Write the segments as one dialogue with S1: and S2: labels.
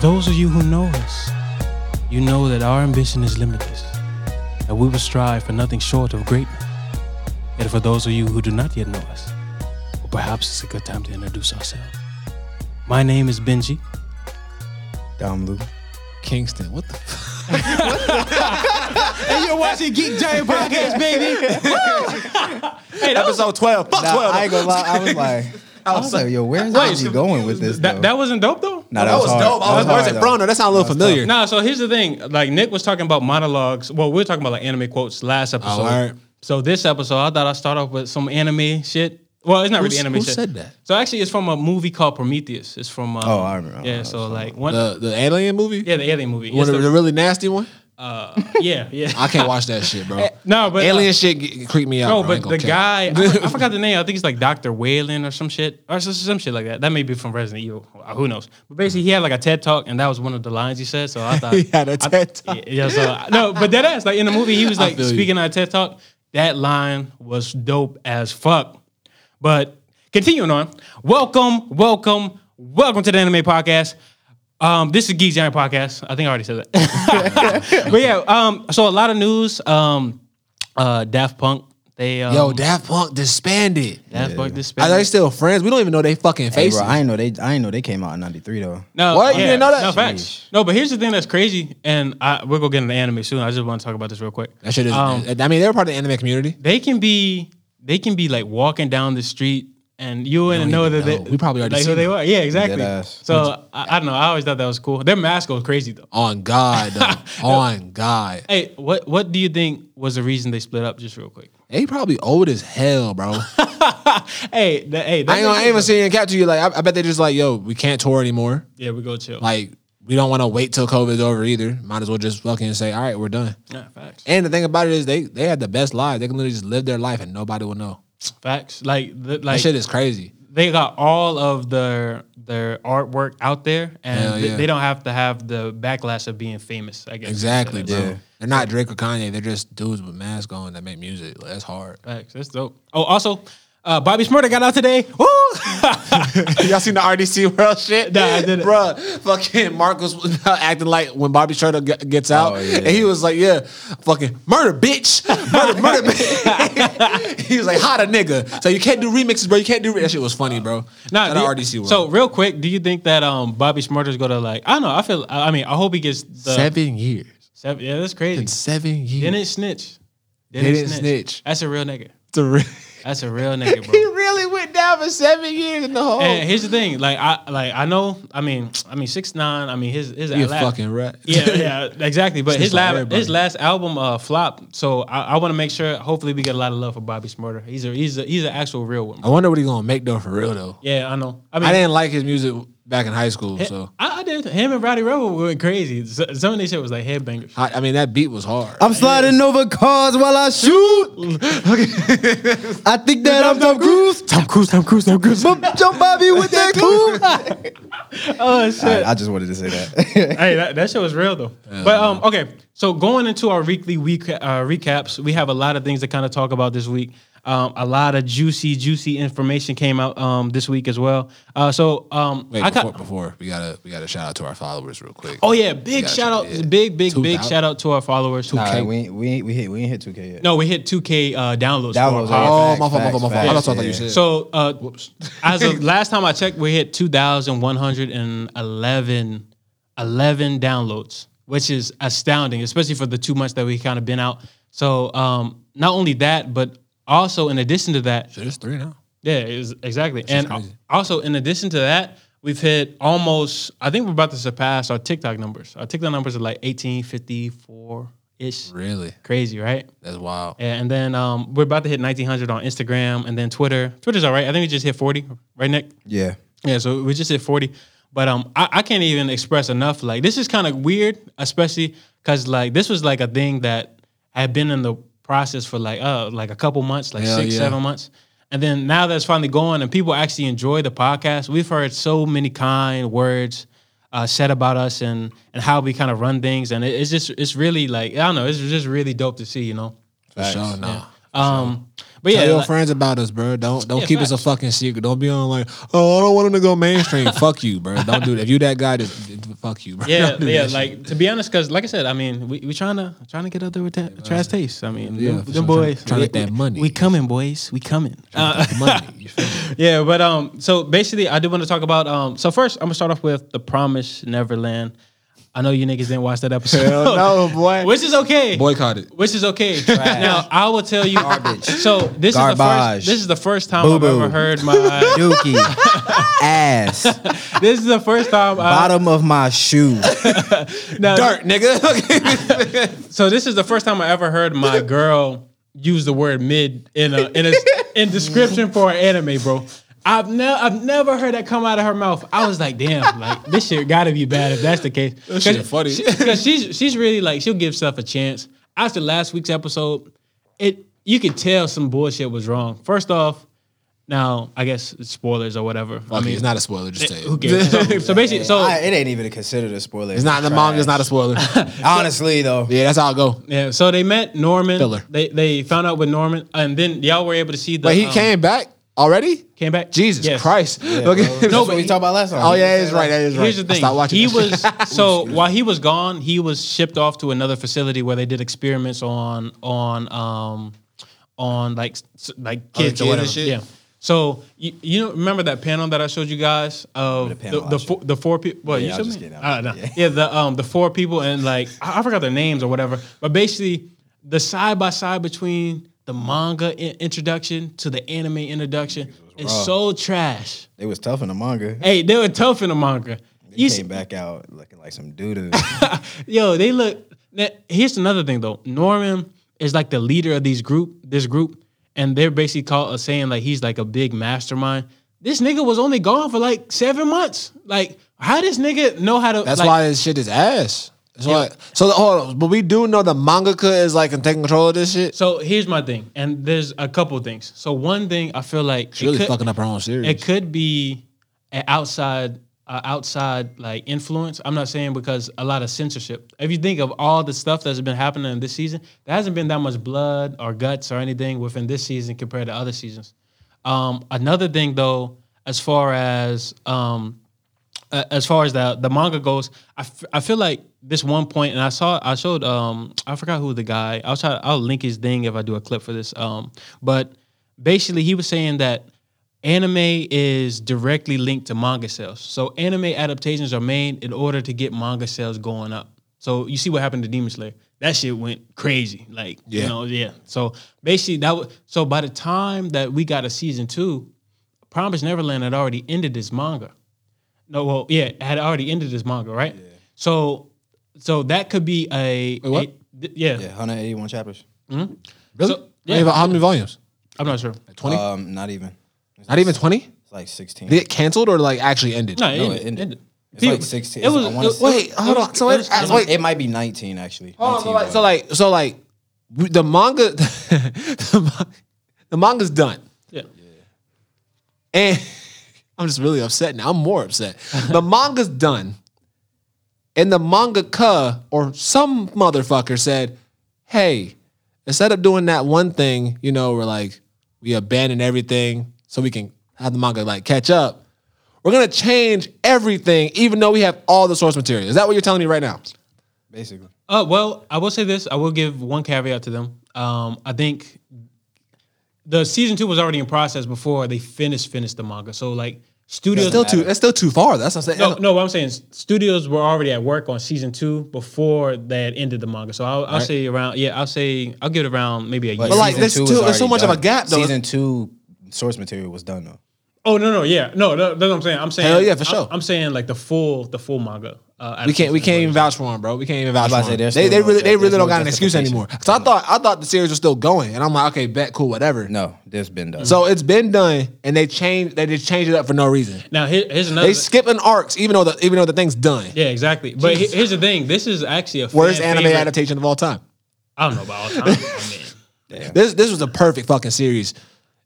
S1: those of you who know us, you know that our ambition is limitless, and we will strive for nothing short of greatness. And for those of you who do not yet know us, well, perhaps it's a good time to introduce ourselves. My name is Benji.
S2: Dom Lou.
S3: Kingston. What the? F-
S1: And you're watching Geek Giant Podcast, baby.
S2: Episode 12. Fuck
S3: Nah,
S2: 12.
S3: I ain't gonna lie. I was like, I was like, yo, where's Andy
S1: so-
S3: going with this?
S1: That,
S3: though?
S1: that wasn't dope though.
S2: Nah, that was
S3: hard.
S2: dope. I was-
S3: hard,
S2: where's it
S3: though.
S2: from? though? That sound a little
S3: That was
S2: familiar.
S1: Nah, so here's the thing. Like Nick was talking about monologues. Well, we were talking about like anime quotes last episode.
S3: all right.
S1: So this episode, I thought I'd start off with some anime shit. Well, it's not really
S3: s-
S1: anime
S3: who
S1: shit.
S3: said that?
S1: So actually, it's from a movie called Prometheus. It's from. Uh,
S2: Oh, I remember.
S1: Yeah. So like one.
S3: The the alien movie.
S1: yeah, the alien movie.
S3: One
S1: It's
S3: of the,
S1: the-
S3: really nasty one.
S1: yeah, yeah.
S3: I can't watch that shit, bro.
S1: No, but uh,
S3: alien shit get, creep me out.
S1: No,
S3: bro. I ain't
S1: but
S3: gonna
S1: the
S3: cap.
S1: guy, I, for- I forgot the name. I think he's like Dr. Whalen or some shit, or some, some shit like that. That may be from Resident Evil. Uh, Who knows? But basically, he had like a TED talk, and that was one of the lines he said. So I thought
S2: He had a
S1: I-
S2: TED Talk.
S1: Yeah, Yeah, so no, but that ass like in the movie, he was
S3: I
S1: like
S3: feel you.
S1: speaking on a TED talk. That line was dope as fuck. But continuing on, welcome, welcome, welcome to the Anime Podcast. Um, this is Geek Giant Podcast. I think I already said that. but yeah, um, so a lot of news. Um, uh, Daft Punk. They um,
S3: Yo, Daft Punk disbanded.
S1: Daft Punk disbanded.
S3: Are they still friends? We don't even know they fucking
S2: Hey,
S3: faces.
S2: bro, I ain't know they I ain't know they came out in 93 though.
S1: No, oh,
S3: What? You didn't know that?
S1: No, facts. No, but here's the thing that's crazy, and I, we're gonna get into anime soon. I just want to talk about this real quick.
S3: that shit is.
S1: Um,
S3: I mean, they were part of the anime community.
S1: they can be they can be like walking down the street and you wouldn't know
S3: even
S1: that they,
S3: know. We probably already
S1: like who
S3: seen
S1: they
S3: them.
S1: were. Yeah, exactly.
S2: Deadass.
S1: So I, I don't know. I always thought that was cool. Their mask was crazy though.
S3: On God, though. on God.
S1: Hey, what what do you think was the reason they split up? Just real quick.
S3: They probably old as hell, bro.
S1: Hey, that, hey, that
S3: I ain't, gonna, I ain't
S1: nigga-
S3: even seeing it capture you. Like, I, I bet they just like, yo, we can't tour anymore.
S1: yeah, we go chill.
S3: Like, we don't want to wait till COVID's over either. Might as well just fucking say, all right, we're done.
S1: Nah, facts.
S3: And the thing about it is, they they had the best lives. They can literally just live their life and nobody will know.
S1: Facts. Like the,
S3: That
S1: like
S3: shit is crazy.
S1: they got all of their their artwork out there, and
S3: Hell
S1: th-
S3: yeah.
S1: they don't have to have the backlash of being famous. I guess
S3: Exactly, bro.
S2: Yeah.
S3: They're not Drake or Kanye. They're just dudes with masks on that make music. Like, that's hard.
S1: Facts. That's dope. Oh, also, uh, Bobby Smurda got out today. Woo!
S3: Y'all seen the RDC World shit?
S1: Nah, I didn't.
S3: Bruh, fucking Marcus was acting like when Bobby Schroeder g- gets out.
S2: Oh, yeah.
S3: And he was like, yeah, fucking murder, bitch. Murder, murder, bitch. he was like, hot a nigga. So you can't do remixes, bro. You can't do re- That shit was funny, bro.
S1: Nah,
S3: Shout
S1: do
S3: out
S1: you-
S3: RDC World.
S1: So real quick, do you think that um Bobby Smurda's gonna like? I don't know. I feel. I I mean, I hope he gets the seven.
S3: seven years.
S1: yeah, that's crazy.
S3: In seven years.
S1: Didn't snitch.
S3: Didn't snitch.
S1: That's a real nigga.
S3: To re-
S1: That's a real nigga,
S3: he
S1: bro.
S3: really went down for seven years in the hole.
S1: And here's the thing, like I like I know, I mean, I mean six nine. I mean his his
S3: you
S1: last-
S3: fucking right.
S1: yeah, yeah, exactly. But his
S3: just like
S1: lab,
S3: everybody.
S1: his last album uh, flopped, so I, I want to make sure. Hopefully, we get a lot of love for Bobby Smurda. He's a he's a, he's an actual real one.
S3: I wonder what he gonna make though for real though.
S1: Yeah, I know. I mean,
S3: Oh. I didn't like his music back in high school, so
S1: I, I did. Him and Roddy Rebel went crazy. S- Some of this shit was like headbangers.
S3: I, I mean that beat was hard.
S2: I'm sliding over cars while I shoot. I think that I'm Tom Cruise. Tom Cruise, Tom Cruise, Tom Cruise. Jump Bobby with that cool.
S1: Oh shit!
S2: I, I just wanted to say that.
S1: hey, that, that shit was real though. But um, okay. So going into our weekly week uh, recaps, we have a lot of things to kind of talk about this week. Um, a lot of juicy, juicy information came out um this week as well. Uh, so um,
S3: Wait,
S1: I ca-
S3: before, before we gotta we gotta shout out to our followers real quick.
S1: Oh yeah, big
S3: Gotcha,
S1: shout out,
S3: yeah.
S1: big big big
S3: 2,000?
S1: shout out to our followers. Who
S2: Nah, we ain't- we ain't- we hit we ain't hit 2K yet.
S1: no, we hit 2K uh, downloads. for our
S2: Downloads,
S1: podcast.
S3: Oh,
S2: Facts,
S3: my fault, my
S2: facts,
S3: fault, my fault.
S2: facts,
S3: I thought you
S2: yeah.
S3: said.
S1: So uh, as of last time I checked, we hit 2,111 11 downloads, which is astounding, especially for the two months that we kind of been out. So um, not only that, but also in addition to that,
S3: there's three now.
S1: yeah, it's, exactly. And
S3: crazy.
S1: also in addition to that, we've hit almost, I think we're about to surpass our TikTok numbers. Our TikTok numbers are like 1854 ish.
S3: Really,
S1: Crazy, right?
S3: that's wild.
S1: Yeah, and then um, we're about to hit 1900 on Instagram and then Twitter. Twitter's all right. I think we just hit 40, right, Nick?
S2: Yeah.
S1: Yeah, so we just hit 40. But um, I, I can't even express enough. Like, this is kind of weird, especially because, like, this was like a thing that had been in the process for like uh like a couple months, like
S3: Hell
S1: six,
S3: yeah.
S1: seven months. And then now that's finally going and people actually enjoy the podcast. We've heard so many kind words uh, said about us and and how we kind of run things. And it, it's just it's really like I don't know, it's just really dope to see, you know.
S3: For sure, nah.
S1: Um, but yeah,
S3: Tell your
S1: like-
S3: friends about us, bro. Don't don't
S1: Yeah,
S3: keep us a
S1: facts.
S3: fucking secret. Don't be on like, oh, I don't want them to go mainstream. Fuck you, bro. Don't do that. If you that guy, just fuck you, bro.
S1: Yeah,
S3: Don't do
S1: yeah.
S3: that shit.
S1: Like to be honest, because like I said, I mean, we we trying to trying to get out there with that trash taste. I mean,
S3: Yeah,
S1: them,
S3: for
S1: them
S3: sure.
S1: boys
S3: Tryna get
S1: we-
S3: that money.
S1: We coming, boys. We coming. Uh,
S3: money. You feel me?
S1: yeah, but um, so basically, I do want to talk about um. So first, I'm gonna start off with the Promise Neverland. I know you niggas didn't watch that episode.
S2: Hell no, boy.
S1: Which is okay.
S3: Boycott it.
S1: Which is okay. Now I will tell you.
S2: Garbage.
S1: So this is the
S2: Garbage.
S1: first. This is the first time I've
S2: Boo-boo.
S1: ever heard my.
S2: Dookie. Ass.
S1: this is the first time. I,
S2: Bottom of my shoe.
S1: now,
S3: Dirt, nigga.
S1: So this is the first time I ever heard my girl use the word mid in a in a in description for an anime, bro. I've never I've never heard that come out of her mouth. I was like, damn, like this shit gotta be bad if that's the case. That
S3: shit funny.
S1: Because she's she's really like she'll give stuff a chance. After last week's episode, it you could tell some bullshit was wrong. First off, now I guess it's spoilers or whatever. I
S3: I mean,
S1: mean,
S3: it's not a spoiler. Just say it.
S1: who cares? So, so basically, so
S2: I- it ain't even considered a spoiler.
S3: It's not in the manga. It's not a spoiler.
S2: Honestly, though.
S3: yeah, that's how I go.
S1: yeah, so they met Norman.
S3: Filler.
S1: They they found out with Norman, and then y'all were able to see the.
S3: But he
S1: um,
S3: came back already.
S1: Came back.
S3: Jesus
S1: Yes.
S3: Christ. okay.
S2: That's what we talked about last time.
S3: Oh yeah, that is right. That is right.
S1: Here's the
S3: I
S1: thing.
S3: stopped watching.
S1: He
S3: that
S1: was
S3: shit.
S1: so while he was gone, he was shipped off to another facility where they did experiments on on um on like s- like kids
S3: kids
S1: or
S3: and
S1: whatever.
S3: shit?
S1: Yeah. So you, you know, remember that panel that I showed you guys of the
S2: panel
S1: the,
S2: I showed
S1: four, the four people. What
S2: Yeah,
S1: you
S2: I
S1: showed
S2: was just
S1: me?
S2: kidding. I
S1: Uh,
S2: was-
S1: no.
S2: yeah.
S1: Yeah, the um the four people and like I, I forgot their names or whatever. But basically, the side by side between the manga in- introduction to the anime introduction is so trash.
S2: It was tough in the manga.
S1: Hey, they were tough in the manga. You
S2: He
S1: s-
S2: came back out looking like some doo-doo.
S1: Yo, they look. now, Here's another thing though. Norman is like the leader of these group, this group, and they're basically call, uh, saying like he's like a big mastermind. This nigga was only gone for like seven months. Like, how this nigga know how to?
S3: That's
S1: like,
S3: why this shit is ass. That's why. So the, hold on, but we do know the mangaka is like in taking control of this shit.
S1: So here's my thing, and there's a couple things. So one thing I feel like
S3: She's really
S1: could,
S3: fucking up her own series.
S1: It could be an outside, uh, outside like influence. I'm not saying because a lot of censorship. If you think of all the stuff that's been happening this season, there hasn't been that much blood or guts or anything within this season compared to other seasons. Um, another thing though, as far as um, uh, as far as the the manga goes, I, f- I feel like this one point, and I saw I showed um I forgot who the guy. I'll try I'll link his thing if I do a clip for this. Um, but basically he was saying that anime is directly linked to manga sales. So anime adaptations are made in order to get manga sales going up. So you see what happened to Demon Slayer. That shit went crazy. Like you
S3: Yeah.
S1: know yeah. So basically that was so by the time that we got a season two, Promise Neverland had already ended this manga. No, well, yeah, it had already ended this manga, right? So, so that could be a,
S3: what?
S1: a- th- yeah,
S2: yeah, 181 chapters.
S3: really?
S1: so- yeah. Uh,
S3: Wait, but How many volumes?
S1: I'm not sure.
S3: Twenty?
S2: Um, not even.
S3: Not even twenty?
S2: It's like 16.
S3: Did it canceled or like actually ended?
S1: No, it,
S2: No,
S1: ended,
S2: it ended.
S1: ended.
S2: It's like 16.
S1: It was.
S2: I wanna
S1: it-
S2: say-
S3: Wait, hold on. So
S1: it
S3: it-
S1: was-
S3: I-
S1: it
S2: It
S1: was-
S2: might- it might be 19 actually.
S3: Hold on,
S2: 19
S3: so Oh, like,
S2: was.
S3: so like, so like, we- the manga, the, manga the manga's done,
S1: yeah.
S3: and I'm just really upset now. I'm more upset. The manga's done, and the mangaka or some motherfucker said, "Hey, instead of doing that one thing, you know, we're like we abandon everything so we can have the manga like catch up. We're gonna change everything, even though we have all the source material. Is that what you're telling me right now?
S2: basically.
S1: Uh, well, I will say this. I will give one caveat to them. Um, I think the season two was already in process before they finished finished the manga. So like studios
S3: Still too. That's still too far. That's what I'm saying.
S1: No, no. What I'm saying, is studios were already at work on season two before they had ended the manga. So I'll, I'll say around, yeah, I'll say I'll give it around maybe a year.
S3: But like,
S2: season
S3: there's
S2: two
S3: too-
S2: was
S3: there's so
S2: already
S3: much of a
S2: done.
S3: gap, though.
S2: Season two source material was done though.
S1: oh no, no, yeah, no, no, that's what I'm saying. I'm saying,
S3: Hell yeah, for
S1: I'm-
S3: sure.
S1: I'm saying like the full, the full manga. Uh,
S3: We can't. We can't even vouch for him, bro. We can't even vouch
S2: about to
S3: for
S2: say,
S3: him.
S2: there's
S3: They,
S2: still
S3: they
S2: no
S3: really, they
S2: ju-
S3: really
S2: there's
S3: don't
S2: no
S3: got an excuse
S2: justification.
S3: anymore. Cause I thought, I thought the series was still going, and I'm like, okay, bet, cool, whatever.
S2: No, this been done.
S3: So it's been done, and they changed. They just changed it up for no reason.
S1: Now here, here's another.
S3: They skipping arcs, even though the even though the thing's done.
S1: yeah, exactly. But he- here's the thing. This is actually a
S3: Worst
S1: fan
S3: anime
S1: favorite.
S3: adaptation of all time.
S1: I don't know about all time. I mean,
S3: This this was a perfect fucking series,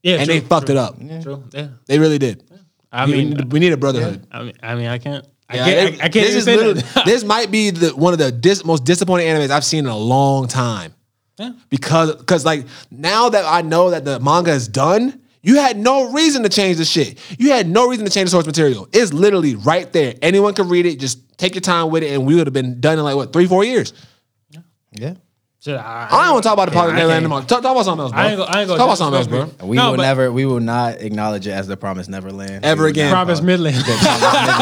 S1: yeah,
S3: and
S1: true,
S3: they fucked it up.
S1: True, true, yeah.
S3: They really did.
S1: I
S3: We
S1: mean,
S3: need- we need a brotherhood.
S1: I mean, I mean, I can't. I
S3: Yeah,
S1: can't.
S3: it-
S1: I, I can't
S3: this
S1: even
S3: is
S1: say
S3: literally-
S1: that.
S3: this might be the, one of the dis, most disappointing animes I've seen in a long time.
S1: Yeah.
S3: Because, because like now that I know that the manga is done, You had no reason to change the shit. You had no reason to change the source material. It's literally right there. Anyone can read it. Just take your time with it, and we would have been done in like what three, four years.
S2: Yeah.
S1: So, I,
S3: I don't want to talk about the
S1: I
S3: podcast.
S1: can't.
S3: Landing Talk, talk about something else, bro.
S1: I ain't gonna- I ain't gonna
S3: talk about something else, bro.
S1: disrespect
S2: We
S1: No,
S2: will
S1: but-
S2: never, we will not acknowledge it as the promised Neverland.
S3: Ever
S2: We will
S3: again.
S2: not-
S1: Province Midland.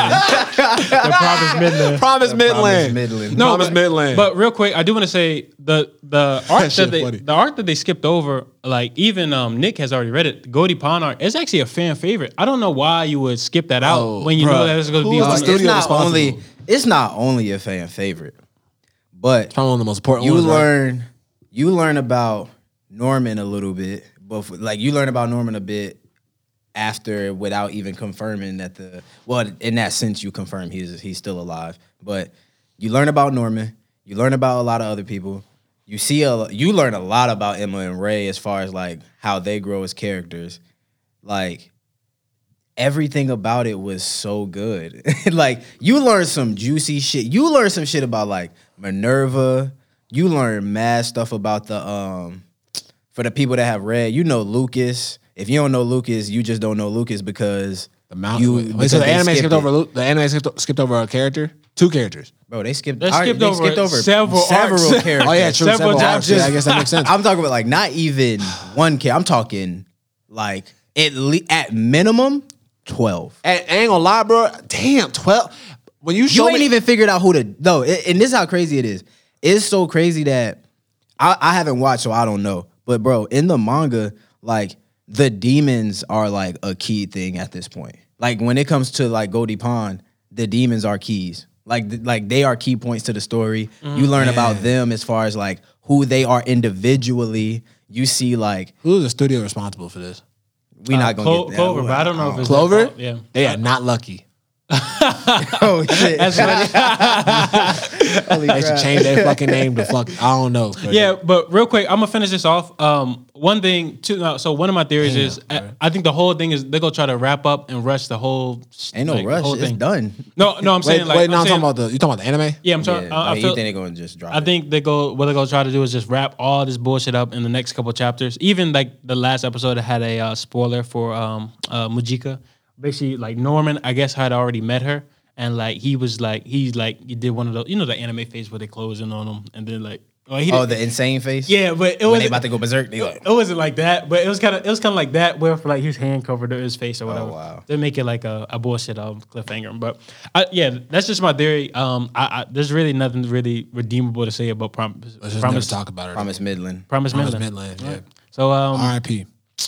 S1: the Province Midland.
S3: Promise Midland.
S2: Midland.
S3: No,
S2: No,
S3: Promise
S1: but,
S3: Midland.
S1: But real quick, I do want to say the the
S3: That
S1: art
S3: shit
S1: that they
S3: funny.
S1: the art that they skipped over, like even um, Nick has already read it. Goldie Pond art is actually a fan favorite. I don't know why you would skip that out
S3: Oh,
S1: when you know
S3: bruh.
S1: that it's going to be.
S3: Who's
S1: on the-
S3: the studio
S2: Uh, it's not
S3: responsible.
S2: only it's not only a fan favorite, but
S3: probably one of the most important
S2: you
S3: ones, right?
S2: learn you learn about Norman a little bit, but like you learn about Norman a bit after without even confirming that the well in that sense you confirm he's he's still alive, but you learn about Norman, you learn about a lot of other people. You see a you learn a lot about Emma and Ray as far as like how they grow as characters. Like everything about it was so good. like you learn some juicy shit. You learn some shit about like Minerva. You learn mad stuff about the um for the people that have read. You know Lucas. If you don't know Lucas, you just don't know Lucas because
S3: The mountain.
S2: You,
S3: wait, wait,
S2: because
S3: so the
S2: they
S3: anime skipped,
S2: it.
S3: over. Lu- The anime skipped, skipped over a character. Two characters.
S2: Bro, they skipped.
S1: They
S2: I-
S1: skipped over several
S2: several
S1: arcs. Oh, yeah,
S2: characters.
S3: Oh yeah, true.
S1: Several
S3: Several
S1: times.
S3: times. Yeah, I guess that makes sense.
S2: I'm talking about like not even one kid. I'm talking like at le- at minimum twelve.
S3: At, I ain't gonna lie, bro. Damn, twelve. When you
S2: you
S3: show
S2: ain't
S3: me,
S2: even figured out who to no it- and this is how crazy it is it's so crazy that I, I haven't watched so i don't know but bro in the manga like the demons are like a key thing at this point like when it comes to like goldie pond the demons are keys like th- like they are key points to the story
S1: Mm,
S2: you learn about them as far as like who they are individually you see like
S3: who's the studio responsible for this?
S2: we not gonna
S1: Uh, Clo-
S2: get that.
S1: Clover, but I don't know if it's
S3: Clover.
S1: Yeah.
S3: they are not lucky.
S2: oh shit
S1: That's what-
S2: Holy
S3: They should
S2: crap.
S3: change their fucking name to fuck. I don't know. bro.
S1: yeah, but real quick, I'm gonna finish this off. Um, one thing, too. no, so one of my theories is, I, I think the whole thing is they're gonna try to wrap up and rush the whole.
S2: ain't no
S1: like, the
S2: rush
S1: whole
S2: it's
S1: thing.
S2: done
S1: No, no, I'm
S3: Wait,
S1: saying like.
S3: wait. No, I'm
S1: saying-
S3: talking about the. You talking about the anime?
S1: Yeah, I'm
S2: yeah,
S1: talking. I, I
S2: like,
S1: feel,
S2: you think they're gonna just drop
S1: I
S2: it?
S1: think they go what they're gonna try to do is just wrap all this bullshit up in the next couple chapters. Even like the last episode had a uh, spoiler for um, uh, Mujika. Basically, like Norman, I guess had already met her, and like he was like he's like he did one of those you know the anime phase where they close in on him, and then like well, he
S2: oh
S1: didn't-
S2: the insane face
S1: yeah, but it
S2: when
S1: was
S2: they about to go berserk, they like,
S1: it wasn't like that, but it was kind of it was kind of like that where for like his hand covered or his face
S3: Oh,
S1: or whatever.
S2: wow.
S1: They make it like a, a bullshit um, cliffhanger, but I, yeah, that's just my theory. Um, I, I, there's really nothing really redeemable to say about promise.
S3: Let's just
S1: Promise,
S3: never talk about it.
S2: Promise Midland.
S1: promise
S3: Promise
S1: Midland.
S3: Midland. Yeah.
S1: So um,
S3: R.I.P.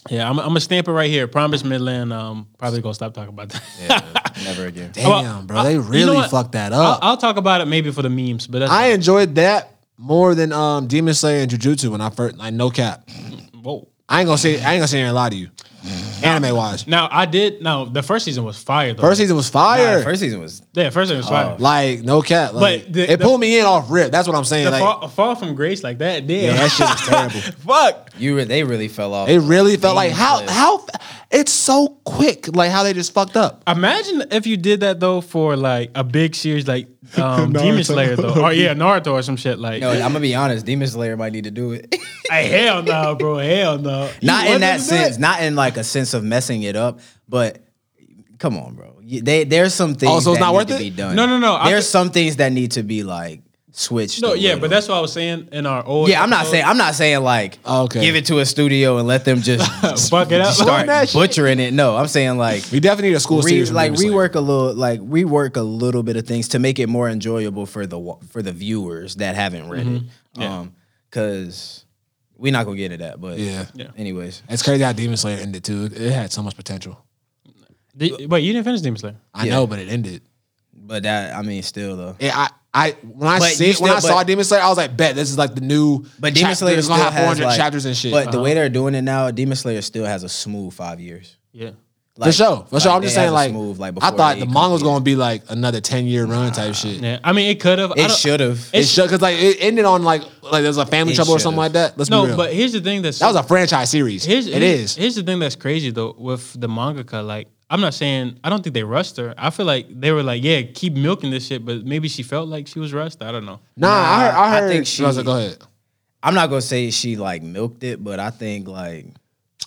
S1: yeah, I'm, I'm gonna stamp it right here. Promise Midland. Um, probably gonna stop talking about that.
S2: Never again.
S3: Damn, bro. They
S1: You know
S3: really
S1: what?
S3: fucked that
S1: I'll,
S3: up.
S1: I'll talk about it maybe for the memes, but that's
S3: I enjoyed that more than um Demon Slayer and Jujutsu when I first. Like no cap.
S1: whoa.
S3: I ain't gonna say. I ain't gonna sit here and lie to you. Anime wise,
S1: Now I did. No, the first season was fire. Though.
S3: first season was
S2: Nah,
S3: fire.
S2: first season was
S1: yeah, first season was fire.
S3: Like no cap, like,
S1: But the-
S3: it
S1: the-
S3: pulled me in off rip. That's what I'm saying.
S1: The
S3: Like,
S1: fall, fall from grace like that. Damn.
S3: yeah, that shit was terrible.
S1: Fuck.
S2: you. Re- they really fell off.
S3: It really felt like how
S2: Meaningless.
S3: how it's so quick. Like how they just fucked up.
S1: Imagine if you did that though for like a big series like um, Demon Slayer though, or yeah, Naruto or some shit like.
S2: No, I'm gonna be honest. Demon Slayer might need to do it.
S1: Hey, hell no, bro, hell no.
S2: not
S1: You
S2: in
S1: want them
S2: that
S1: to do it?
S2: sense. Not in like a sense of messing it up. But come on, bro. You- They there's some things.
S3: Oh, so it's
S2: that
S3: not
S2: need
S3: worth
S2: to
S3: it?
S2: Be done.
S1: No, no, no, I
S2: There's
S1: thi-
S2: some things that need to be like switched.
S1: No,
S2: a
S1: yeah,
S2: little.
S1: but that's what I was saying in our old.
S2: Yeah, I'm not
S1: episode.
S2: saying I'm not saying like
S3: Okay.
S2: give it to a studio and let them just
S1: Fuck it up.
S2: start
S3: that shit.
S2: butchering it. No, I'm saying like
S3: We definitely need a school
S2: Re,
S3: series. from
S2: like
S3: Demon Slayer.
S2: rework a little, like rework a little bit of things to make it more enjoyable for the wa- for the viewers that haven't read
S3: Mm-hmm.
S2: it.
S1: Yeah.
S2: Um, because we're not gonna get into that, but
S3: Yeah. Yeah.
S2: Anyways,
S3: It's crazy how Demon Slayer ended too. It, it had so much potential.
S1: Did- wait, you didn't finish Demon Slayer.
S3: I
S2: Yeah.
S3: know, but it ended.
S2: but that I mean, still though.
S3: It, I I when I
S2: But
S3: see
S2: you
S3: when I
S2: still-
S3: saw
S2: but-
S3: Demon Slayer, I was like, bet this is like the new.
S2: But Demon
S3: chapter.
S2: Slayer
S3: It's
S2: still
S3: gonna have
S2: has
S3: 400
S2: like,
S3: chapters and shit. Uh-huh.
S2: But the way they're doing it now, Demon Slayer still has a smooth five years.
S1: Yeah.
S2: Like,
S3: for sure, for sure.
S2: like,
S3: I'm just
S2: they has
S3: saying,
S2: a
S3: like,
S2: smooth, like,
S3: I
S2: before
S3: thought
S2: they
S3: the
S2: come
S3: manga was
S2: here.
S3: gonna be like another 10 year run type shit.
S1: Yeah. I mean, it could have.
S2: It should have.
S3: It should because like it ended on like like there's a family
S2: It
S3: trouble or something like
S2: should've.
S3: that. Let's be
S1: No,
S3: real.
S1: but here's the thing that's
S3: that was a franchise series.
S1: Here's,
S3: it
S1: here's-
S3: is.
S1: Here's the thing that's crazy though with the mangaka. Like, I'm not saying I don't think they rushed her. I feel like they were like, yeah, keep milking this shit, but maybe she felt like she was rushed. I don't know.
S3: Nah, I heard. I
S2: I
S3: heard.
S2: think
S3: she was
S2: she-
S3: like, go ahead.
S2: I'm not gonna say she like milked it, but I think like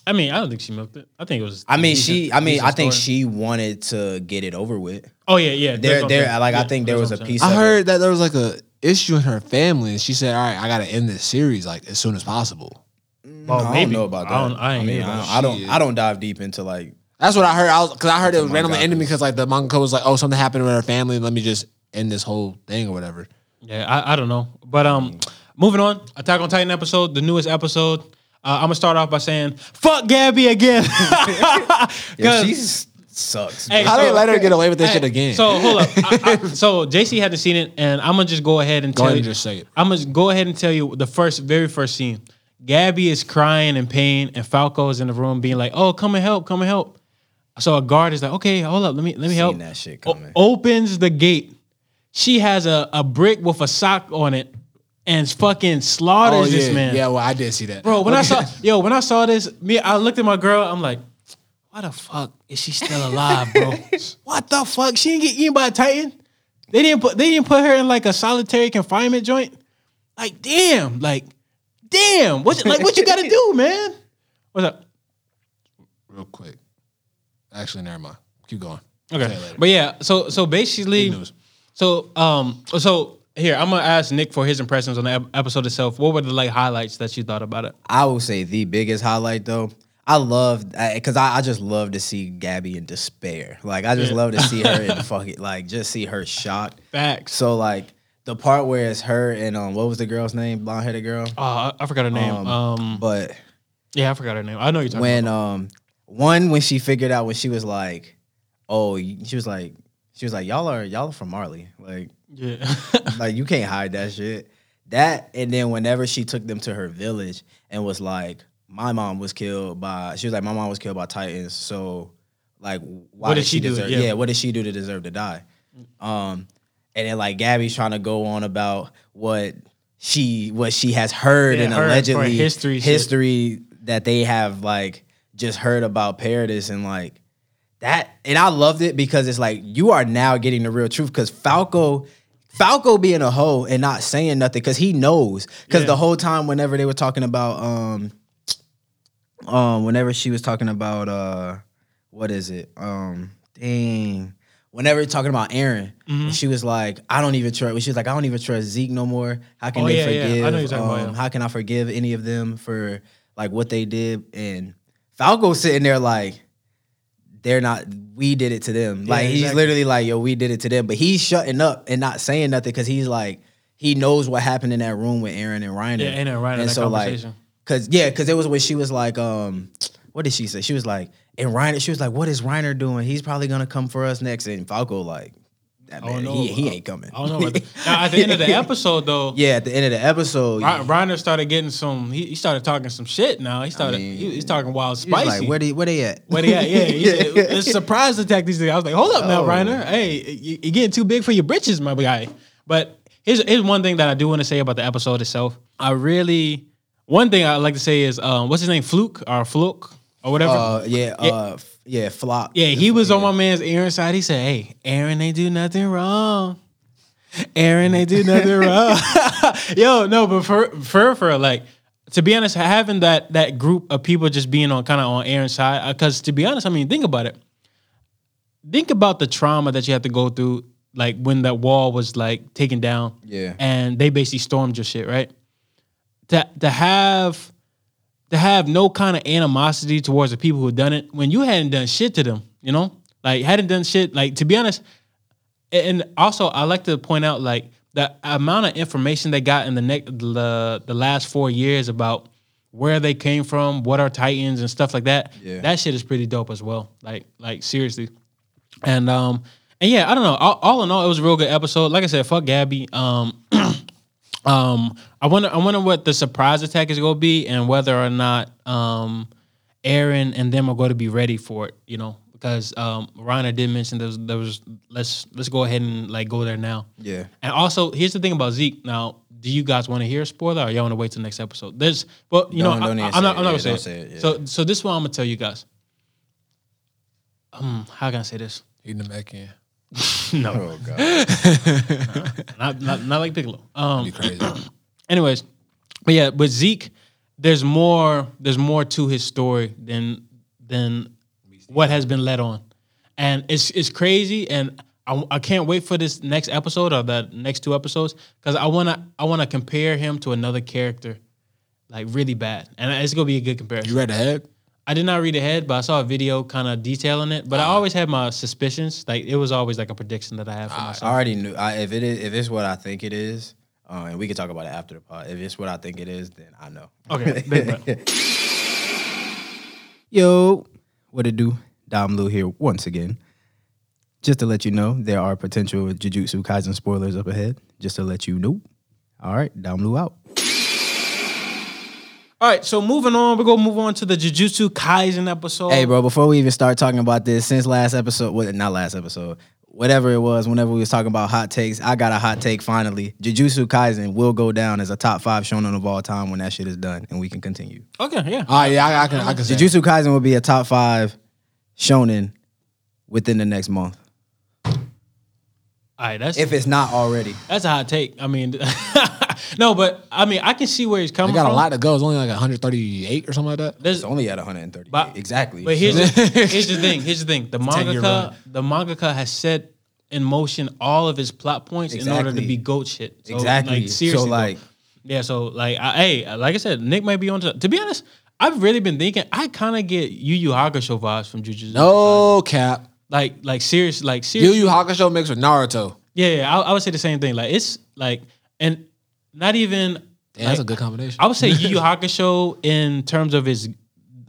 S1: I mean, I don't think she milked it. I think it was.
S2: I mean, she. I mean,
S1: decent
S2: I think
S1: story.
S2: she wanted to get it over with.
S1: Oh yeah, yeah.
S2: There,
S1: that's what I'm
S2: there.
S1: saying.
S2: Like, I
S1: Yeah,
S2: think there
S1: that's
S2: was
S1: what
S2: a
S1: I'm
S2: piece.
S3: I
S2: of it.
S3: heard that there was like a issue in her family, and she said, "All right, I got to end this series like as soon as possible."
S1: saying.
S2: I
S1: Well,
S2: don't
S1: Oh, maybe.
S2: know about that.
S1: I don't. I, ain't
S2: mean,
S1: hear
S2: I
S1: about
S2: don't.
S1: shit.
S2: I don't,
S3: shit.
S2: I don't dive deep into like.
S3: That's what I heard. I was because I heard it was
S2: a
S3: randomly
S2: manga.
S3: ended because like the manga was like, "Oh, something happened with her family. Let me just end this whole thing or whatever."
S1: Yeah, I, I don't know. But um, moving on, Attack on Titan episode, the newest episode. Uh, I'm gonna start off by saying, "Fuck Gabby again."
S2: Yeah,
S1: 'Cause-
S2: she sucks.
S1: Hey,
S2: bro.
S3: How
S1: so-
S3: they let her get away with this shit
S1: Hey,
S3: again?
S1: So hold up. I- I- so JC hadn't seen it, and I'm gonna just go ahead and
S3: Go
S1: tell
S3: ahead
S1: you.
S3: and just say it.
S1: I'm gonna go ahead and tell you the first, very first scene. Gabby is crying in pain, and Falco is in the room being like, "Oh, come and help! Come and help!" So a guard is like, "Okay, hold up, let me let me help."
S2: that shit
S1: O-
S2: coming.
S1: opens the gate. She has a, a brick with a sock on it, and fucking slaughters
S3: oh yeah,
S1: this man.
S3: yeah. Well, I did see that,
S1: Bro, when I
S3: Okay.
S1: saw yo, when I saw this, me, I looked at my girl. I'm like, why the fuck is she still alive, bro? what the fuck? She didn't get eaten by a titan. They didn't put they didn't put her in like a solitary confinement joint. Like damn, like damn. What like what you gotta do, man? What's up?
S3: real quick. Actually, never mind. Keep going. Say
S1: Okay,
S3: it later.
S1: but yeah, so so basically,
S3: Good news.
S1: so um, so here I'm gonna ask Nick for his impressions on the ep- episode itself. What were the like highlights that you thought about it?
S2: I will say the biggest highlight though. I love because I, I just love to see Gabby in despair. Like I just
S1: Yeah.
S2: love to see her in fucking like just see her shocked.
S1: Facts.
S2: So like the part where it's her and um what was the girl's name? Blonde headed girl.
S1: Oh, I, I forgot her name. Um,
S2: Um, But
S1: yeah, I forgot her name. I know you're talking
S2: when
S1: about.
S2: um one when she figured out when she was like, oh y- she was like she was like y'all are y'all are from Marley like
S1: Yeah.
S2: like you can't hide that shit. That and then whenever she took them to her village and was like, my mom was killed by she was like, my mom was killed by Titans. So like, why
S1: What
S2: did
S1: did
S2: she,
S1: she do?
S2: deserve?
S1: Yeah. Mm.
S2: Yeah. what did she do to deserve to die? Um, and then like Gabby's trying to go on about what she what she has heard
S1: Yeah,
S2: and
S1: heard for
S2: allegedly
S1: history shit.
S2: history that they have like just heard about Paradis and like that and I loved it because it's like you are now getting the real truth because Falco Falco being a hoe and not saying nothing because he knows because
S1: Yeah.
S2: the whole time whenever they were talking about um um whenever she was talking about uh what is it um dang whenever talking about Aaron
S1: Mm-hmm.
S2: she was like I don't even trust she was like I don't even trust Zeke no more how can
S1: Oh,
S2: they
S1: yeah, yeah. I
S2: forgive
S1: know you're talking about,
S2: um,
S1: yeah.
S2: how can I forgive any of them for like what they did and Falco sitting there like they're not we did it to them like he's
S1: exactly.
S2: literally like yo we did it to them but he's shutting up and not saying nothing because he's like he knows what happened in that room with Aaron and Ryan
S1: Yeah, Aaron and Reiner, that conversation.
S2: like because yeah because it was when she was like um what did she say she was like and Reiner she was like what is Reiner doing he's probably gonna come for us next and Falco like that
S1: I don't
S2: man
S1: know.
S2: he, he ain't coming
S1: I don't know. About now, at the end of the episode, though,
S2: yeah at the end of the episode
S1: Ry- Reiner started getting some. He, he started talking some shit. Now he started.
S2: mean,
S1: he, he's talking wild,
S2: he was
S1: spicy.
S2: like where they where they at
S1: Where they at? Yeah, he said, it's a surprise attack these days. I was like, hold up now,
S2: Oh.
S1: Reiner. Hey, you, you're getting too big for your britches, my guy. But here's, here's one thing that I do want to say about the episode itself. I really, one thing I like to say is, um, what's his name? Fluke or Fluke or whatever.
S2: uh yeah uh f- yeah flop
S1: yeah, he was on my man's Aaron side. He said, hey, Aaron ain't do nothing wrong. Aaron ain't do nothing wrong. Yo, no, but for, for, for, like, to be honest, having that that group of people just being on kind of on Aaron's side, because to be honest, I mean, think about it think about the trauma that you had to go through, like when that wall was like taken down.
S2: Yeah.
S1: And they basically stormed your shit, right? To to have to have no kind of animosity towards the people who done it when you hadn't done shit to them, you know? Like hadn't done shit. Like to be honest, and and also I like to point out like the amount of information they got in the next the, the last four years about where they came from, what are Titans and stuff like that.
S2: Yeah.
S1: That shit is pretty dope as well. Like like seriously, and um and yeah, I don't know. All, all in all, it was a real good episode. Like I said, fuck Gabby. Um, um, I wonder I wonder what the surprise attack is going to be and whether or not um Aaron and them are going to be ready for it, you know, because um, Reiner did mention there was, there was let's let's go ahead and like go there now.
S2: Yeah.
S1: And also, here's the thing about Zeke. Now, do you guys want to hear a spoiler, or y'all want to wait till next episode? There's, well, you
S2: Don't-
S1: know,
S2: don't
S1: I, am not,
S2: even say
S1: I'm
S2: it.
S1: not
S2: Yeah,
S1: gonna say
S2: don't
S1: it.
S2: say it, yeah.
S1: So, so this is what I'm gonna tell you guys. Um, how can I say this?
S3: Eating the back end.
S1: no,
S2: oh god
S1: not, not not like Piccolo. Um,
S3: Be crazy.
S1: anyways, but yeah, with Zeke, there's more there's more to his story than than what has been let on, and it's it's crazy, and I, I can't wait for this next episode or the next two episodes because I wanna I wanna compare him to another character, like really bad, and it's gonna be a good comparison.
S3: You read ahead?
S1: I did not read ahead, but I saw a video kind of detailing it. But I always had my suspicions. Like it was always like a prediction that I had for myself.
S2: I already knew. I, if it is, if it's what I think it is, uh, and we can talk about it after the pod. If it's what I think it is, then I know.
S1: Okay, big bro.
S2: Yo, what it do? Dom Lou here once again. Just to let you know, there are potential Jujutsu Kaisen spoilers up ahead. Just to let you know. All right, Dom Lou out.
S1: All right, so moving on, we're gonna move on to the Jujutsu Kaisen episode.
S2: Hey, bro, before we even start talking about this, since last episode, well, not last episode, whatever it was, whenever we was talking about hot takes, I got a hot take finally. Jujutsu Kaisen will go down as a top five shonen of all time when that shit is done, and we can continue.
S1: Okay, yeah.
S3: Ah, yeah, I, I can. I can. Say.
S2: Jujutsu Kaisen will be a top five shonen within the next month.
S1: All right, that's
S2: If it's not already.
S1: that's a hot take. I mean, no, but I mean, I can see where he's
S3: I
S1: coming
S3: got
S1: from.
S3: a lot to go. It's only like 138 or something like that.
S1: There's-
S2: It's only at 130.
S1: But-
S2: exactly.
S1: But here's the, here's the thing. Here's the thing. The
S3: 10-year
S1: mangaka, the mangaka has set in motion all of his plot points in order to
S2: Exactly.
S1: be goat shit. So,
S2: Exactly.
S1: Like seriously.
S2: So, like-
S1: though. yeah. So like, I, hey, like I said, Nick might be on. To, to be honest, I've really been thinking. I kind of get Yu Yu Hakusho vibes from Jujutsu.
S3: No cap.
S1: Like, like serious, like
S3: Yu
S1: serious.
S3: Yu Hakusho mixed with Naruto.
S1: yeah, yeah. I, I would say the same thing. Like it's like, and not even.
S3: Yeah, that's a
S1: like,
S3: good combination.
S1: I would say Yu Yu Hakusho in terms of his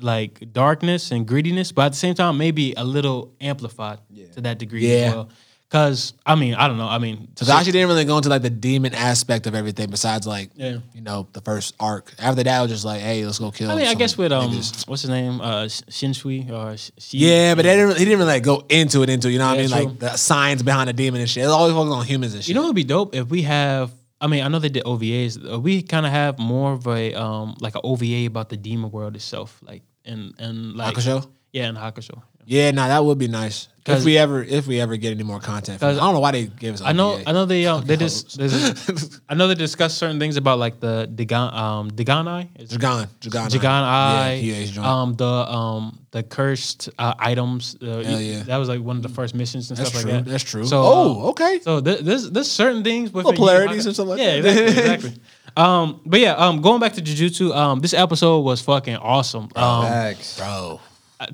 S1: like darkness and greediness, but at the same time, maybe a little amplified to that degree
S3: Yeah.
S1: as well. Because I mean, I don't know. I mean,
S3: Satoshi didn't really go into like the demon aspect of everything besides like
S1: Yeah.
S3: you know the first arc. After that, it was just like, hey, let's go kill.
S1: I mean, I
S3: some
S1: guess with um,
S3: niggas.
S1: what's his name, uh, Sh- Shinsui or Sh- Shi-
S3: Yeah, but they didn't, he didn't really like go into it into it, you know what
S1: Yeah,
S3: I mean
S1: true.
S3: like the science behind the demon and shit. It's always focused on humans and shit.
S1: You know, it would be dope if we have. I mean, I know they did OVAs. uh, We kind of have more of a um, like an OVA about the demon world itself, like and and like
S3: Hakusho?
S1: Yeah, and Hakusho.
S3: yeah, nah, that would be nice if
S1: 'Cause-
S3: we ever if we ever get any more content. From it. I don't know why they gave us.
S1: I know,
S3: OVA.
S1: I know they um, they just there's- I know they discuss certain things about like the Dagon um Dagonai Is it-
S3: Dragon, Dragon,
S1: Dagon Eye,
S3: Yeah, he- he's drunk.
S1: um the um the cursed uh, items. Uh,
S3: Hell yeah.
S1: That was like one of the first missions and
S3: That's
S1: stuff
S3: true.
S1: like that.
S3: That's true.
S1: So,
S3: oh,
S1: uh,
S3: okay.
S1: So th- there's there's certain things with
S3: polarities and stuff like
S1: yeah,
S3: that.
S1: exactly. exactly. Um, but yeah, um, going back to Jujutsu, um, this episode was fucking awesome.
S3: Oh,
S1: Um, uh,
S2: Facts.
S3: Bro,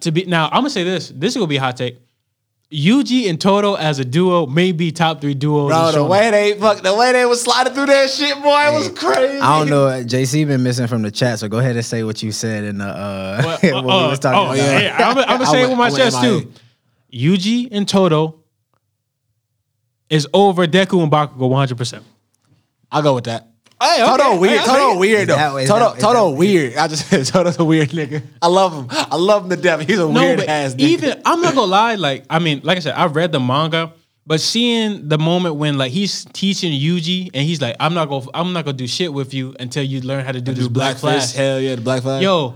S1: to be now, I'm gonna say this. This is gonna be a hot take. Yuji and Toto as a duo may be top three duos. in
S3: bro, the
S1: shonen.
S3: way they fuck, the way they was sliding through that shit, boy, it was crazy.
S2: I don't know. JC been missing from the chat, so go ahead and say what you said in the uh,
S1: Well,
S2: what we
S1: uh,
S2: was talking
S1: oh,
S2: about.
S1: yeah. yeah. I'm, I'm gonna
S3: I
S1: say it
S3: went-
S1: with my
S3: I went
S1: chest too. Yuji and Toto is over Deku and Bakugo 100. percent
S3: I'll go with that.
S1: Hey,
S3: Toto
S1: okay.
S3: weird.
S1: Hey,
S3: Toto
S1: okay.
S3: weird
S2: Is
S3: though.
S2: that- is
S3: Toto,
S2: that- is
S3: Toto
S2: that-
S3: weird. I just said Toto's a weird nigga. I love him. I love him to death. He's a
S1: No,
S3: weird ass
S1: but
S3: nigga.
S1: even I'm not gonna lie. Like I mean, like I said, I read the manga, but seeing the moment when like he's teaching Yuji and he's like, "I'm not gonna, I'm not gonna do shit with you until you learn how to do this black flag."
S3: Hell yeah, the black flag.
S1: Yo,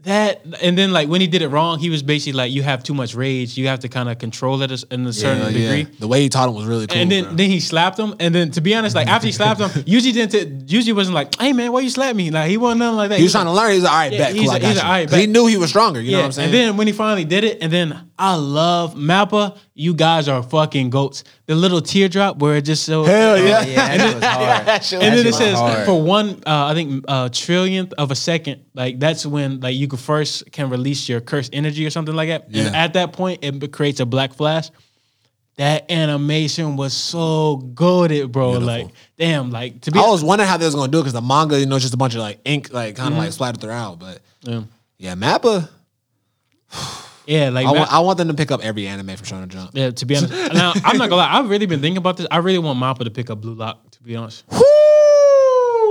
S1: that and then like when he did it wrong, he was basically like, "You have too much rage. You have to kind of control it in a certain
S3: Hell yeah.
S1: degree."
S3: The way he taught him was really cool.
S1: and then,
S3: bro.
S1: then he slapped him. And then to be honest, like after he slapped him, Yuji didn't. T- Yuji wasn't like, "Hey man, why you slap me?" Like he wasn't nothing like that.
S3: he was trying to learn. He was like, all right,
S1: Yeah,
S3: bet.
S1: he's
S3: Cool, I
S1: a-
S3: got
S1: he's
S3: you.
S1: a all right,
S3: 'Cause He
S1: bet.
S3: knew he was stronger. You know
S1: yeah.
S3: what I'm saying?
S1: And then when he finally did it, and then I love Mappa. You guys are fucking goats. The little teardrop where it just so
S3: Hell
S2: Yeah,
S3: yeah.
S2: that shit was hard.
S1: And then
S2: That
S1: it
S2: shit was
S1: says
S2: hard.
S1: for one, uh, I think uh, trillionth of a second, like that's when like you can first can release your cursed energy or something like that.
S3: Yeah.
S1: And at that point, it b- creates a black flash. That animation was so goaded, bro. Like, damn, like to be
S3: I was wondering how they was gonna do it because the manga, you know, it's just a bunch of like ink, like kind of
S1: Mm-hmm.
S3: like splattered throughout. But
S1: Yeah.
S3: yeah, Mappa.
S1: yeah, like
S3: I
S1: that-
S3: want, I want them to pick up every anime from Shonen Jump.
S1: yeah. To be honest, now I'm not gonna lie. I've really been thinking about this. I really want Mappa to pick up Blue Lock. To be honest,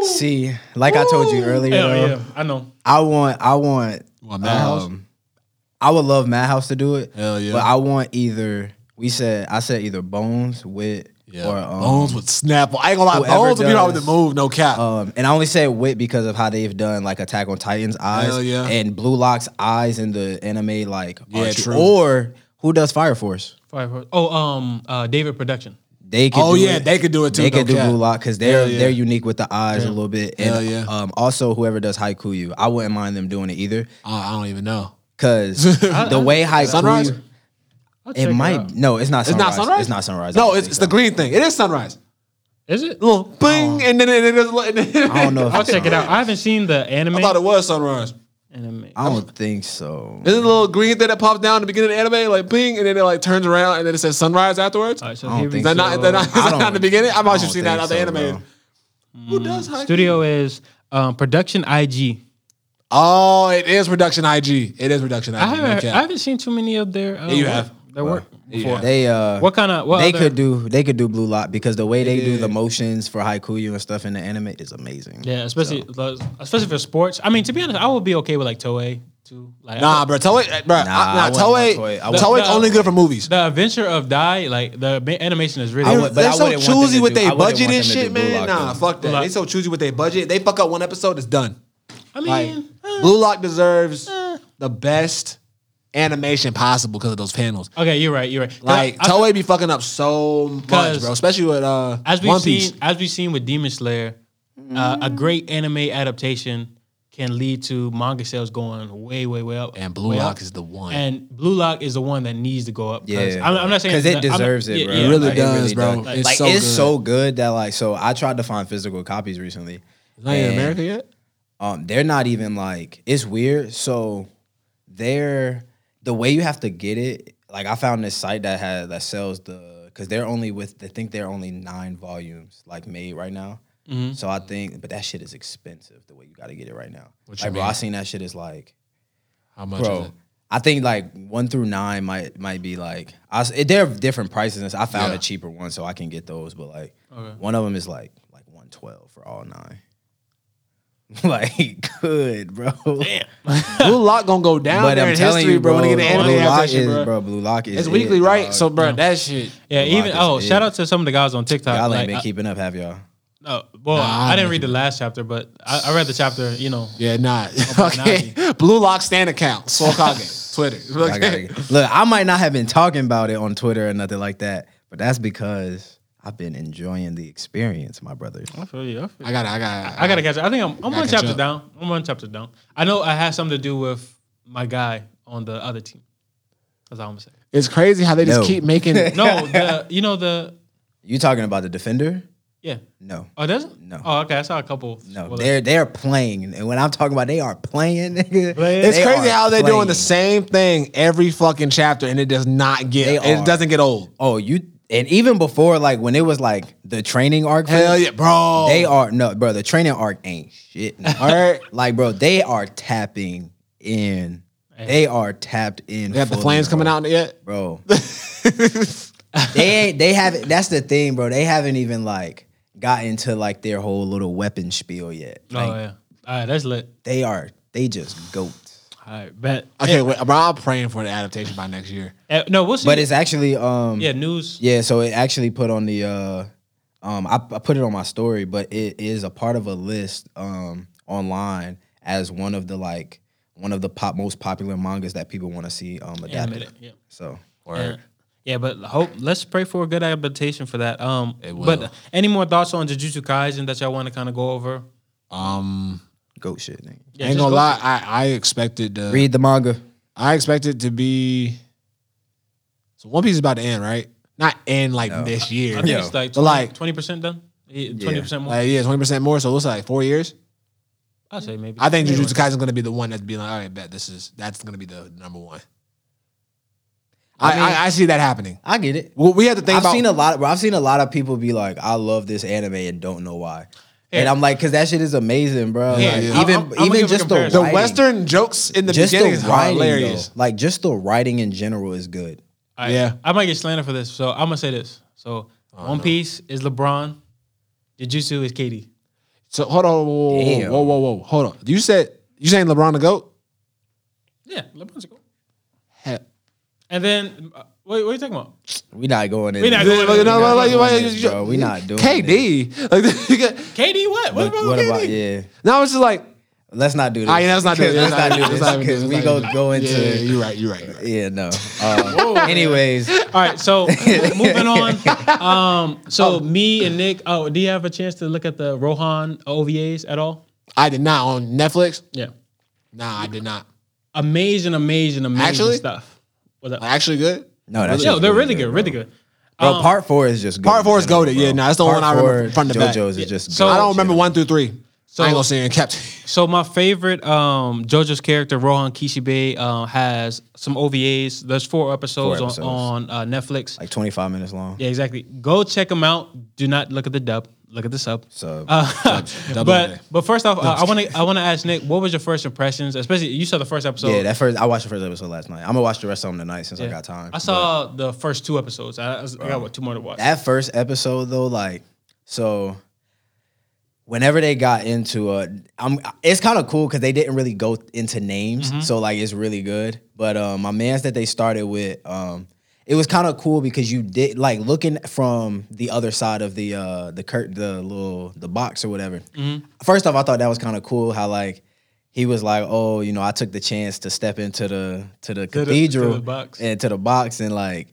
S2: See, like I told you earlier,
S1: hell
S2: though,
S1: yeah, I know.
S2: I want, I want um,
S3: What, Madhouse?
S2: I would love Madhouse to do it.
S3: Hell yeah.
S2: But I want either we said I said either Bones with
S3: Yeah.
S2: or um,
S3: Bones with Snapple. I ain't gonna lie.
S2: whoever
S3: Bones would be hard to
S2: does-
S3: move, no cap.
S2: um, and I only said wit because of how they've done like Attack on Titan's eyes
S3: Hell yeah.
S2: and Blue Lock's eyes in the anime like
S3: Yeah,
S2: are
S3: true.
S2: Or who does Fire Force?
S1: Fire Force. Oh, um, uh, David Production.
S2: They could
S3: Oh
S2: do
S3: yeah,
S2: it.
S3: they could do it too.
S2: They could do
S3: no cap.
S2: blue lock because they're
S3: Hell yeah.
S2: they're unique with the eyes a little bit. And
S3: Hell yeah.
S2: um, also whoever does haikuyu, I wouldn't mind them doing it either
S3: Oh, I don't even know.
S2: because the way haikuyu,
S3: Sunrise?
S1: I'll check
S2: it might
S1: out.
S2: no, it's not.
S3: It's
S2: Sunrise.
S3: not sunrise.
S2: It's not sunrise. I
S3: No,
S2: don't
S3: it's,
S2: think
S3: it's
S2: so. Oh.
S3: the green thing. It is sunrise.
S1: Is it?
S3: Little bing, and then it, it, it,
S2: I don't know. If
S1: I'll
S2: it's
S1: check it out.
S2: sunrise.
S1: I haven't seen the anime.
S3: I thought it was sunrise.
S1: anime.
S2: I don't think so.
S3: Is it a little green thing that pops down at the beginning of the anime, like bing, and then it like turns around and then it says sunrise afterwards?
S1: All right, so
S2: I don't
S1: here we
S2: think
S3: Is that
S1: go.
S2: so.
S3: not, is that not, is that
S2: I don't-
S3: not the beginning? I've
S2: I
S3: also
S2: don't
S3: seen that
S2: think
S3: out the
S2: so,
S3: anime.
S2: bro.
S3: Who does haiku?
S1: Mm. Studio is um, Production IG.
S3: Oh, it is production IG. It is production IG.
S1: I haven't,
S3: Okay.
S1: I haven't seen too many of their. Uh,
S3: you
S1: work-
S3: have.
S1: their work. before.
S2: They uh,
S1: What kind of? What
S2: they
S1: other-
S2: could do they could do blue lock because the way they do
S3: Yeah.
S2: the motions for haikuyu and stuff in the anime is amazing.
S1: Yeah, especially especially for sports. I mean, to be honest, I would be okay with like Toei too. Like
S3: Nah, bro. Toei,
S2: I
S3: bro. Nah, nah
S2: wouldn't want
S3: Toei.
S2: Toei. I
S3: Toei's
S1: wouldn't-
S3: only good for movies.
S1: the Adventure of Dai, like the ma- animation is really.
S2: I
S3: They're,
S2: would- but
S3: they're so
S2: wouldn't want them
S3: choosy
S2: to
S3: with
S2: do- I
S3: their
S2: wouldn't want
S3: budget
S2: them
S3: and
S2: to
S3: shit,
S2: do Blue
S3: man.
S2: Lock,
S3: Nah,
S2: though.
S3: fuck that.
S1: Lock.
S3: They so choosy with their budget. They fuck up one episode, it's done.
S1: I
S3: Like,
S1: mean, eh.
S3: Blue Lock deserves
S1: Uh.
S3: the best animation possible because of those panels.
S1: uh, okay, you're right. You're right. 'Cause
S3: Like
S1: I-
S3: Toei be fucking up so much,
S1: 'Cause
S3: bro. Especially with uh,
S1: as we've
S3: One
S1: seen,
S3: Piece.
S1: as we've seen with Demon Slayer, uh, a great anime adaptation can lead to manga sales going way, way, way up.
S3: And Blue
S1: way
S3: Lock
S1: up.
S3: is the one.
S1: And Blue Lock is the one that needs to go up. 'cause
S2: Yeah,
S1: I'm, I'm not saying
S2: because it
S1: that- I'm-
S2: deserves it,
S1: yeah,
S2: bro.
S1: yeah,
S3: It really
S2: Like,
S3: does, bro.
S2: Like,
S3: It's
S2: like,
S3: so
S2: it's
S3: good.
S2: so good that like so I tried to find physical copies recently.
S3: not in
S2: And,
S3: America yet.
S2: Um, they're not even like it's weird. So they're the way you have to get it. Like I found this site that had that sells the because they're only with I think they're only nine volumes like made right now.
S3: Mm-hmm.
S2: So I think, but that shit is expensive. The way you got to get it right now.
S3: What you
S2: like, bro,
S3: mean?
S2: I seen that shit is like
S3: How much? Is
S2: bro.
S3: it?
S2: I think like one through nine might might be like I s- it, they're different prices. and I found
S3: Yeah.
S2: a cheaper one, so I can get those. But like
S1: Okay.
S2: one of them is like like one twelve for all nine. like good, bro. Damn.
S3: Blue Lock gonna go down
S2: But
S3: there
S2: I'm
S3: in
S2: telling
S3: history,
S2: you,
S3: bro.
S2: bro.
S3: When they get the anime
S2: Blue Lock
S3: adaptation,
S2: is,
S3: bro.
S2: bro. Blue Lock is
S3: It's
S2: it,
S3: weekly, right?
S2: dog.
S3: So, bro, that shit.
S1: Yeah,
S2: Lock
S1: even
S2: is
S1: oh,
S2: it.
S1: shout out to some of the guys on TikTok.
S2: y'all ain't
S1: like,
S2: been
S1: I-
S2: keeping up, have y'all?
S1: no, well,
S3: Nah,
S1: I didn't read the last chapter, but I, I read the chapter. You know,
S3: Yeah, not
S1: Oh,
S3: okay. Blue Lock stand account, Soul Kage, Twitter.
S2: I gotta get- look, I might not have been talking about it on Twitter or nothing like that, but that's because I've been enjoying the experience, my brothers.
S1: I feel you. I, feel you.
S3: I got, I got,
S1: I gotta catch up. I think I'm, I'm one
S3: catch
S1: chapter
S3: up.
S1: down. I'm one chapter down. I know I had something to do with my guy on the other team. That's all I'm saying.
S3: It's crazy how they just
S2: No.
S3: keep making.
S1: No, the you know the
S2: You talking about the defender?
S1: yeah.
S2: No.
S1: Oh, does it?
S2: No.
S1: Oh, okay. I saw a couple.
S2: No,
S1: spoilers.
S2: they're they're playing, and when I'm talking about they are playing, nigga,
S1: Playing.
S3: It's
S2: they
S3: crazy
S2: are
S3: how they're doing
S2: playing.
S3: the same thing every fucking chapter, and it does not get.
S2: They
S3: It
S2: are.
S3: doesn't get old.
S2: Oh, you and even before, like when it was like the training arc, for
S3: Hell
S2: them,
S3: yeah, Oh. bro.
S2: they are no, bro. The training arc ain't shit. no.
S3: All right.
S2: like, bro, they are tapping in. They are tapped in.
S3: They got the flames coming out yet?
S2: bro. they ain't. They haven't. That's the thing, bro. They haven't even like got into like their whole little weapon spiel yet. Like,
S1: Oh yeah. All right, that's lit.
S2: They are. They just goats.
S1: All right, bet.
S3: Okay, wait, bro. I'm praying for the adaptation by next year.
S1: Eh, no, we'll see.
S2: But it's actually um
S1: yeah, news.
S2: Yeah, so it actually put on the uh um I, I put it on my story, but it is a part of a list um online as one of the like one of the pop most popular mangas that people want to see um adapted.
S1: Animated. Yeah.
S2: So
S1: Yeah. Yeah, but hope let's pray for a good adaptation for that. Um,
S3: It will.
S1: but any more thoughts on Jujutsu Kaisen that y'all want to kind of go over?
S3: Um,
S2: goat shit. Nigga.
S1: Yeah,
S3: ain't
S1: just
S3: gonna
S1: go-
S3: lie. I, I expected to,
S2: Read the manga.
S3: I expected to be. So One Piece is about to end, right? Not end like this year.
S1: I think
S2: Yeah.
S1: it's like
S3: But like-
S1: twenty percent done. Twenty percent more.
S3: Like yeah, twenty percent more. So it looks like four years.
S1: I'd say maybe.
S3: I think Jujutsu Kaisen is going to be the one that's be like, all right, bet this is that's going to be the number one. I, I,
S2: mean-
S3: I see that happening.
S2: I get it.
S3: Well, we have to think
S2: I've
S3: about.
S2: seen a lot. Bro, I've seen a lot of people be like, "I love this anime and don't know why," and
S1: Yeah.
S2: I'm like, "Cause that shit is amazing, bro."
S1: Yeah,
S2: Like,
S1: yeah.
S2: even
S1: I'm- I'm gonna
S2: even
S1: give a
S2: just the
S1: comparison.
S3: the
S2: writing,
S3: Western jokes in the
S2: just
S3: beginning
S2: the
S3: is
S2: writing,
S3: hilarious.
S2: though. like just the writing in general is good.
S1: All right,
S3: Yeah. Oh,
S1: I might get slandered for this, so I'm gonna say this. So One Piece is LeBron, Jujutsu is KD.
S3: So hold on, whoa, whoa, whoa,
S2: Damn.
S3: whoa, whoa, whoa, hold on. You said you saying LeBron the goat?
S1: Yeah, LeBron's a goat.
S3: Hell.
S1: And then uh, what, what are you talking about?
S2: We not going in.
S1: We not
S2: there.
S1: going
S3: Like, no,
S1: not
S3: like,
S2: doing
S3: like,
S2: this,
S3: you-
S2: bro. We not doing
S3: KD. Like, you got-
S1: KD, what? What's
S2: But
S1: wrong
S2: what
S1: with
S2: about
S1: KD?
S2: yeah?
S3: now it's just like
S2: Let's not do this.
S3: Ah, yeah, let's not do it.
S2: Let's not do
S3: Let's
S2: this
S3: not even do
S2: because
S3: this.
S2: we
S3: Let's not
S2: go
S3: even do
S2: go into.
S3: this. Yeah,
S2: Yeah,
S3: yeah, you're right. You're right. You're right.
S2: no. Uh, anyways,
S1: All right, so moving on. Um, so me and Nick. Oh, do you have a chance to look at the Rohan OVAs at all?
S3: I did not on Netflix.
S1: Yeah,
S3: Nah, I did not.
S1: amazing, amazing, amazing
S3: Actually?
S1: stuff. What's up?
S3: Actually, good.
S2: no, that's
S1: Yo, they're really good, Um, really good.
S2: Bro, part four is just good.
S3: Part four is
S2: in general,
S3: goated.
S2: bro.
S3: Yeah, nah, that's the
S2: Part
S3: one I remember
S2: four,
S3: front to back.
S2: JoJo's is just.
S1: So-
S2: good.
S3: I don't remember one through three. So I ain't
S1: So-
S3: gonna say in kept.
S1: So my favorite um, JoJo's character Rohan Kishibe uh, has some OVAs. There's four episodes,
S2: Four episodes.
S1: on, on uh, Netflix.
S2: like twenty five minutes long.
S1: yeah, exactly. Go check them out. Do not look at the dub. Look at the sub.
S2: So
S1: Uh,
S3: double A.
S1: but but first off, uh, I want to I want to ask Nick, what was your first impressions? Especially you saw the first episode.
S2: yeah, that first I watched the first episode last night. I'm gonna watch the rest of them tonight since I
S1: Yeah.
S2: got time.
S1: I saw the first two episodes. I, I was- I got what, two more to watch.
S2: that first episode though, like so. Whenever they got into a, I'm, it's kind of cool because they didn't really go into names,
S1: Mm-hmm.
S2: so like it's really good. But um, my man's that they started with, um, it was kind of cool because you did like looking from the other side of the uh, the curt the little the box or whatever.
S1: Mm-hmm.
S2: First off, I thought that was kind of cool how like he was like, oh, you know, I took the chance to step into the to the
S1: the- to
S2: cathedral
S1: the box.
S2: and to the box and like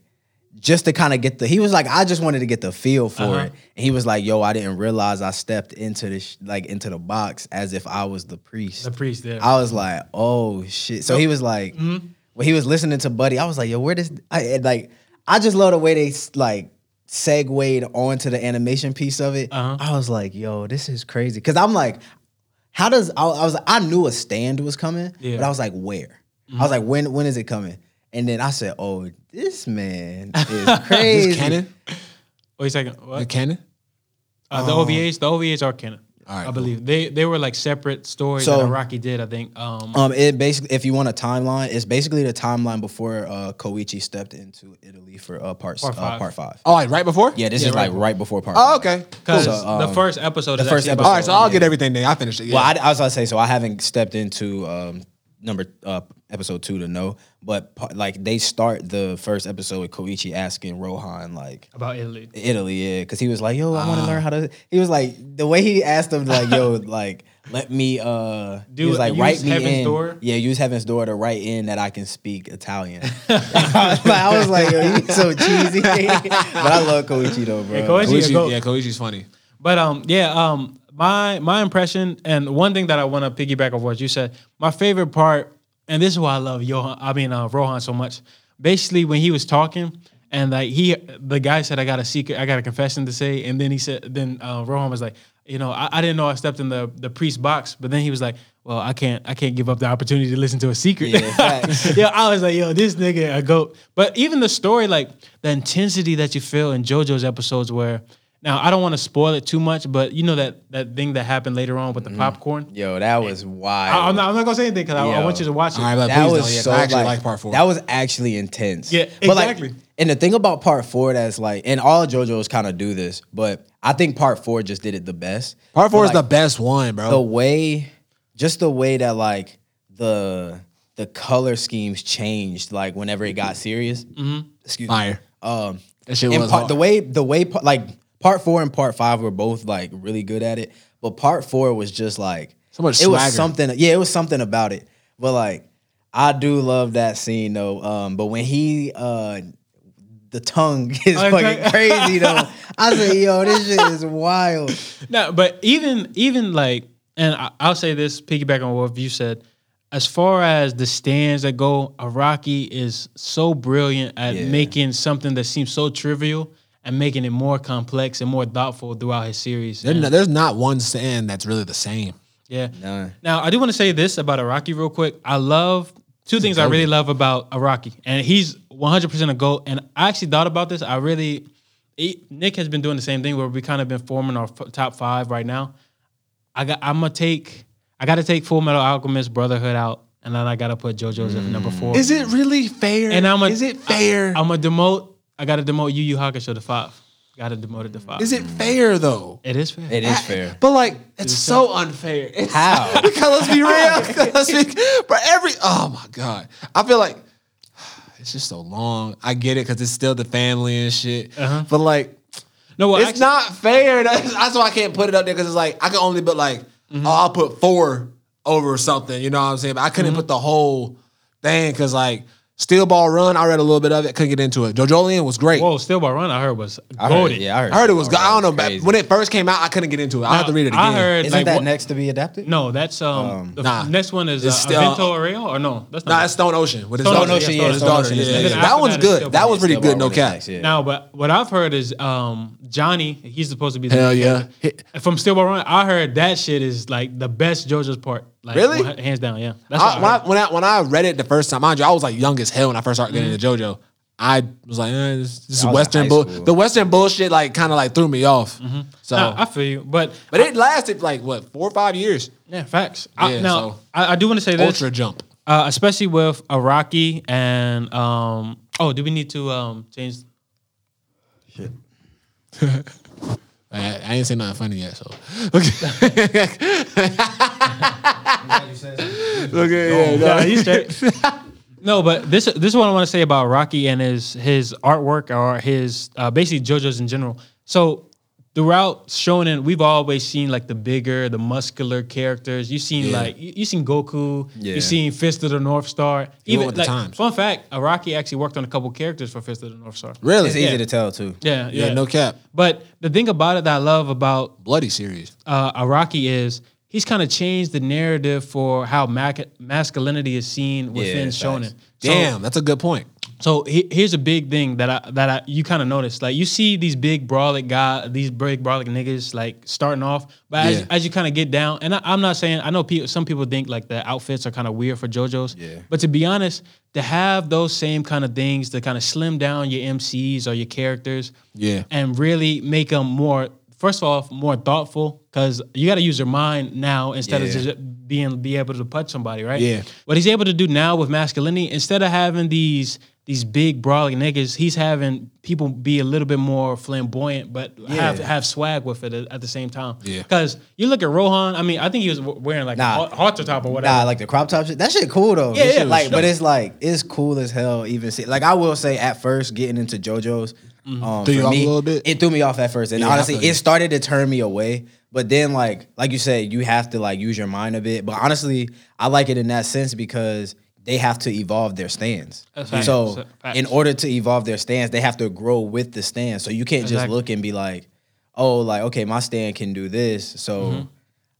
S2: just to kind of get the he was like i just wanted to get the feel for
S1: Uh-huh.
S2: it and he was like yo i didn't realize i stepped into this like into the box as if i was the priest
S1: the priest there.
S2: i was like oh shit so he was like when he was listening to buddy i was like yo where does i and, like i just love the way they s- like segued onto the animation piece of it
S1: Uh-huh.
S2: i was like yo this is crazy because i'm like how does I, I was I knew a stand was coming,
S1: Yeah.
S2: but I was like, where? I was like, when when is it coming? And then I said, oh, this man is crazy.
S3: Is canon?
S1: Wait a second.
S3: The
S1: What?
S3: canon?
S1: Uh, the OVAs, the OVAs are canon.
S3: All right,
S1: I believe they they were like separate stories
S2: So-
S1: that Iraqi did. I think. Um,
S2: Um, it basically, if you want a timeline, it's basically the timeline before uh, Koichi stepped into Italy for uh, part
S1: Part
S2: part five.
S1: five.
S2: Uh, part five.
S3: Oh, like right before?
S2: Yeah, this is like right before part. five.
S3: Oh, okay. Cool.
S1: because
S2: So,
S1: the
S2: um,
S1: first episode.
S2: the
S1: is
S2: first
S1: actually about-
S2: episode.
S3: All right, so I'll get everything then. I finished it. Yeah.
S2: Well, I, I was gonna say, so I haven't stepped into um, number uh, episode two to know, but pa- like they start the first episode with Koichi asking Rohan like,
S1: about Italy.
S2: Italy, yeah, because he was like, "Yo, I
S1: Ah.
S2: want to learn how to." He was like, the way he asked him, like, "Yo, like, let me." uh
S1: Do-
S2: he was like,
S1: use
S2: "Write me
S1: Heaven's
S2: in."
S1: Door?
S2: Yeah, use heaven's door to write in that I can speak Italian. Like, I was like, "Yo, you so cheesy," but I love Koichi though, bro.
S1: Hey, Koichi-
S3: Koichi-
S1: Yeah, go-
S3: yeah, Koichi's funny.
S1: But um, yeah, um, my my impression and one thing that I want to piggyback off what you said. My favorite part, and this is why I love Johan. I mean uh, Rohan so much. Basically, when he was talking, and like he, the guy said, "I got a secret, I got a confession to say," and then he said, then uh, Rohan was like, "You know, I, I didn't know I stepped in the the priest box," but then he was like. Well, I can't. I can't give up the opportunity to listen to a secret.
S2: Yeah, facts.
S1: yo, I was like, yo, this nigga a goat. But even the story, like the intensity that you feel in JoJo's episodes, where now I don't want to spoil it too much, but you know that that thing that happened later on
S3: Mm-hmm.
S1: with the popcorn.
S2: Yo, that was wild.
S1: I, am not, I'm not gonna say anything because I, I
S2: Yo.
S1: want you to watch it.
S3: All right, but
S2: that
S3: please
S2: was
S3: don't. Yeah, 'cause
S2: so
S3: I actually
S2: like,
S3: like, part four.
S2: That was actually intense.
S1: Yeah, exactly.
S2: But like, and the thing about part four that's like, and all JoJo's kind of do this, but I think part four just did it the best.
S3: part four
S2: But,
S3: is
S2: like,
S3: the best one, bro.
S2: the way just the way that like the the color schemes changed like whenever it got serious excuse me
S3: Fire.
S2: um
S3: That shit
S2: and
S3: was
S2: part-
S3: hard.
S2: the way the way par- like part 4 and part 5 were both like really good at it but part 4 was just like
S3: So much
S2: it was
S3: swagger.
S2: something yeah it was something about it but like I do love that scene though um but when he uh the tongue is
S1: Oh,
S2: fucking
S1: exactly.
S2: crazy though. I said, yo, this shit is wild.
S1: No, but even even like, and I, I'll say this, piggyback on what you said. As far as the stands that go, Iraqi is so brilliant at
S2: Yeah.
S1: making something that seems so trivial and making it more complex and more thoughtful throughout his series.
S3: There-
S1: And-
S3: there's not one stand that's really the same.
S1: Yeah.
S2: None.
S1: Now I do want to say this about Iraqi real quick. I love two things I really love about Iraqi, and he's 100 percent a goat. And I actually thought about this. I really he- Nick has been doing the same thing where we kind of been forming our f- top five right now. I got I'm gonna take I got to take Full Metal Alchemist Brotherhood out, and then I got to put JoJo's at number four.
S3: Is it really fair?
S1: And I'm a,
S3: is it fair?
S1: I, am a demote. I got to demote Yu Yu Hakusho to five. Got to demote it to five.
S3: is it fair though?
S1: It is fair.
S2: It is fair.
S3: But like, it's so unfair. It's,
S2: How?
S3: because let's be real. let's be, but every oh my god, I feel like it's just so long. I get it because it's still the family and shit.
S1: Uh-huh.
S3: But like,
S1: No, well,
S3: it's
S1: actually- Mm-hmm.
S3: not fair. That's, that's why I can't put it up there because it's like I can only put like oh, I'll put four over something. You know what I'm saying? But I
S1: Mm-hmm.
S3: couldn't put the whole thing because like Steel Ball Run, I read a little bit of it, couldn't get into it. Jojolian was great.
S1: Whoa, Still by Run, I heard was
S2: I heard,
S1: goaded.
S2: it. yeah, I heard.
S3: I heard it was. good. I don't know. but
S2: Crazy.
S3: When it first came out, I couldn't get into it. I have to read it again.
S1: I heard
S2: Isn't
S1: like
S2: that
S1: what-
S2: next to be adapted?
S1: No, that's um, the f-
S3: Nah.
S1: next one is uh,
S3: It's still-
S1: Avento Oreo or no? That's
S3: Nah,
S1: not
S3: it's Stone Ocean with his
S1: Stone
S3: daughter.
S1: Ocean, yeah,
S3: his
S1: Stone
S3: daughter,
S2: Ocean
S3: yeah,
S2: is
S3: yeah,
S2: next.
S3: yeah.
S1: And
S3: That
S1: after
S3: one's
S1: that, it's
S3: good.
S1: Steel
S3: That
S1: Ball.
S3: was pretty good. No cap.
S1: now. But what I've heard is um, Johnny. He's supposed to be the
S3: Hell
S1: main
S3: yeah.
S1: character. From Still by Run, I heard that shit is like the best JoJo's part. Like,
S3: Really?
S1: one- hands down, yeah. That's what
S3: I,
S1: I,
S3: when, I,
S1: heard.
S3: when I when I read it the first time, mind you, I was like young as hell when I first started getting into JoJo. I was like, eh, this, this is
S2: Mm-hmm. I was in
S3: Western
S2: high
S3: bull.
S2: school. Mm-hmm.
S3: The Western bullshit like kind of like threw me off. So,
S1: Nah, I feel you, but
S3: but it lasted like what four or five years.
S1: yeah, facts. I,
S3: Yeah,
S1: now
S3: so-
S1: I, I do want to say this,
S3: Ultra jump.
S1: uh, especially with Iraqi and um, oh, do we need to um, change?
S3: I, I ain't say nothing funny yet. So, okay. Look at yeah,
S1: Yeah, he's straight. No, but this this is what I want to say about Rocky and his his artwork or his uh, basically JoJo's in general. So throughout Shonen, we've always seen like the bigger, the muscular characters. You've seen
S3: Yeah.
S1: like you, you seen Goku.
S2: Yeah.
S1: You've seen Fist of the North Star.
S3: with the
S1: like,
S3: times.
S1: Fun fact: uh, Rocky actually worked on a couple characters for Fist of the North Star.
S3: really?
S2: It's easy
S1: Yeah.
S2: to tell too.
S1: Yeah, yeah,
S3: yeah, no cap.
S1: But the thing about it that I love about
S3: Bloody series.
S1: uh, Iraqi is he's kind of changed the narrative for how mac- masculinity is seen within
S2: Yeah,
S1: shonen.
S2: facts.
S1: So-
S3: Damn, that's a good point.
S1: So he- here's a big thing that I that I you kind of notice. Like you see these big brolic guy, these big brolic niggas like starting off, but as,
S3: Yeah.
S1: as you kind of get down, and I, I'm not saying I know people. Some people think like the outfits are kind of weird for JoJo's.
S2: Yeah.
S1: But to be honest, to have those same kind of things to kind of slim down your MCs or your characters,
S3: Yeah.
S1: and really make them more. First of all, more thoughtful because you got to use your mind now instead of
S2: Yeah.
S1: just being be able to punch somebody, right?
S3: Yeah.
S1: What he's able to do now with masculinity, instead of having these these big brawling niggas, he's having people be a little bit more flamboyant, but have have swag with it at, at the same time.
S3: Yeah.
S1: Because you look at Rohan. I mean, I think he was w- wearing like
S2: Nah.
S1: a hot- halter top or whatever.
S2: Nah, like the crop top shit. That shit cool though.
S1: Yeah,
S2: That
S1: yeah,
S2: shit Like,
S1: sure.
S2: but it's like it's cool as hell. Even see, like I will say, at first getting into JoJo's, um,
S3: Threw you
S2: for
S3: off a
S2: me,
S3: little bit?
S2: It threw me off at first, and
S3: Yeah, I
S2: honestly,
S3: feel you.
S2: it started to turn me away. But then, like, like you said, you have to like use your mind a bit. But honestly, I like it in that sense because they have to evolve their stands.
S1: That's facts.
S2: So,
S1: Facts.
S2: in order to evolve their stands, they have to grow with the stand. So you can't just
S1: Exactly.
S2: look and be like, oh, like okay, my stand can do this, so
S3: Mm-hmm.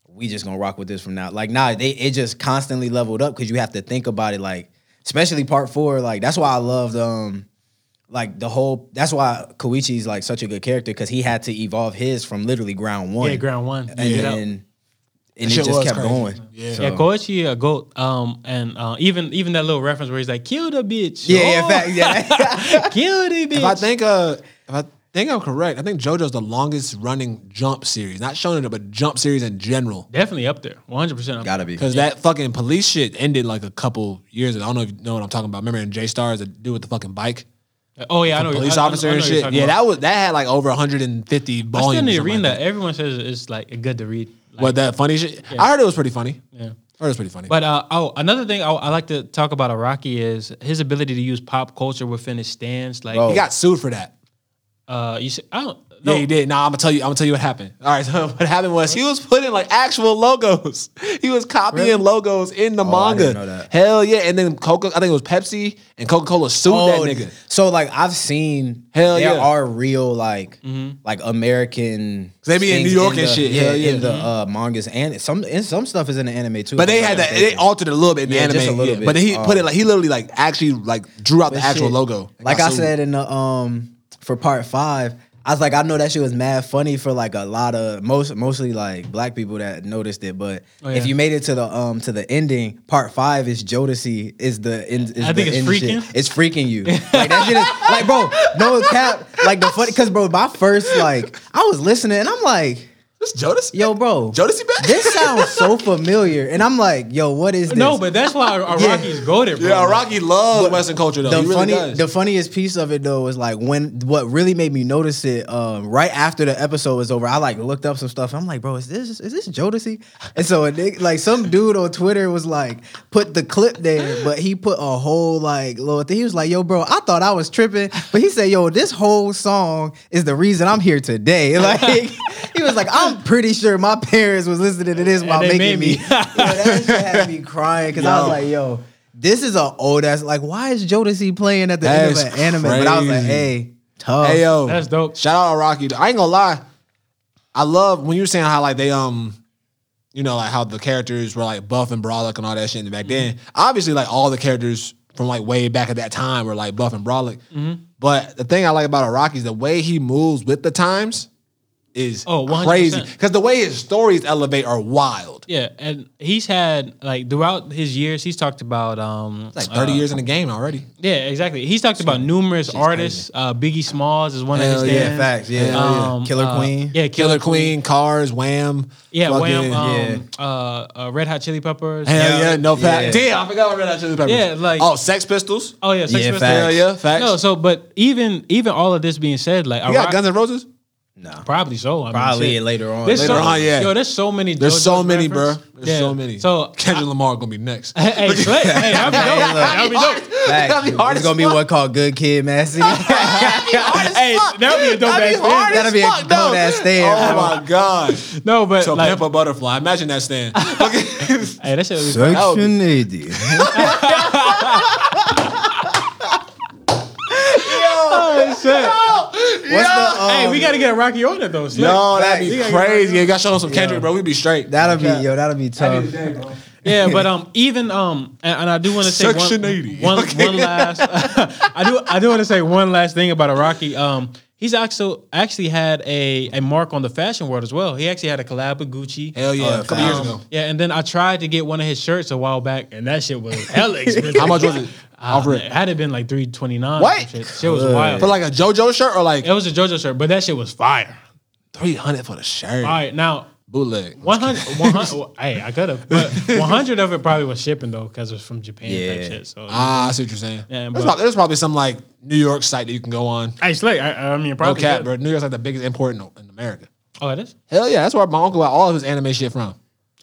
S2: we just gonna rock with this from now. Like nah, they it just constantly leveled up because you have to think about it. Like especially part four, like that's why I loved um like the whole. That's why Koichi's like such a good character because he had to evolve his from literally ground one.
S1: yeah, ground one.
S2: and
S1: Yeah.
S2: then and it
S3: shit
S2: just
S3: was
S2: kept
S3: crazy.
S2: going.
S3: Yeah.
S1: Yeah, Koichi a goat. Um, and uh, even even that little reference where he's like, "Kill the bitch."
S2: Yeah, yeah,
S1: Oh,
S2: fact, yeah.
S1: kill the bitch.
S3: If I think uh, if I think I'm correct, I think JoJo's the longest running jump series, not Shonen, but jump series in general.
S1: Definitely up there. 100% up
S2: Gotta be.
S3: Because that fucking police shit ended like a couple years ago. I don't know if you know what I'm talking about. Remember in J Stars, the dude with the fucking bike,
S1: there. Oh, yeah, I know.
S3: police
S1: I- I-
S3: officer
S1: I know
S3: and
S1: what you're
S3: shit.
S1: talking
S3: Yeah,
S1: about.
S3: that was that had like over 150 volumes.
S1: I still need
S3: or
S1: to
S3: something
S1: read
S3: like
S1: that. Everyone says it's like good to read. Like,
S3: What that funny shit? I heard it was pretty funny.
S1: Yeah.
S3: I heard it was pretty funny.
S1: But uh, oh, another thing I, I like to talk about Iraqi is his ability to use pop culture within his stands. Like,
S3: he got sued for that.
S1: uh, you see, I don't. No,
S3: Yeah, he did. Now I'm gonna tell you. I'm gonna tell you what happened. All right, so what happened was he was putting like actual logos. He was copying logos in the
S2: Oh, I
S3: manga.
S2: didn't know that.
S3: Hell yeah! And then Coca, I think it was Pepsi and Coca Cola sued
S2: Oh,
S3: that nigga.
S2: So like I've seen
S3: Hell
S2: there
S3: yeah.
S2: are real like like American
S3: 'Cause they be in
S2: things
S3: New York and
S2: the-
S3: shit.
S2: Yeah,
S3: Hell yeah. Mm-hmm.
S2: in the uh, mangas and some and some stuff is in the anime too.
S3: But they
S2: if I'm
S3: had
S2: not
S3: that. They
S2: mistaken.
S3: altered it a little bit in the
S2: Yeah,
S3: anime.
S2: just a little
S3: yeah.
S2: bit.
S3: But then he put it
S2: Oh.
S3: like he literally like actually like drew out the
S2: But
S3: actual
S2: shit,
S3: logo. and
S2: Like
S3: got
S2: I
S3: sued.
S2: said in the um for part five, I was like, I know that shit was mad funny for like a lot of most mostly like black people that noticed it. But
S1: Oh, yeah.
S2: if you made it to the um to the ending, part five is Jodeci is the end. Is
S1: I think it's
S2: the end
S1: freaking.
S2: Shit. It's freaking you. Like that shit is like bro. No cap. Like the funny because bro, my first like I was listening and I'm like.
S3: "This Jodas,
S2: Yo, bro,
S3: Jodeci back."
S2: this sounds so familiar, and I'm like, yo, what is this?
S1: no, but that's why Iraqi is goaded, bro.
S3: yeah, Rocky loves Western culture though.
S2: the
S3: he really
S2: funny,
S3: does.
S2: the funniest piece of it though was like when what really made me notice it. Um, right after the episode was over, I like looked up some stuff. I'm like, bro, is this is this Jodeci? And so a nigga- like some dude on Twitter was like, put the clip there, but he put a whole like little thing. He was like, yo, bro, I thought I was tripping, but he said, yo, this whole song is the reason I'm here today. Like he was like, I'm I'm pretty sure my parents was listening to this while
S1: they made
S2: making me.
S1: me.
S2: Yo, that shit had me crying because I was like, yo, this is an old ass. Like, why is Jodeci playing at the
S3: That
S2: end of
S3: is
S2: an anime? But I was like,
S3: crazy.
S2: hey, tough.
S3: Hey yo,
S1: That's dope.
S3: Shout out to Rocky. I ain't gonna lie. I love when you were saying how like they um, you know, like how the characters were like buff and brolic and all that shit back then.
S1: Mm-hmm.
S3: Obviously, like all the characters from like way back at that time were like buff and brolic.
S1: Mm-hmm.
S3: But the thing I like about Rocky is the way he moves with the times is
S1: Oh, 100%.
S3: crazy. Because the way his stories elevate are wild.
S1: Yeah, and he's had like throughout his years, he's talked about um
S3: It's like 30 years in the game already.
S1: yeah, exactly. He's talked about numerous artists. Uh, Biggie Smalls is one of his.
S3: Hell
S2: yeah,
S1: fans.
S2: facts. Yeah,
S3: Hell yeah.
S1: Um,
S2: Killer
S1: uh,
S2: Queen.
S1: Yeah,
S3: Killer Queen, Cars, Wham.
S1: Yeah, Wham.
S3: fucking-
S1: Um, Uh, uh, Red Hot Chili Peppers.
S3: Hell yeah, no
S2: Yeah.
S3: fact. Damn, I forgot what Red Hot Chili Peppers.
S1: Yeah, like-
S3: oh, Sex Pistols.
S1: Oh yeah, Sex
S2: Yeah,
S1: Pistols.
S2: facts.
S3: Hell yeah, facts.
S1: No, so but even even all of this being said, like
S3: you
S1: Iraq-
S3: got Guns N' Roses.
S2: No.
S1: probably so. I mean,
S2: Probably
S1: shit.
S2: later on.
S1: There's
S3: Later
S1: so,
S3: on, yeah.
S1: Yo, there's so many.
S3: There's so
S1: JoJo's
S3: many,
S1: reference.
S3: bruh. There's so
S1: Yeah.
S3: many.
S1: So
S3: Kendrick Lamar gonna be next.
S1: I- hey, Slay, hey, that'd be dope. That'd be dope.
S2: Facts.
S3: That'd be hard
S2: It's
S3: as
S2: gonna be
S3: fuck.
S2: one called Good Kid Massey.
S1: Hey, that'd be a dope
S3: That'd
S1: ass.
S3: be hard
S1: thing.
S3: as
S2: That'd be a
S3: fuck, though.
S2: cold ass stand.
S3: Oh my god.
S1: No, but
S3: So
S1: like,
S3: Pimp a Butterfly. Imagine that stand. Okay.
S1: hey, that shit would be
S2: Section 80.
S1: Oh, shit.
S2: What's the, um,
S1: Hey, we gotta get a Rocky on it though. Slick.
S3: no, that'd
S1: You
S3: be
S1: gotta get
S3: crazy. You got show some Kendrick, bro. We'd be straight.
S2: That'll be yo. That'll be tough.
S1: Yeah, but um, even um, and, and I do want to say
S3: Section
S1: one,
S3: 80.
S1: one, one last. I do I do want to say one last thing about Iraqi. Um, he's actually actually had a a mark on the fashion world as well. He actually had a collab with Gucci.
S3: Hell yeah,
S2: Oh,
S3: a couple years
S1: Um,
S3: ago.
S1: Yeah, and then I tried to get one of his shirts a while back, and that shit was hella expensive.
S3: How much was it?
S1: Uh,
S3: Off rip.
S1: it had it been like three twenty nine.
S3: What?
S1: Shit. shit was wild.
S3: For like a JoJo shirt or like
S1: it was a JoJo shirt, but that shit was fire.
S3: 300 for the shirt.
S1: All right, now
S3: Bootleg.
S1: 100, 100 well, hey, I could have, but 100 of it probably was shipping though, because it's from Japan
S2: Yeah.
S1: type shit. So,
S3: Ah, I see what you're saying.
S1: Yeah,
S3: there's,
S1: but-
S3: probably, there's probably some like New York site that you can go on.
S1: hey, Slay, I, I mean,
S3: No
S1: probably.
S3: cap,
S1: could.
S3: bro. New York's like the biggest import in, in America.
S1: Oh, it is?
S3: Hell yeah, that's where my uncle got all of his anime shit from.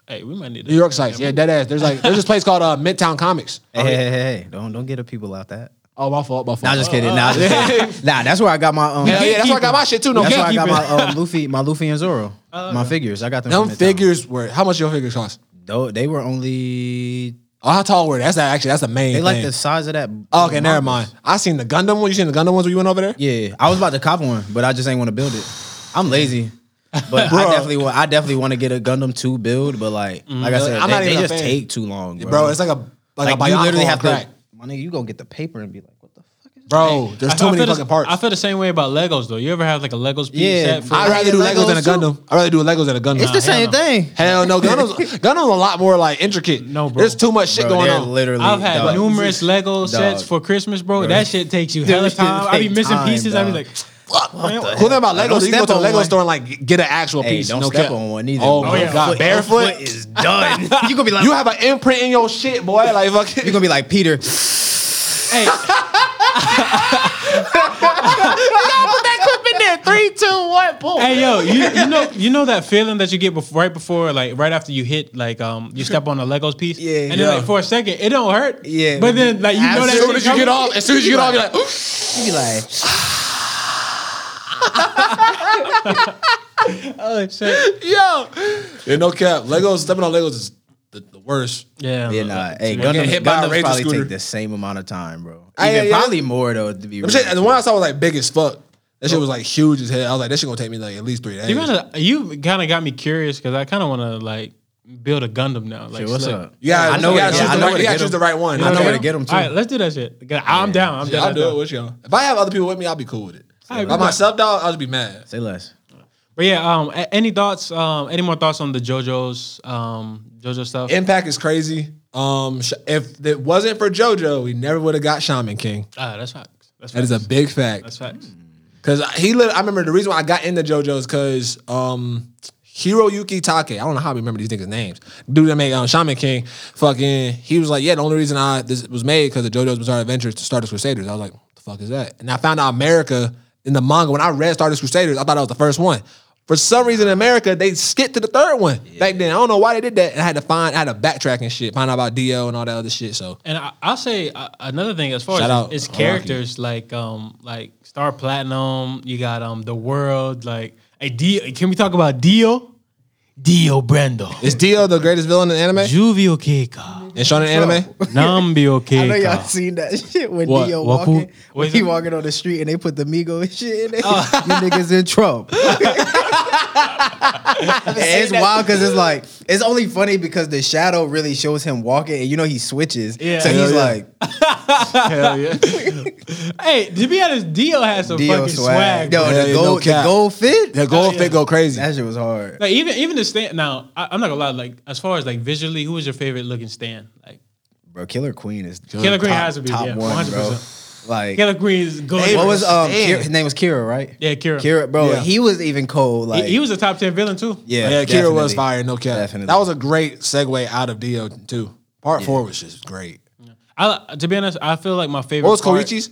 S1: Hey, we might need
S3: New York sites, yeah, dead ass. There's like there's this place called uh, Midtown Comics.
S2: Hey, hey, hey, hey, don't don't get the people out that.
S3: Oh my fault, my fault.
S2: Nah, just kidding. Nah, just kidding. nah, that's where I got my um.
S3: Hell yeah, that's where I got my shit too. No
S2: That's where I
S3: cap.
S2: got my um, Luffy, my Luffy and Zoro, my figures. I got them.
S3: Them
S2: from Midtown.
S3: figures were how much your figures cost?
S2: Though they were only
S3: Oh, how tall were they? That's not, actually that's the main.
S2: they like
S3: thing.
S2: the size of that.
S3: Oh, okay,
S2: those
S3: never
S2: mangas.
S3: mind. I seen the Gundam one. You seen the Gundam ones when you went over there?
S2: Yeah, I was about to cop one, but I just ain't want to build it. I'm lazy, but I definitely want. I definitely want to get a Gundam two build, but like, like I said,
S3: Mm-hmm. I'm
S2: they,
S3: not
S2: they
S3: even a
S2: just
S3: fan.
S2: take too long, bro.
S3: bro. It's like a
S2: like you
S3: like, a bionicle
S2: literally
S3: on
S2: have
S3: crack.
S2: to. My nigga, you gonna get the paper and be like, what the fuck? Is
S3: Bro, there's too
S1: I
S3: many
S1: feel the-
S3: fucking parts.
S1: I feel the same way about Legos though. You ever have like a Legos piece
S2: Yeah.
S1: set? For,
S3: I'd rather do Legos than a
S2: Legos, too.
S3: Gundam. I'd rather do Legos than a Gundam.
S2: It's
S1: hell
S2: the same
S1: no.
S2: thing.
S3: Hell no, Gundam's Gundam's a lot more like intricate.
S1: No, bro.
S3: There's too much shit
S2: Bro,
S3: going
S2: they're
S3: on.
S2: Literally,
S1: I've had
S2: dog.
S1: numerous Lego sets
S2: Dog.
S1: for Christmas, bro. That shit takes you hella
S2: Dude, it
S1: time. I be
S2: take
S1: missing
S2: time,
S1: pieces. I be
S2: dog.
S1: like,
S3: Fuck.
S1: man,
S3: Cool thing about
S2: Like,
S3: Legos,
S2: don't
S3: is you can go
S2: step
S3: to the
S2: on
S3: Lego
S2: one.
S3: store and like get an actual
S2: Hey,
S3: piece.
S2: don't
S3: no
S2: step
S3: cap.
S2: on one either.
S3: Oh
S2: bro.
S3: my
S1: yeah.
S3: god,
S2: Foot-
S3: barefoot.
S2: foot is done. you gonna be like,
S3: you
S2: you
S3: have an imprint in your shit, boy. Like fucking.
S2: are gonna be like Peter.
S1: hey,
S3: put that clip in there. Three, two, one, boom.
S1: hey, yo, you, you know, you know that feeling that you get before, right before, like right after you hit, like um, you step on a Legos piece,
S2: Yeah,
S1: and
S2: yeah.
S1: then like for a second, it don't hurt,
S2: Yeah.
S1: but then like you know
S3: As
S1: that
S3: soon
S1: shit
S3: as you
S1: coming.
S3: get off, as soon as you get off, you're like, "Ooh."
S2: You be like,
S1: Oh, shit.
S3: yo. Yeah, no cap. Legos, stepping on Legos is the, the worst.
S1: Yeah,
S2: yeah,
S1: man.
S2: nah. uh, Hey,
S3: Get
S2: Gundam,
S3: hit by a
S2: Gundams
S3: razor
S2: probably
S3: scooter.
S2: take the same amount of time, bro.
S3: Hey,
S2: Even
S3: yeah, yeah.
S2: probably more though. To be
S3: Them
S2: real,
S3: shit- the one I saw was like big as fuck. That shit was like huge as hell. I was like, that shit gonna take me like at least three days.
S1: You kind of you kind of got me curious because I kind of want to like build a Gundam now. Like,
S2: what's
S1: slick.
S2: up?
S3: you gotta,
S2: I know
S3: you
S2: where
S3: gotta
S2: to-
S3: choose
S2: I
S3: the
S2: know
S3: right-
S2: where
S3: you
S2: to
S3: gotta
S2: get
S3: choose the
S2: them.
S3: right one.
S2: I know
S1: Okay.
S2: where to get 'em, too.
S1: All right, let's do that shit. I'm down. I'm
S3: Yeah,
S1: down.
S3: I'll do it with y'all. If I have other people with me, I'll be cool with it.
S1: Alright,
S3: By
S1: we got-
S3: myself, dog, I'll just be mad.
S2: Say less.
S1: But yeah, um, a- any thoughts? Um, any more thoughts on the JoJo's um JoJo stuff?
S3: Impact is crazy. Um, sh- if it wasn't for JoJo, we never would have got Shaman King.
S1: ah, that's facts. That's
S3: That
S1: facts.
S3: is a big
S1: that's
S3: fact.
S1: faccs
S2: Hmm.
S3: Cause he, lit- I remember the reason why I got into JoJo is cause um, Hiroyuki Take. I don't know how I remember these niggas' names. Dude that made um, Shaman King, fucking, he was like, yeah, the only reason I this was made because of JoJo's Bizarre Adventures to Stardust Crusaders. I was like, what the fuck is that? And I found out America in the manga when I read Stardust Crusaders, I thought that was the first one. For some reason in America, they skipped to the third one back then. I don't know why they did that. And I had to find, I had to backtrack and shit, find out about Dio and all that other shit. So
S1: And I, I'll say uh, another thing as far
S3: Shout
S1: as
S3: out
S1: its
S3: Araki.
S1: characters, like um, like Star Platinum. You got um the world. Like, hey, Dio, can we talk about Dio? Dio Brando.
S3: Is Dio the greatest villain in anime?
S1: Juvio Keika.
S3: And Shonen anime?
S1: Nambio
S2: I know y'all
S1: Keika.
S2: seen that shit when
S3: What?
S2: Dio
S1: What
S2: walking,
S1: food? What
S2: when
S1: is
S2: he
S1: it? Oh.
S2: walking on the street and they put the Migo and shit in there. you niggas in trouble. it's wild because it's like it's only funny because the shadow really shows him walking and you know he switches.
S1: Yeah.
S2: so
S1: Hell
S2: he's
S1: yeah.
S2: like,
S3: Hell yeah.
S1: Hey, to be honest, Dio has some
S2: Dio
S1: fucking
S2: swag.
S1: swag.
S2: Yo,
S1: bro.
S3: Yeah,
S2: the
S3: no
S2: gold, the
S3: cap.
S2: gold fit.
S3: The gold fit go crazy.
S2: That shit was hard.
S1: Like even even the stand. Now I, I'm not gonna lie. Like as far as like visually, who was your favorite looking stand? Like
S2: Bro, Killer Queen is
S3: Mm,
S1: Killer Green
S2: top-
S1: has to be
S2: top
S1: yeah,
S2: one,
S1: 100%.
S2: bro. Like,
S1: Killer Green's good.
S2: what was um?
S3: Damn.
S2: Kira, his name was Kira, right?
S1: yeah, Kira.
S2: Kira, bro,
S3: Yeah.
S2: he was even cold.
S1: He,
S2: Like
S1: he was a top ten villain too.
S2: yeah,
S3: yeah, Kira was
S2: definitely.
S3: fire, no cap.
S2: Definitely.
S3: That was a great segue out of Dio too. Part four was just great.
S1: I, to be honest, I feel like my favorite.
S3: What was
S1: part-
S3: Koichi's?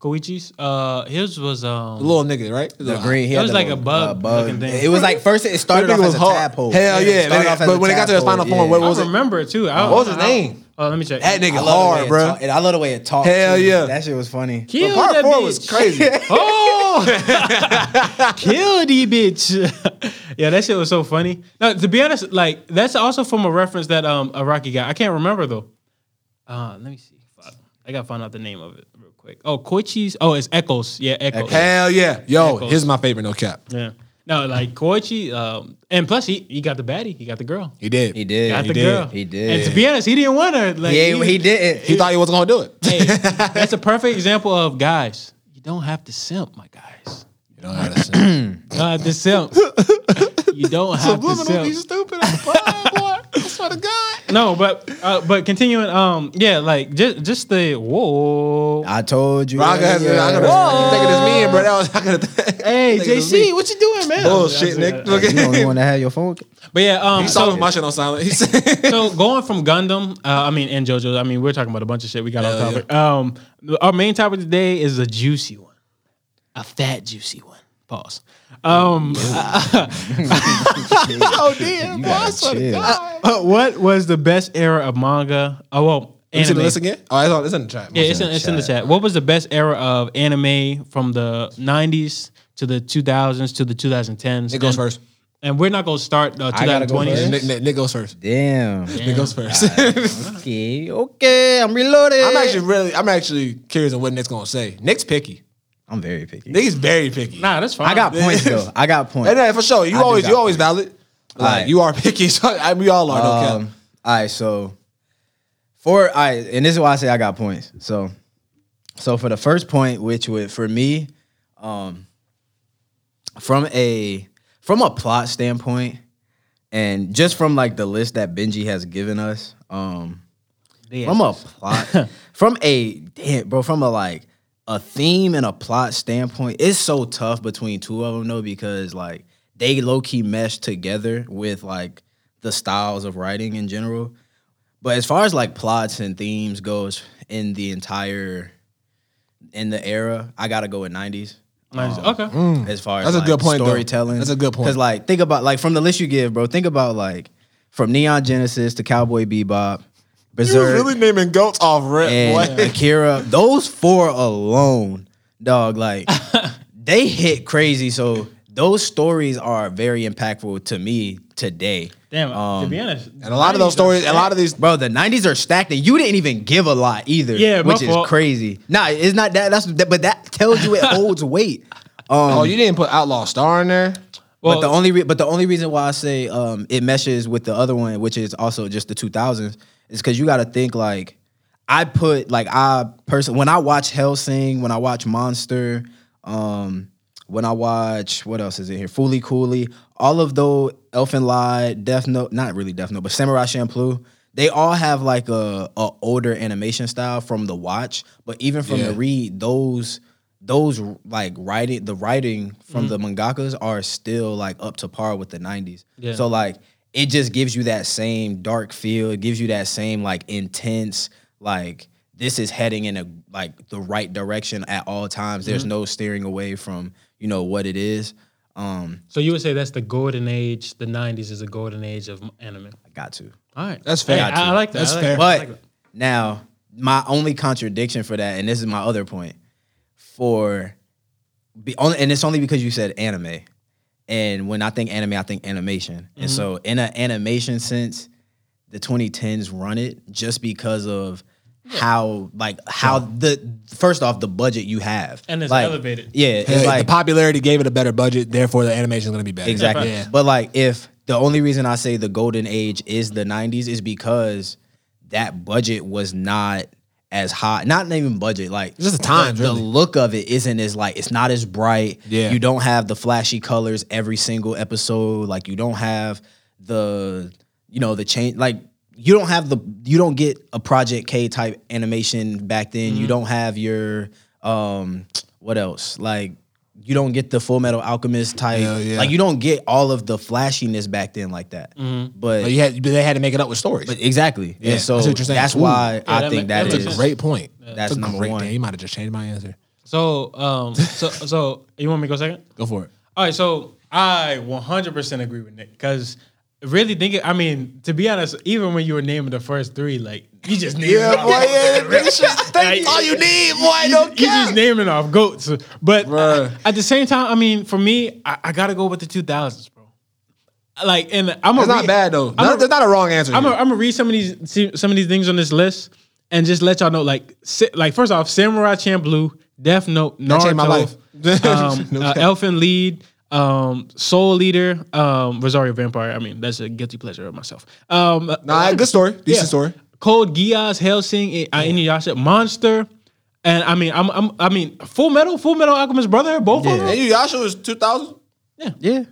S1: Koichi's. Uh, his was um.
S3: The little nigga, right?
S2: The green. He
S1: That
S2: had
S1: was
S2: the
S1: like a
S2: little,
S1: bug
S2: uh, bug.
S1: looking thing.
S2: It was like first it started
S3: That
S2: off
S3: nigga
S2: as
S3: was
S2: a
S3: hard.
S2: tadpole.
S3: Hell yeah,
S2: It started
S3: nigga.
S2: off as
S3: But
S2: a
S3: when it got to its final
S2: tadpole,
S3: form,
S2: yeah.
S1: I
S3: what was it?
S1: don't remember it too. I,
S3: What was his
S1: I don't-
S3: name?
S1: Oh, let me check.
S3: That nigga
S2: I love the way
S3: hard,
S2: it
S3: bro.
S2: talk- and I love the way it talked.
S3: Hell
S2: too.
S3: yeah.
S2: that shit was funny.
S1: Kill
S3: Part
S1: that
S3: four
S1: bitch.
S3: was crazy.
S1: Oh, kill the bitch. yeah, that shit was so funny. Now, to be honest, like that's also from a reference that um Iraqi guy. I can't remember though. Uh, let me see. Fuck. I gotta find out the name of it real quick. Oh, Koichi's. Oh, it's Echoes. Yeah, Echoes.
S3: Hell yeah. Yo,
S1: Echoes.
S3: here's my favorite, no cap.
S1: Yeah. No, like Koichi. Um, and plus he he got the baddie. He got the girl.
S3: He did.
S2: He did.
S1: Got
S2: He
S1: the
S2: did.
S1: girl.
S2: He did.
S1: And to be honest, he didn't want her. Like,
S2: Yeah, he didn't.
S3: He thought he wasn't gonna do it.
S1: Hey, that's a perfect example of guys. You don't have to simp, my guys.
S3: You know how to sing.
S1: You don't have to Uh, simp. You don't have to simp.
S3: stupid. I swear to God.
S1: No, but uh, but continuing. Um, yeah, like just just the whoa.
S2: I told you.
S3: Bro, I gotta,
S2: earlier.
S3: I gotta think of this man, bro. That was, I gotta
S1: Hey,
S3: think it was me.
S1: JC, what you doing, man?
S3: Bullshit, nigga. Look
S2: You the only
S3: at
S2: one that had your phone.
S1: But yeah, um,
S3: He saw
S1: so,
S3: my shit on silent. He said,
S1: so going from Gundam, uh, I mean, and JoJo, I mean, we're talking about a bunch of shit. We got off
S3: Hell
S1: topic. Um, our main topic today is a juicy one, a fat juicy one. Pause. Um,
S2: Oh damn,
S3: boy, I swear to God.
S1: uh, what was the best era of manga? Oh well,
S3: "You see
S1: anime.
S3: the list again? Oh, it's, on, it's in the chat.
S1: Yeah, it's in, it's in the chat. What was the best era of anime from the 90s to the 2000s to the 2010s?
S3: Nick
S1: And-
S3: goes first.
S1: And we're not going to start uh,
S2: I gotta go
S1: 2020s.
S2: first.
S3: Nick, Nick, Nick goes first.
S2: Damn.
S3: Nick goes first.
S2: Okay, okay, I'm reloaded.
S3: I'm actually really, I'm actually curious on what Nick's gonna say. Nick's picky.
S2: I'm very picky.
S3: Nick is very picky.
S1: nah, that's fine.
S2: I got points though. I got points.
S3: And, uh, for sure, you
S2: I do
S3: always,
S2: got
S3: you always valid. Like
S2: Alright.
S3: you are picky. So I, we all are. no cap.
S2: Um, all right, so for I and this is why I say I got points. So, so for the first point, which would for me, um, from a from a plot standpoint, and just from like the list that Benji has given us, um,
S1: Yeah.
S2: from a plot, from a damn, bro, from a like a theme and a plot standpoint, it's so tough between two of them though because like they low key mesh together with like the styles of writing in general. But as far as like plots and themes goes in the entire in the era, I gotta go with nineties. Um,
S1: Nice.
S3: Oh.
S1: okay.
S2: As far as
S3: That's a
S2: like,
S3: good point, though.
S2: Storytelling.
S3: That's a good point.
S2: Because like think about like from the list you give, bro. Think about like from Neon Genesis to Cowboy Bebop,
S3: You were
S2: Berserk,
S3: really naming goats off rip,
S2: and
S3: boy.
S2: Akira. Those four alone, dog, like they hit crazy. So those stories are very impactful to me today.
S1: Damn. to be honest,
S3: Um, And a lot of those stories, a lot of these,
S2: Bro, the '90s are stacked, and you didn't even give a lot either.
S1: Yeah, my
S2: which is
S1: fault.
S2: crazy. Nah, it's not that. That's that, but that tells you it holds weight.
S3: oh, you didn't put Outlaw Star in there.
S1: Well,
S2: but the only re- but the only reason why I say um, it meshes with the other one, which is also just the 2000s, is because you got to think like I put like I person when I watch Hellsing, when I watch Monster, um, when I watch what else is in here, Foolie Cooley, all of those Elfin Lie, Death Note, not really Death Note, but Samurai Champloo. They all have like a, a older animation style from the watch, but even from
S3: Yeah.
S2: the read, those those like writing the writing from the mangakas are still like up to par with the 90s
S1: Yeah.
S2: so like it just gives you that same dark feel it gives you that same like intense like this is heading in a like the right direction at all times there's no steering away from you know what it is um
S1: so you would say that's the golden age. The 90s is a golden age of anime.
S2: i got to
S1: All right.
S3: That's fair.
S1: Hey, I, I like that.
S3: That's
S1: I like
S3: fair.
S1: that. I
S2: But
S1: like that.
S2: now, my only contradiction for that, and this is my other point, for be only, and it's only because you said anime. And when I think anime, I think animation.
S1: Mm-hmm.
S2: And so, in an animation sense, the 2010s run it just because of how like how the first off the budget you have
S1: And it's
S2: Like,
S1: elevated.
S2: Yeah, it's
S3: Hey,
S2: like
S3: the popularity gave it a better budget, therefore the animation is going to be better.
S2: Exactly.
S3: Yeah.
S2: But like if the only reason I say the golden age is the 90s is because that budget was not as high. Not even budget, like
S3: Just the times,
S2: The,
S3: really.
S2: look of it isn't as like it's not as bright.
S3: Yeah.
S2: You don't have the flashy colors every single episode. Like you don't have the you know the change like you don't have the you don't get a Project K type animation back then.
S3: Mm-hmm.
S2: You don't have your um what else? Like you don't get the Full Metal Alchemist type.
S3: Hell yeah.
S2: Like you don't get all of the flashiness back then like that. But,
S3: But you had but they had to make it up with stories.
S2: but exactly.
S3: Yeah,
S2: and so
S3: I see what you're
S2: that's,
S3: saying. Ooh.
S2: why I
S1: that
S2: think
S1: ma-
S2: that
S1: that makes
S2: is
S3: That's
S1: sense.
S3: a great point.
S2: that's
S3: That's a
S2: number
S3: great
S2: one.
S3: Damn, you might have just changed my answer.
S1: So, um, so, so you want me to go second?
S3: Go for it.
S1: All right, so I 100% agree with Nick because really thinking, I mean, to be honest, even when you were naming the first three, like you just named it off. Like,
S3: need, boy.
S1: you, you just naming off goats, but
S3: Bruh.
S1: at the same time, I mean, for me, I, I gotta go with the 2000s, bro. Like, and I'm
S3: It's not bad though. No, there's not a wrong answer.
S1: I'm
S3: here.
S1: gonna I'm gonna read some of these see- some of these things on this list and just let y'all know. Like si- like first off, Samurai Champloo, Death Note, Naruto,
S3: changed my life.
S1: um, uh, Elfin Lead, um, Soul Leader, um, Rosario Vampire. I mean, that's a guilty pleasure of myself. Um,
S3: Nah, good story. Decent
S1: yeah.
S3: story.
S1: Cold Geass, Helsing, I- I- uh, Inuyasha, Monster, and I mean, I'm, I'm I mean, Full Metal, Full Metal Alchemist Brother, both of them.
S3: And Yasha was 2000.
S2: Yeah.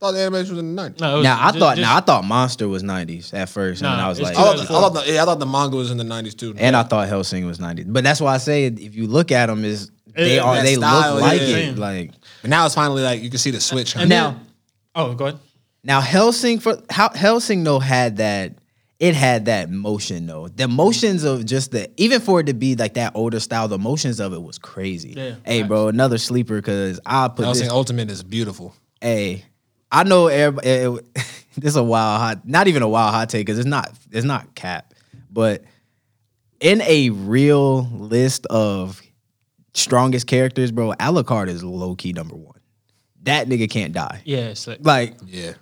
S3: Thought the animation was in the 90s.
S1: No, it was
S2: Now I
S1: ju-
S2: thought
S1: just-
S2: now I thought Monster was 90s at first. and then
S1: Nah,
S2: I was
S1: it's
S2: like oh,
S3: I thought, the, I, thought the, yeah, I thought the manga was in the 90s too.
S2: and I thought Hellsing was 90s. But that's why I say if you look at them is they
S1: Yeah,
S2: are
S3: that
S2: they
S3: style,
S2: look like
S3: yeah.
S2: it. Like
S3: But now it's finally like you can see the switch. huh?
S1: and then-
S2: now-
S1: oh, go ahead.
S2: Now Helsing for how Helsing though had that it had that motion though. The motions of just the even for it to be like that older style, the motions of it was crazy.
S1: Yeah,
S2: hey bro, another sleeper cause I put
S3: I was
S2: this
S3: saying Ultimate is beautiful.
S2: hey, I know everybody. It, it- this is a wild hot, not even a wild hot take because it's not it's not cap, but in a real list of strongest characters, bro, Alucard is low key number one. That nigga can't die.
S1: Yeah, it's like,
S2: Like
S3: Yeah.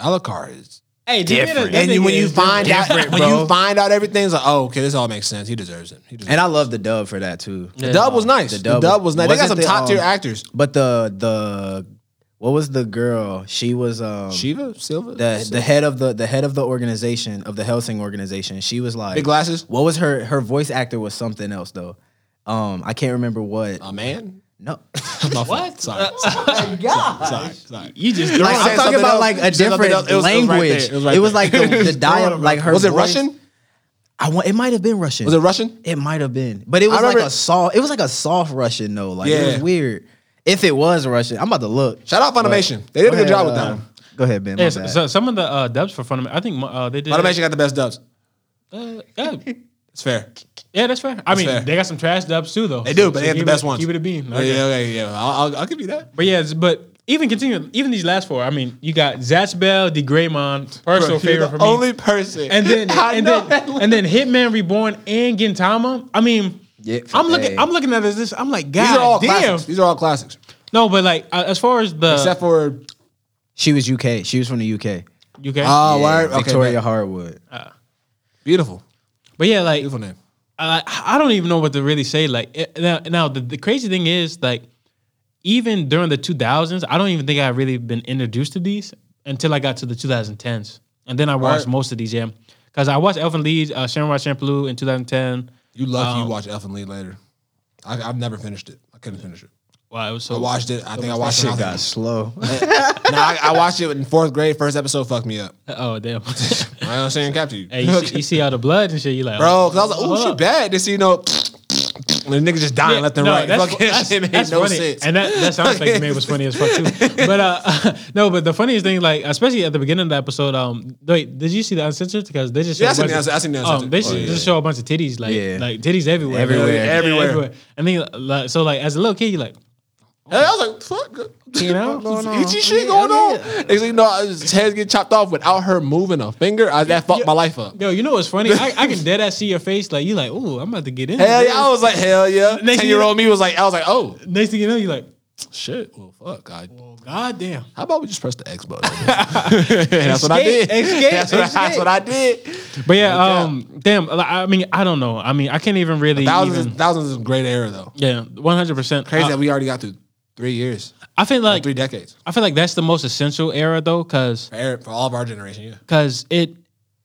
S3: Alucard is
S1: hey, to me, that-
S2: different.
S1: that
S3: and you,
S1: nigga
S3: when you
S1: is
S3: find out
S1: different,
S3: when
S1: bro.
S3: you find out everything's like, oh, okay, this all makes sense. He deserves it. He deserves
S2: And I love the dub for that too.
S3: it. Dub was nice.
S2: The
S3: The
S2: dub
S3: dub,
S2: was-
S3: was nice. They got
S2: wasn't
S3: some
S2: the,
S3: top tier
S2: um,
S3: actors.
S2: But the the what was the girl? She was um
S3: Shiva Silva,
S2: the the head of the the head of the organization of the Helsing organization. She was like
S3: big glasses,
S2: What was her her voice actor was something else though. Um, I can't remember what.
S3: a man.
S2: no,
S3: My fault.
S1: What?
S3: Sorry. Sorry. Sorry.
S1: You just
S2: like,
S3: said
S2: I'm talking
S3: something
S2: about
S3: else.
S2: like a
S3: You said something
S2: different
S3: else. It was- it was right
S2: language.
S3: there. It was right there.
S2: like the, the dialect. Like her.
S3: Was it
S2: voice-
S3: Russian?
S2: I want. It might have been Russian.
S3: Was it Russian?
S2: It might have been, but it was like
S3: remember-
S2: a soft. It was like a soft Russian though. Like it
S3: Yeah.
S2: was weird. If it was Russian, I'm about to look.
S3: Shout out Funimation. They did a good job with that one.
S2: uh, Go ahead, Ben. my
S1: Yeah, so,
S2: bad.
S1: so some of the uh, dubs for Funimation, I think uh, they did.
S3: Funimation got the best dubs.
S1: Uh, yeah,
S3: It's fair.
S1: yeah, that's fair. I mean,
S3: fair.
S1: they got some trash dubs too, though.
S3: They do, but they have the
S1: give
S3: best
S1: it,
S3: ones.
S1: Keep it a bean.
S3: Yeah,
S1: Okay.
S3: Yeah, okay, yeah. I'll, I'll, I'll give you that.
S1: But yeah, it's- but even continuing, even these last four. I mean, you got Zatsbel, DeGraymon, personal
S3: Bro, you're
S1: favorite
S3: the
S1: for me.
S3: Only person.
S1: and then
S3: I
S1: and
S3: know
S1: then
S3: that.
S1: and then Hitman Reborn and Gintama. I mean,
S2: Yeah,
S1: I'm looking.
S2: hey.
S1: I'm looking at this. I'm like, God
S3: These are all
S1: damn.
S3: classics. These are all classics.
S1: No, but like uh, as far as the
S3: Except for
S2: she was UK. She was from the UK.
S1: UK,
S3: Oh,
S2: Yeah,
S3: word. Okay,
S2: Victoria
S3: man.
S2: Hardwood.
S3: Beautiful.
S1: but yeah, like
S3: Beautiful name.
S1: I I don't even know what to really say. Like it- now, now the, the crazy thing is like even during the 2000s, I don't even think I really been introduced to these until I got to the 2010s, and then I watched
S3: Right.
S1: most of these. Yeah, because I watched Elfin Lead, uh, Samurai Champloo in 2010.
S3: You
S1: Um,
S3: lucky you watched Elf and Lee later. I, I've never finished it. I couldn't finish it.
S1: Wow, it was so
S3: I watched it. I think I watched it.
S2: Shit
S3: when I
S2: got
S3: was-
S2: slow.
S3: No, I, I watched it in fourth grade. First episode fucked me up.
S1: Oh damn!
S3: I don't saying capture you.
S1: hey, you, see, you see all the blood and shit. You like,
S3: Bro, because I was like,
S1: Hold
S3: oh, she
S1: up.
S3: bad. This, you know, when the niggas just dying
S1: Yeah,
S3: left and
S1: no,
S3: right.
S1: That's,
S3: Fucking
S1: that's,
S3: shit made
S1: that's
S3: no
S1: funny.
S3: sense.
S1: And that, that sounds like man was funny as fuck too. But uh, no, but the funniest thing, like especially at the beginning of the episode, um, wait, did you see the uncensored? Because they just
S3: Yeah, I
S1: show a bunch
S3: seen the
S1: of-
S3: unc- I seen the
S1: um, they
S3: uncensored. Oh,
S1: should just show a bunch of titties, like
S2: Yeah.
S1: like titties everywhere,
S2: Everywhere.
S1: Yeah,
S3: Everywhere.
S1: And then like, so like as a little kid, you like,
S3: And I was like, fuck.
S1: You know?
S3: What's itchy shit going on. Next thing you know, I was- his head get chopped off without her moving a finger. I, that fucked my life up.
S1: yo, you know what's funny? I, I can dead ass see your face, like you like, oh, I'm about to get in.
S3: Hell
S1: this."
S3: yeah. I was like, hell yeah.
S1: Next thing
S3: 10 year old me was like, I was like, oh.
S1: Next thing you know, you like,
S3: Shit. Well, fuck. I,
S1: Well, goddamn.
S3: how about we just press the X button? that's what I
S2: Escape,
S3: did.
S2: escape,
S3: that's, what, that's
S2: escape.
S3: what I did.
S1: But yeah,
S3: doubt.
S1: um, damn. like, I mean, I don't know. I mean, I can't even really.
S3: Thousands,
S1: even,
S3: thousands is a great era though.
S1: yeah, one hundred percent. Uh,
S3: Crazy that we already got through three years,
S1: I feel like
S3: three decades
S1: I feel like that's the most essential era though, because
S3: for, era, for all of our generation. Yeah.
S1: because it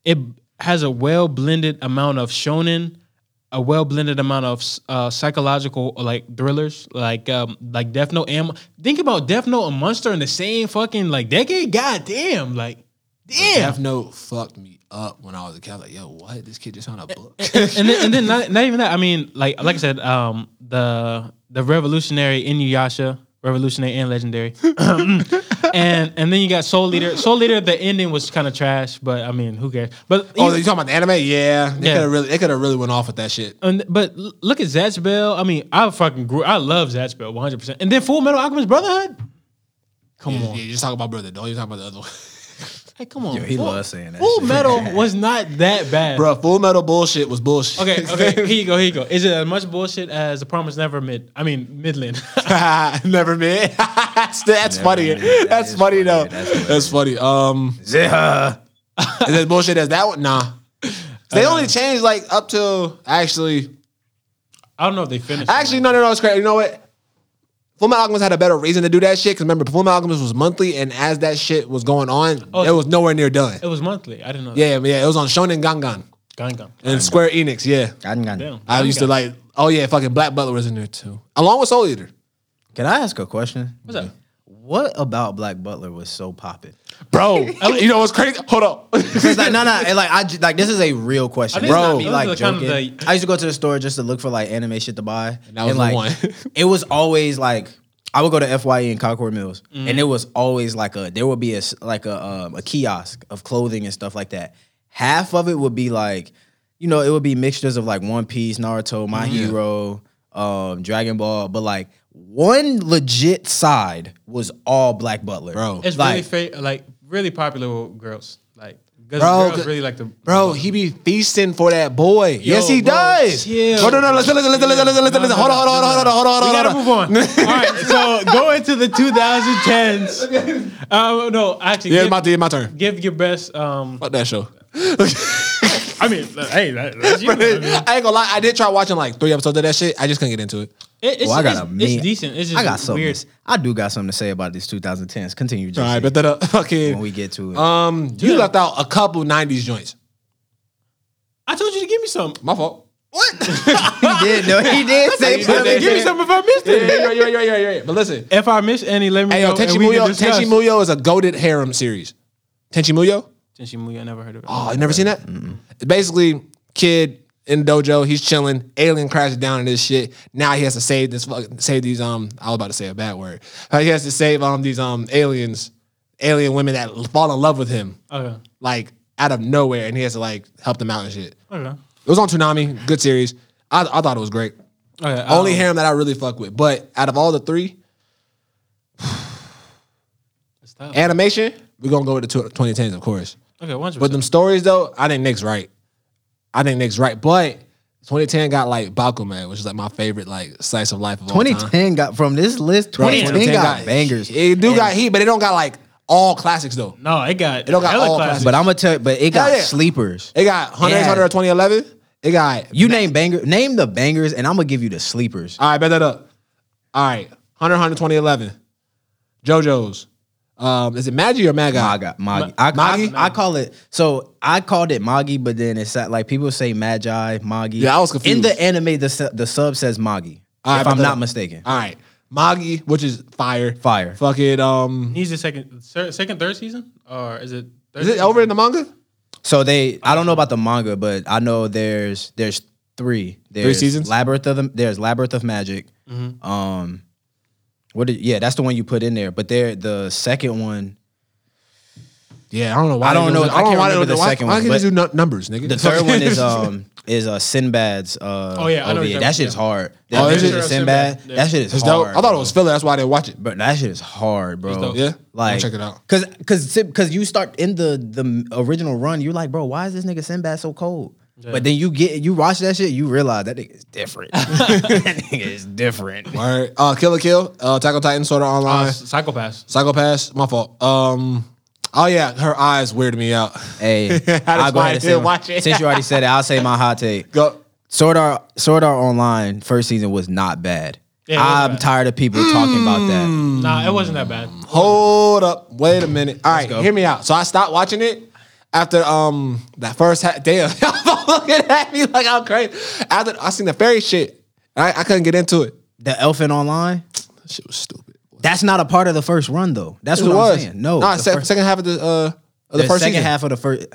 S1: it has a well blended amount of shonen, a well blended amount of uh, psychological like thrillers, like um, like Death Note and think about Death Note and Monster in the same fucking like decade. God damn, like damn.
S3: Death Note fucked me up when I was a kid. I was like, yo, what? This kid just found a book.
S1: and then, and then not, not even that. I mean, like like I said, um, the the revolutionary Inuyasha, revolutionary and legendary, and and then you got Soul Leader. Soul Leader, the ending was kind of trash, but I mean, who cares? But
S3: oh, you talking about the anime? Yeah, they
S1: Yeah.
S3: could have really, they could have really went off with that shit.
S1: and, but l- look at Zatch Bell. I mean, I fucking grew. I love Zatch Bell 100. percent And then Full Metal Alchemist Brotherhood. Come
S3: Yeah,
S1: on,
S3: yeah, just talk about brother. Don't you talk about the other one.
S1: hey, come on.
S2: Yo, he
S1: Full-
S2: loves saying that
S1: Full
S2: shit.
S1: Metal was not that bad,
S3: Bro, Full Metal bullshit was bullshit.
S1: Okay, okay. Here you go. Here you go. Is it as much bullshit as the Promise Never Mid? I mean, Midland.
S3: Never been. that's that's funny.
S2: been. That
S3: that's
S2: is funny.
S3: funny though.
S2: That's
S3: That's,
S2: hilarious.
S3: funny. Um,
S2: Zeha.
S3: is that bullshit as that one? Nah. They only changed like up to actually.
S1: I don't know if they finished.
S3: Actually, no, no, no. It's crazy. You know what? Full Metal Alchemist had a better reason to do that shit because remember, Full Metal Alchemist was monthly, and as that shit was going on, Oh, it was nowhere near done.
S1: It was monthly. I didn't know.
S3: Yeah, yeah. It was on Shonen Gangan
S1: That. Gangan.
S3: and Square Enix. Yeah,
S2: I done got-
S1: Damn.
S3: I used to like. Oh yeah, fucking Black Butler was in there too, along with Soul Eater.
S2: Can I ask a question?
S1: What's up?
S2: What about Black Butler was so popping?
S3: Bro, you know what's crazy? Hold up.
S2: Because like, no, no, it, like I ju- like this is a real question,
S1: I think it's
S2: bro.
S1: not-
S2: be,
S1: those
S2: like
S1: are the kind of
S2: joking. I used to go to the store just to look for like anime shit to buy, and
S3: that was the
S2: like
S3: one.
S2: it was always like I would go to Fye and Concord Mills,
S1: Mm-hmm.
S2: and it was always like a there would be a s- like a um, a kiosk of clothing and stuff like that. Half of it would be like you know it would be mixtures of like One Piece, Naruto,
S1: Mm-hmm.
S2: My Hero, um, Dragon Ball, but like one legit side was all Black Butler,
S3: Bro.
S1: It's
S2: like
S1: really fa- like really popular with girls. Like 'cause
S3: Bro,
S1: girls really like the
S3: Bro, he be feasting for that boy. yes, he
S1: bro,
S3: does.
S1: chill.
S3: Bro, no, no, listen, listen, listen, listen, listen, listen, listen. Hold on, hold on, hold on, hold on,
S1: We
S3: hold on,
S1: gotta
S3: hold on.
S1: move on. All right, so go into the 2010s. Um, no, actually,
S3: Yeah, it's
S1: give,
S3: my, it's my turn.
S1: give your best. Um,
S3: Fuck that show.
S1: I mean, like, hey, that, that's you. I mean, it-
S3: I ain't gonna lie, I did try watching like three episodes of that shit. I just couldn't get into it.
S1: it's,
S2: Well, I got
S1: it's,
S2: a
S1: it's
S2: mean-
S1: decent. It's just
S2: I got something.
S1: weird.
S2: to s- I do got something to say about these 2010s. Continue, JC,
S3: All right, bet that up.
S2: when we
S3: Fucking.
S2: get to it.
S3: Um, you left out a couple 90s joints.
S1: I told you to give me some.
S3: My fault.
S2: he did. No, he did say.
S3: said
S2: something.
S3: that.
S1: give me some if I missed
S3: Yeah,
S1: it.
S3: yeah, yeah, yeah, yeah, yeah, yeah, yeah. But listen.
S1: If I miss any, let me
S3: Hey,
S1: know.
S3: yo, Tenchi
S1: and we can
S3: Muyo,
S1: discuss.
S3: Tenchi Muyo is a goaded harem series. Tenchi Muyo?
S1: Tenchi Muyo, I never heard of it.
S3: Oh, you never seen that? It's Basically, kid in the dojo, he's chilling. Alien crashes down in this shit. Now he has to save this fucking save these um. I was about to say a bad word. Uh, He has to save um these um aliens, alien women that l- fall in love with him
S1: Okay.
S3: like out of nowhere, and he has to like help them out and shit. It
S1: Okay.
S3: was on Toonami, good series. I I thought it was great.
S1: Okay.
S2: Oh.
S3: Only
S1: um,
S3: harem that I really fuck with, but out of all the three,
S1: it's tough.
S3: animation we're gonna go with the tw- 2010s, of course.
S1: Okay, 100%.
S3: But them stories though, I think Nick's right. I think Nick's right. But 2010 got like Bakuman, which is like my favorite like slice of life of all time.
S2: 2010 got from this list. 2010, got, bangers.
S3: It do got heat, but it don't got like all classics though.
S1: no, it got it
S3: don't got all classics.
S2: but I'm gonna tell. you, But it got
S3: Hell yeah.
S2: sleepers.
S3: It got 100,
S2: Yeah.
S3: 100, 2011. It got
S2: You name banger. Name the bangers, and I'm gonna give you the sleepers.
S3: All right, bet that up. All right, 100, 100, 2011. JoJo's. Um, is it Maggie or Magai?
S2: Maga, Magi. I,
S3: Magi?
S2: I, I call it. So I called it Magi, but then it's at, like people say Magi, Magi.
S3: Yeah, I was confused.
S2: In the anime, the su- the sub says Magi.
S3: All right,
S2: if
S3: but
S2: I'm
S3: the-
S2: not mistaken.
S3: All right, Magi, which is fire.
S2: Fire.
S3: Fuck it. Um,
S1: He's the second, ser- second, third season, or is it? Third
S3: is it
S1: season?
S3: over in the manga?
S2: So they, I don't know about the manga, but I know there's there's three. There's
S3: seasons?
S2: Labyrinth of the, there's Labyrinth of Magic. Um, what? Did, yeah, that's the one you put in there. But there, the second one,
S3: Yeah, I don't know why.
S2: I don't
S3: they
S2: know-
S3: do-
S2: I
S3: know
S2: can't
S3: why they
S2: remember
S3: do-
S2: the
S3: why-
S2: second
S3: why
S2: one,
S3: can't
S2: but
S3: they do nu- numbers, nigga?
S2: the third one is um is uh Sinbad's. Uh,
S1: Oh, yeah, I know
S2: OVA.
S1: exactly-
S2: that shit is
S1: yeah.
S2: hard.
S3: Oh,
S2: That, that
S3: is
S2: shit
S3: it?
S2: is Sinbad.
S1: Yeah.
S2: That shit is
S3: It's dope.
S2: hard.
S3: I thought it was filler. That's why I didn't watch it.
S2: But that shit is hard, bro.
S1: dope.
S3: Yeah?
S2: Like,
S3: I'll check it out.
S2: Cause, cause, Sin- cause you start in the the original run, you're like, bro, why is this nigga Sinbad so cold? But then you get you watch that shit, you realize that nigga is different. that nigga is different.
S3: All right. Uh, Killer Kill, uh, Tackle Titan, sort of
S1: Uh,
S3: online.
S1: psychopaths.
S3: Psychopath, my fault. Um, oh yeah, her eyes weirded me out.
S2: Hey,
S1: why
S2: I'll go
S1: I
S2: ahead and say
S1: didn't watch it.
S2: since you already said it, I'll say my hot take.
S3: Go.
S2: Sword Art Sword Art Online first season was not bad.
S1: Yeah, it was
S2: I'm
S1: bad.
S2: tired of people talking about that.
S3: Hmm.
S1: Nah, it wasn't that
S3: Mm.
S1: bad.
S3: Hold up. Wait a minute. All right,
S2: go.
S3: hear me out. So I stopped watching it after um that first ha- day of y'all looking at me like I'm crazy. After I seen the fairy shit, I, I couldn't get into it.
S2: The Elfin Online,
S3: That shit was stupid.
S2: that's not a part of the first run though. That's
S3: That's
S2: what
S3: what
S2: I'm
S3: it was.
S2: saying. No,
S3: nah,
S2: the
S3: sec-
S2: first-
S3: second half of the uh of
S2: the
S3: the, first
S2: second
S3: season.
S2: half of the first.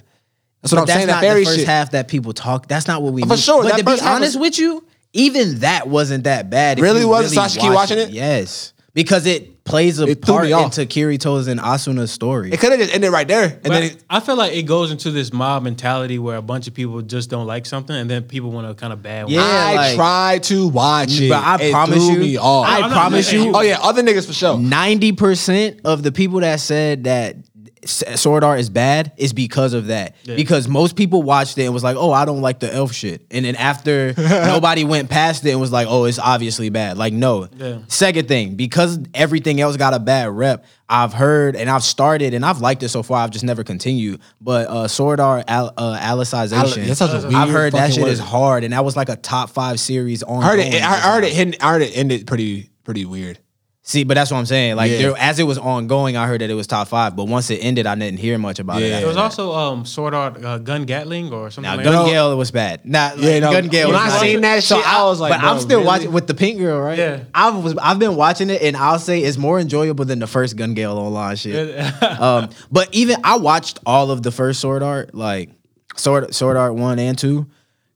S3: That's what I'm
S2: that's
S3: saying.
S2: not
S3: That fairy
S2: the first
S3: shit.
S2: half that people talk. That's not what we.
S3: For
S2: used-
S3: sure,
S2: But
S3: that
S2: to be
S3: first half was-
S2: honest with you, even that wasn't that bad. if
S3: Really
S2: you
S3: wasn't? So I should keep
S2: watched
S3: watching it?
S2: Yes, because it plays a
S3: It threw
S2: part
S3: me off.
S2: into Kirito's and Asuna's story.
S3: It could have just ended right there, and
S1: But
S3: then it,
S1: I feel like it goes into this mob mentality where a bunch of people just don't like something, and then people want to kind of bad.
S2: Yeah,
S3: I
S2: like-
S3: tried to watch it,
S2: But I
S3: It
S2: promise
S3: threw
S2: you,
S3: me off.
S2: I
S1: No, no,
S2: promise
S1: yeah,
S2: you,
S1: yeah.
S3: oh yeah, other niggas for sure.
S2: ninety percent of the people that said that S- Sword Art is bad is because of that. Because most people watched it and was like, "Oh, I don't like the elf shit," and then after nobody went past it and was like, "Oh, it's obviously bad." Like, no.
S1: Yeah.
S2: Second thing, because everything else got a bad rep, I've heard and I've started and I've liked it so far. I've just never continued. But uh, Sword Art Al- uh, Alicization,
S3: Al- that's such a
S2: I've
S3: weird
S2: heard that
S3: fucking
S2: shit
S3: word.
S2: is hard, and that was like a top five series on.
S3: I heard it. I heard it. Hidden, I heard it ended pretty pretty weird.
S2: See, but that's what I'm saying. Like
S3: Yeah.
S2: there, as it was ongoing, I heard that it was top five. But once it ended, I didn't hear much about it.
S3: Yeah.
S1: There was
S2: after
S1: also um, Sword Art uh, Gun Gatling or something
S2: that.
S1: like
S2: now, Gun
S1: that.
S2: Gale, it was bad. Nah, like,
S3: Yeah, no,
S2: Gun Gale.
S3: when
S2: was
S3: I
S2: not
S3: seen
S2: good.
S3: that shit, I was like,
S2: but I'm
S3: bro,
S2: still
S3: really?
S2: watching with the pink girl, right?
S1: Yeah.
S2: I was, I've been watching it, and I'll say it's more enjoyable than the first Gun Gale online shit. um, but even I watched all of the first Sword Art, like Sword Sword Art one and two.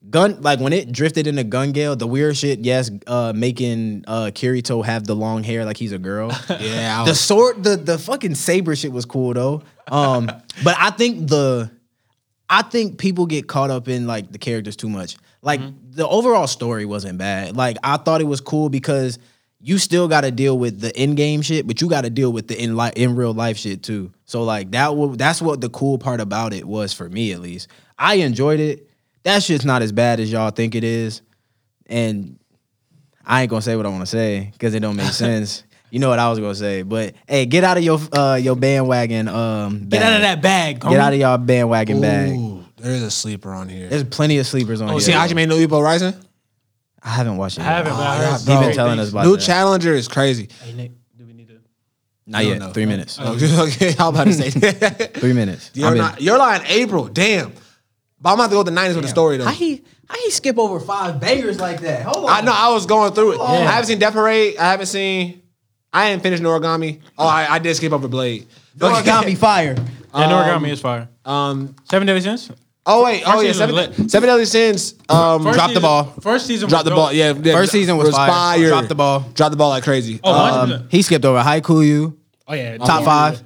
S2: Gun like when it drifted into Gun Gale, the weird shit. Yes, uh, making uh, Kirito have the long hair like he's a girl.
S3: Yeah, I
S2: The
S3: was-
S2: sword, the the fucking saber shit was cool though. Um, but I think the, I think people get caught up in like the characters too much. Like the overall story wasn't bad. Like I thought it was cool because you still got to deal with the in game shit, but you got to deal with the in li- in real life shit too. So like that, wa- that's what the cool part about it was for me at least. I enjoyed it. That shit's not as bad as y'all think it is, and I ain't gonna say what I want to say because it don't make sense. You know what I was gonna say, but hey, get out of your uh, your bandwagon. Um,
S1: Get out of that bag.
S2: Get out of y'all bandwagon bag.
S3: Ooh, there is a sleeper on here.
S2: There's plenty of sleepers on
S3: Oh,
S2: here.
S3: see, Hajime no Ippo Rising.
S2: I haven't watched it.
S1: I
S2: yet.
S1: haven't. but I heard
S3: yeah, bro.
S1: some
S2: He Ah, been
S1: great
S2: telling
S1: things.
S2: us about
S3: New
S2: that.
S3: challenger is crazy.
S1: Hey Nick, do we need to?
S2: Not yet.
S3: no.
S2: Three minutes.
S3: Okay, okay, I'm about to say that.
S2: Three minutes.
S3: Oh. You're,
S2: I've been-
S3: not, you're lying, April. Damn. But I'm gonna have to go with the 90s with the story though.
S2: How
S3: I,
S2: he how he skip over five bangers like that? Hold on.
S3: know I was going through
S2: Oh.
S3: it. I haven't seen Death Parade. I haven't seen. I ain't finished Noragami. Oh, I, I did skip over Blade.
S2: Fucking got me fire.
S1: And origami is fire.
S3: Um.
S1: Seven Deadly Sins.
S3: Oh wait. Oh
S1: First
S3: yeah.
S1: season was
S3: Seven, seven Deadly Sins. Um.
S1: First
S3: Drop
S1: season,
S3: the ball.
S1: First season.
S3: Drop
S1: was
S3: the
S1: dope.
S3: ball. Yeah. yeah,
S2: First season was fire. Drop the ball.
S3: Drop the ball like crazy.
S1: Oh,
S3: Uh,
S1: 100%.
S2: He skipped over Haikuyu.
S1: oh yeah.
S2: Top five.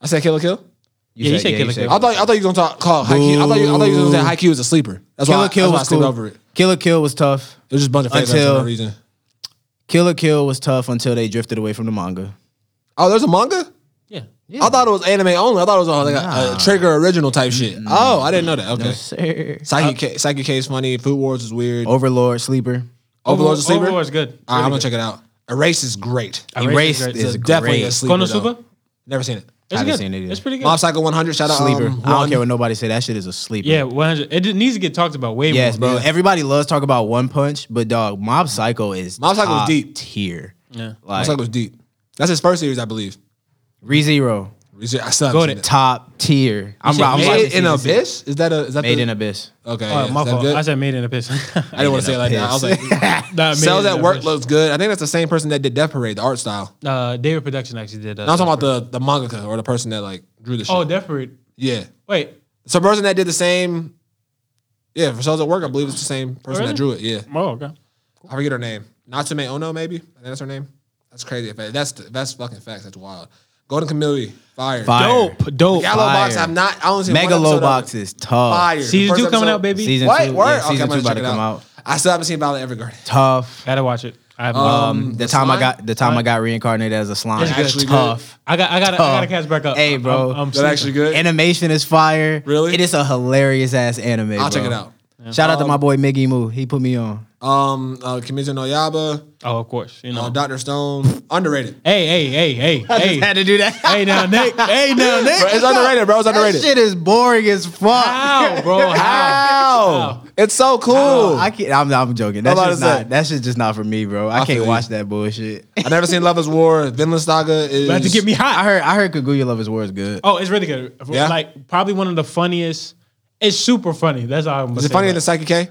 S3: I said Killer Kill.
S1: Yeah, he said Killer Kill.
S3: I thought I thought you were gonna talk call Haikyuu. I thought you I thought you was gonna say Haikyuu was a sleeper. That's why
S2: Killer
S3: I-
S2: Kill
S3: that's why
S2: was
S3: I skipped
S2: cool.
S3: over it.
S2: Killer Kill was tough.
S3: It was just a bunch of fake
S2: Until-
S3: for no reason.
S2: Killer Kill was tough until they drifted away from the manga.
S3: Oh, there's a manga?
S1: Yeah.
S3: I thought it was anime only. I thought it was uh, like a, a Trigger original type shit. Oh, I didn't know that. Okay.
S2: Sir.
S3: Psyche, K, Psyche K is funny. Food Wars is weird.
S2: Overlord, Sleeper.
S3: Overlord's a sleeper.
S1: Overlord's good.
S3: All right, I'm gonna check it out. Erase is great.
S1: Erased
S2: Erased
S1: is
S2: is
S3: It's definitely
S2: great.
S3: a sleeper. though.
S1: Konosuba.
S3: Never seen it.
S1: It's
S2: Haven't
S1: good.
S2: seen it either.
S1: It's pretty
S3: Mob
S1: good.
S3: Psycho 100. Shout out.
S2: Sleeper.
S3: Um,
S2: I don't
S3: one.
S2: care what nobody say. That shit is a sleeper.
S1: Yeah, 100. It needs to get talked about way
S2: Yes,
S1: more.
S2: bro. Everybody loves talk about One Punch, but dog, Mob Psycho is
S3: Mob Psycho's
S2: top
S3: deep.
S2: tier.
S1: Yeah.
S3: Mob
S2: Like
S3: Psycho's deep. That's his first series, I believe.
S2: ReZero,
S3: I still haven't
S1: Go
S3: seen
S1: to-
S3: it.
S2: top tier. I'm,
S1: said
S2: I'm
S1: Made
S2: watching
S3: Made in
S2: season six.
S3: Abyss? Is that a is that
S2: Made
S3: the,
S2: in Abyss.
S3: Okay.
S1: Oh,
S3: yeah.
S1: my
S3: Is that
S1: fault.
S3: good?
S1: I said made in a piss.
S3: I didn't want to say it like that. I was like,
S1: Nah, Made
S3: Cells
S1: in
S3: at
S1: a
S3: work
S1: Piss.
S3: looks good. I think that's the same person that did Death Parade, the art style.
S1: Uh, David Production actually did that.
S3: I'm talking about the the mangaka or the person that like drew the shit.
S1: Oh, Deferred.
S3: yeah.
S1: Wait.
S3: So the person that did the same. Yeah, for Cells at Work, I believe it's the same person
S1: Really?
S3: that drew it. Yeah,
S1: Oh, okay.
S3: I forget her name. Natsume Ono, maybe. I think that's her name. That's crazy. If that's if that's fucking facts. That's wild. Golden Kamui, fire.
S2: Fire.
S1: Dope. Dope.
S3: Gallo Box. I've not. I only seen one episode
S2: Megalobox
S3: of it.
S2: is tough.
S3: Fire.
S1: Season
S3: First
S1: two coming
S3: episode-
S1: out, baby.
S2: Season
S3: What?
S2: two,
S3: Word?
S2: yeah, season
S3: okay,
S2: two
S3: I'm gonna
S2: about
S3: check
S2: to
S3: it
S2: come
S3: out.
S2: out.
S3: I still haven't seen Violet Evergarden.
S2: Tough.
S1: Gotta watch it. I have
S2: Um, the, time I
S3: slime?
S2: got the time I got reincarnated as a slime.
S1: That's good.
S3: actually good.
S2: tough.
S1: I got I got I got to catch back up.
S2: Hey, bro.
S1: I'm, I'm
S3: That actually good.
S2: Animation is fire.
S3: Really?
S2: It is a hilarious ass anime.
S3: I'll check
S2: bro.
S3: it out.
S2: Shout out to my boy Miggy Moo. He put me on.
S3: Um, uh, Kimetsu no Yaba,
S1: Oh, of course. You know.
S3: uh, Doctor Stone, underrated.
S1: hey, hey, hey, hey, hey,
S2: to do that.
S1: hey now, Nick. Hey now, Nick.
S3: Bro, it's underrated, bro. It's
S2: that
S3: underrated.
S2: shit is boring as fuck.
S1: How, bro? How?
S3: Ow. It's so cool.
S2: I
S3: I,
S2: can't. I'm, I'm joking. That's
S3: I'm about
S2: just
S3: to say.
S2: not. That shit's just not for me, bro. I,
S3: feel
S2: can't
S3: you.
S2: watch that bullshit.
S3: never seen Love is War. Vinland Saga is
S1: About to get me hot.
S2: I heard. I heard Kaguya Love is War is good.
S1: Oh, it's really good.
S3: Yeah?
S1: Like probably one of the funniest. It's super funny. That's all I'm gonna
S3: Is it
S1: say
S3: funny in
S1: about
S3: the Psyche K?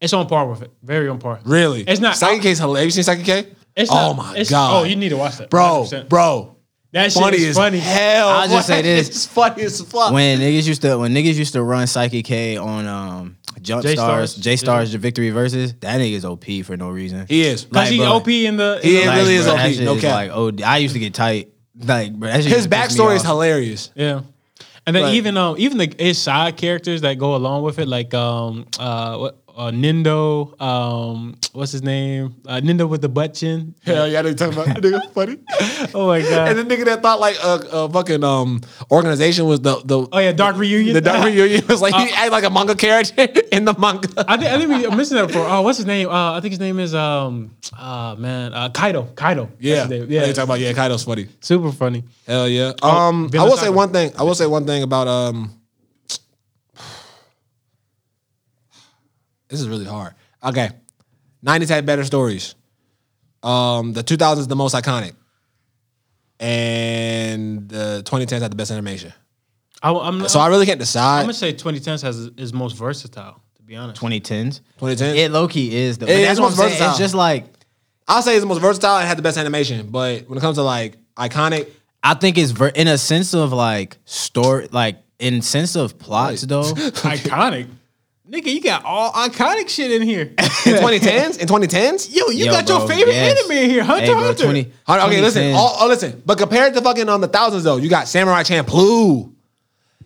S1: It's on par with it. Very on par.
S3: Really?
S1: It's not-
S3: Psyche K's hilarious. Have you seen Psyche K?
S1: It's
S3: oh
S1: not-
S3: my
S1: it's-
S3: god.
S1: Oh, you need to watch that.
S3: bro,
S1: 100%.
S3: bro.
S1: That shit
S3: Funny
S1: is
S3: as
S1: funny.
S3: hell.
S2: I'll just say this.
S3: It's funny as fuck.
S2: When niggas used to when niggas used to run Psyche K on um Jump
S1: J-Stars.
S2: Stars, J Stars, the Victory versus that nigga's OP for no reason.
S3: he is.
S1: Cause
S2: Like,
S1: he
S2: bro.
S1: OP in the. in
S3: He is
S1: the-
S2: Like,
S3: really
S2: bro,
S3: OP,
S2: that shit
S3: no
S2: is
S3: cap.
S2: Like, oh, I used to get tight. Like, bro, that shit
S3: His
S2: used to piss me
S3: backstory is
S2: off.
S3: hilarious.
S1: Yeah. And then
S3: Like-
S1: even um even the his side characters that go along with it, like um uh what uh, Nindo, um what's his name? Uh, Nindo with the butt chin.
S3: Hell yeah, they talking about that nigga funny.
S1: Oh my
S3: and
S1: god.
S3: the nigga that thought like a, a fucking um organization was the the
S1: Oh yeah, Dark Reunion.
S3: the Dark Uh, Reunion was like he act like a manga character in the manga.
S1: I think I think we missing that before. Oh, what's his name? Uh, I think his name is um uh man uh Kaido. Kaido. That's
S3: yeah,
S1: his name.
S3: yeah.
S1: yeah.
S3: They talking about yeah, Kaido's funny.
S1: Super funny.
S3: Hell yeah. Um, I
S1: Vinland
S3: will say
S1: Saga.
S3: one thing. I will say one thing about um. This is really hard. Okay, nineties had better stories. Um, the two thousands the most iconic, and the twenty tens had the best animation.
S1: I, am not,
S3: So I really can't
S1: I'm
S3: decide.
S1: gonna say 2010s has is most versatile. To be honest,
S2: 2010s.
S3: 2010s?
S2: It low key is the. But
S3: It
S2: that's
S3: is
S2: what I'm
S3: most
S2: saying.
S3: versatile.
S2: It's just like
S3: I'll say it's the most versatile and had the best animation. But when it comes to like iconic,
S2: I think it's ver- in a sense of like story, like in sense of plots though.
S1: iconic. Nigga, you got all iconic shit in here.
S3: in twenty tens, in twenty tens,
S1: Yo, you
S2: Yo,
S1: got your
S2: bro,
S1: favorite
S2: yes.
S1: enemy in here, Hunter
S2: Hey, bro,
S1: Hunter.
S2: 20
S3: Hold on, okay, listen.
S2: 2010s.
S3: All, oh, listen. But compared to fucking on the thousands though, you got Samurai Champloo.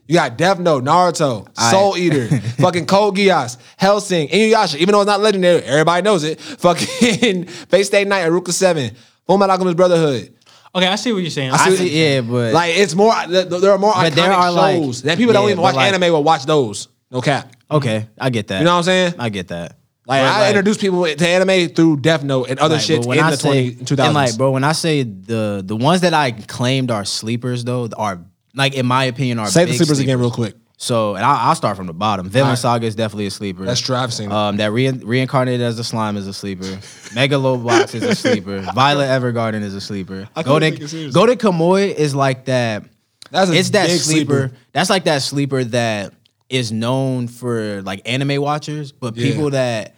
S3: You got Death Note, Naruto, Soul Eater, fucking Code Geass, Hellsing, Inuyasha. Even though it's not legendary, everybody knows it. Fucking Face Day Night, Aruka Seven, Full Metal Alchemist Brotherhood.
S1: Okay, I see what you're saying.
S2: I
S1: I see,
S2: see, yeah, but
S3: Like it's more. th- th- There are more
S2: But
S3: iconic
S2: there are, like-
S3: shows that people don't
S2: yeah,
S3: even
S2: but
S3: watch
S2: like-
S3: anime will watch those. No cap.
S2: okay, I get that.
S3: You know what I'm saying?
S2: I get that.
S3: Like
S2: But,
S3: I introduced people to anime through Death Note and other
S2: Like,
S3: shit
S2: but
S3: in the 20, 2000s.
S2: and like, bro, when I say the the ones that I claimed are sleepers though are like in my opinion are
S3: Say the
S2: big
S3: sleepers again real quick.
S2: So, and I, I'll start from the bottom. Villain
S3: All right.
S2: Saga is definitely a sleeper.
S3: That's true. I've seen it.
S2: Um, that re- reincarnated as a slime is a sleeper. Megalobox is a sleeper. Violet Evergarden is a sleeper. Go
S3: couldn't
S2: to
S3: think it serious.
S2: Go to Kamoy is like that.
S3: That's a
S2: it's that
S3: big
S2: sleeper,
S3: sleeper.
S2: That's like that sleeper that is known for like anime watchers, but
S3: Yeah.
S2: people that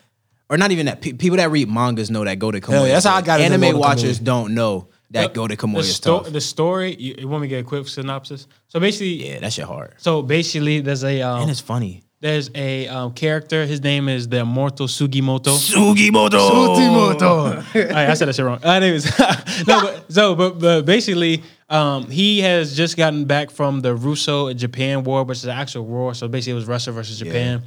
S2: or not even that pe- people that read mangas know that Go to Kamoy.
S3: yeah,
S2: is
S3: that's how I
S2: tough.
S3: got into Go
S2: Anime
S3: to
S2: watchers
S3: Kamoy.
S2: don't know that Go to Kamoy
S1: the,
S2: is
S1: sto-
S2: tough.
S1: the story. You, you want me to get a quick synopsis? So basically,
S2: Yeah, that shit hard.
S1: so basically, there's a
S2: And
S1: um,
S2: it's funny.
S1: there's a um, character. His name is the immortal Sugimoto.
S2: Sugimoto.
S1: All right, I said that shit wrong. Uh, anyways, no, but, so but, but basically, um, he has just gotten back from the Russo Japan War, which is an actual war. So basically, it was Russia versus Japan,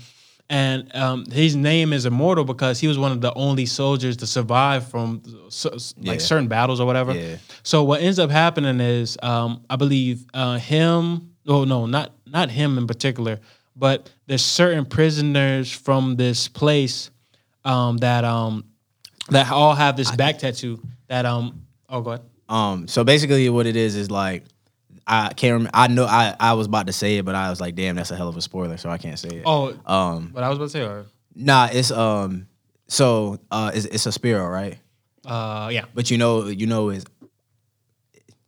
S1: and um, his name is immortal because he was one of the only soldiers to survive from so, like
S2: Yeah.
S1: certain battles or whatever.
S2: Yeah.
S1: So what ends up happening is, um, I believe uh, him. Oh no, not not him in particular, but there's certain prisoners from this place um, that um, that all have this back tattoo that um. Oh, go ahead.
S2: Um, so basically, what it is is like I can't remember. I know I, I was about to say it, but I was like, damn, that's a hell of a spoiler, so I can't say it.
S1: Oh,
S2: Um,
S1: what I was about to say, or
S2: nah, it's um, so uh, it's, it's a Spiro, right?
S1: uh, yeah.
S2: But you know, you know is.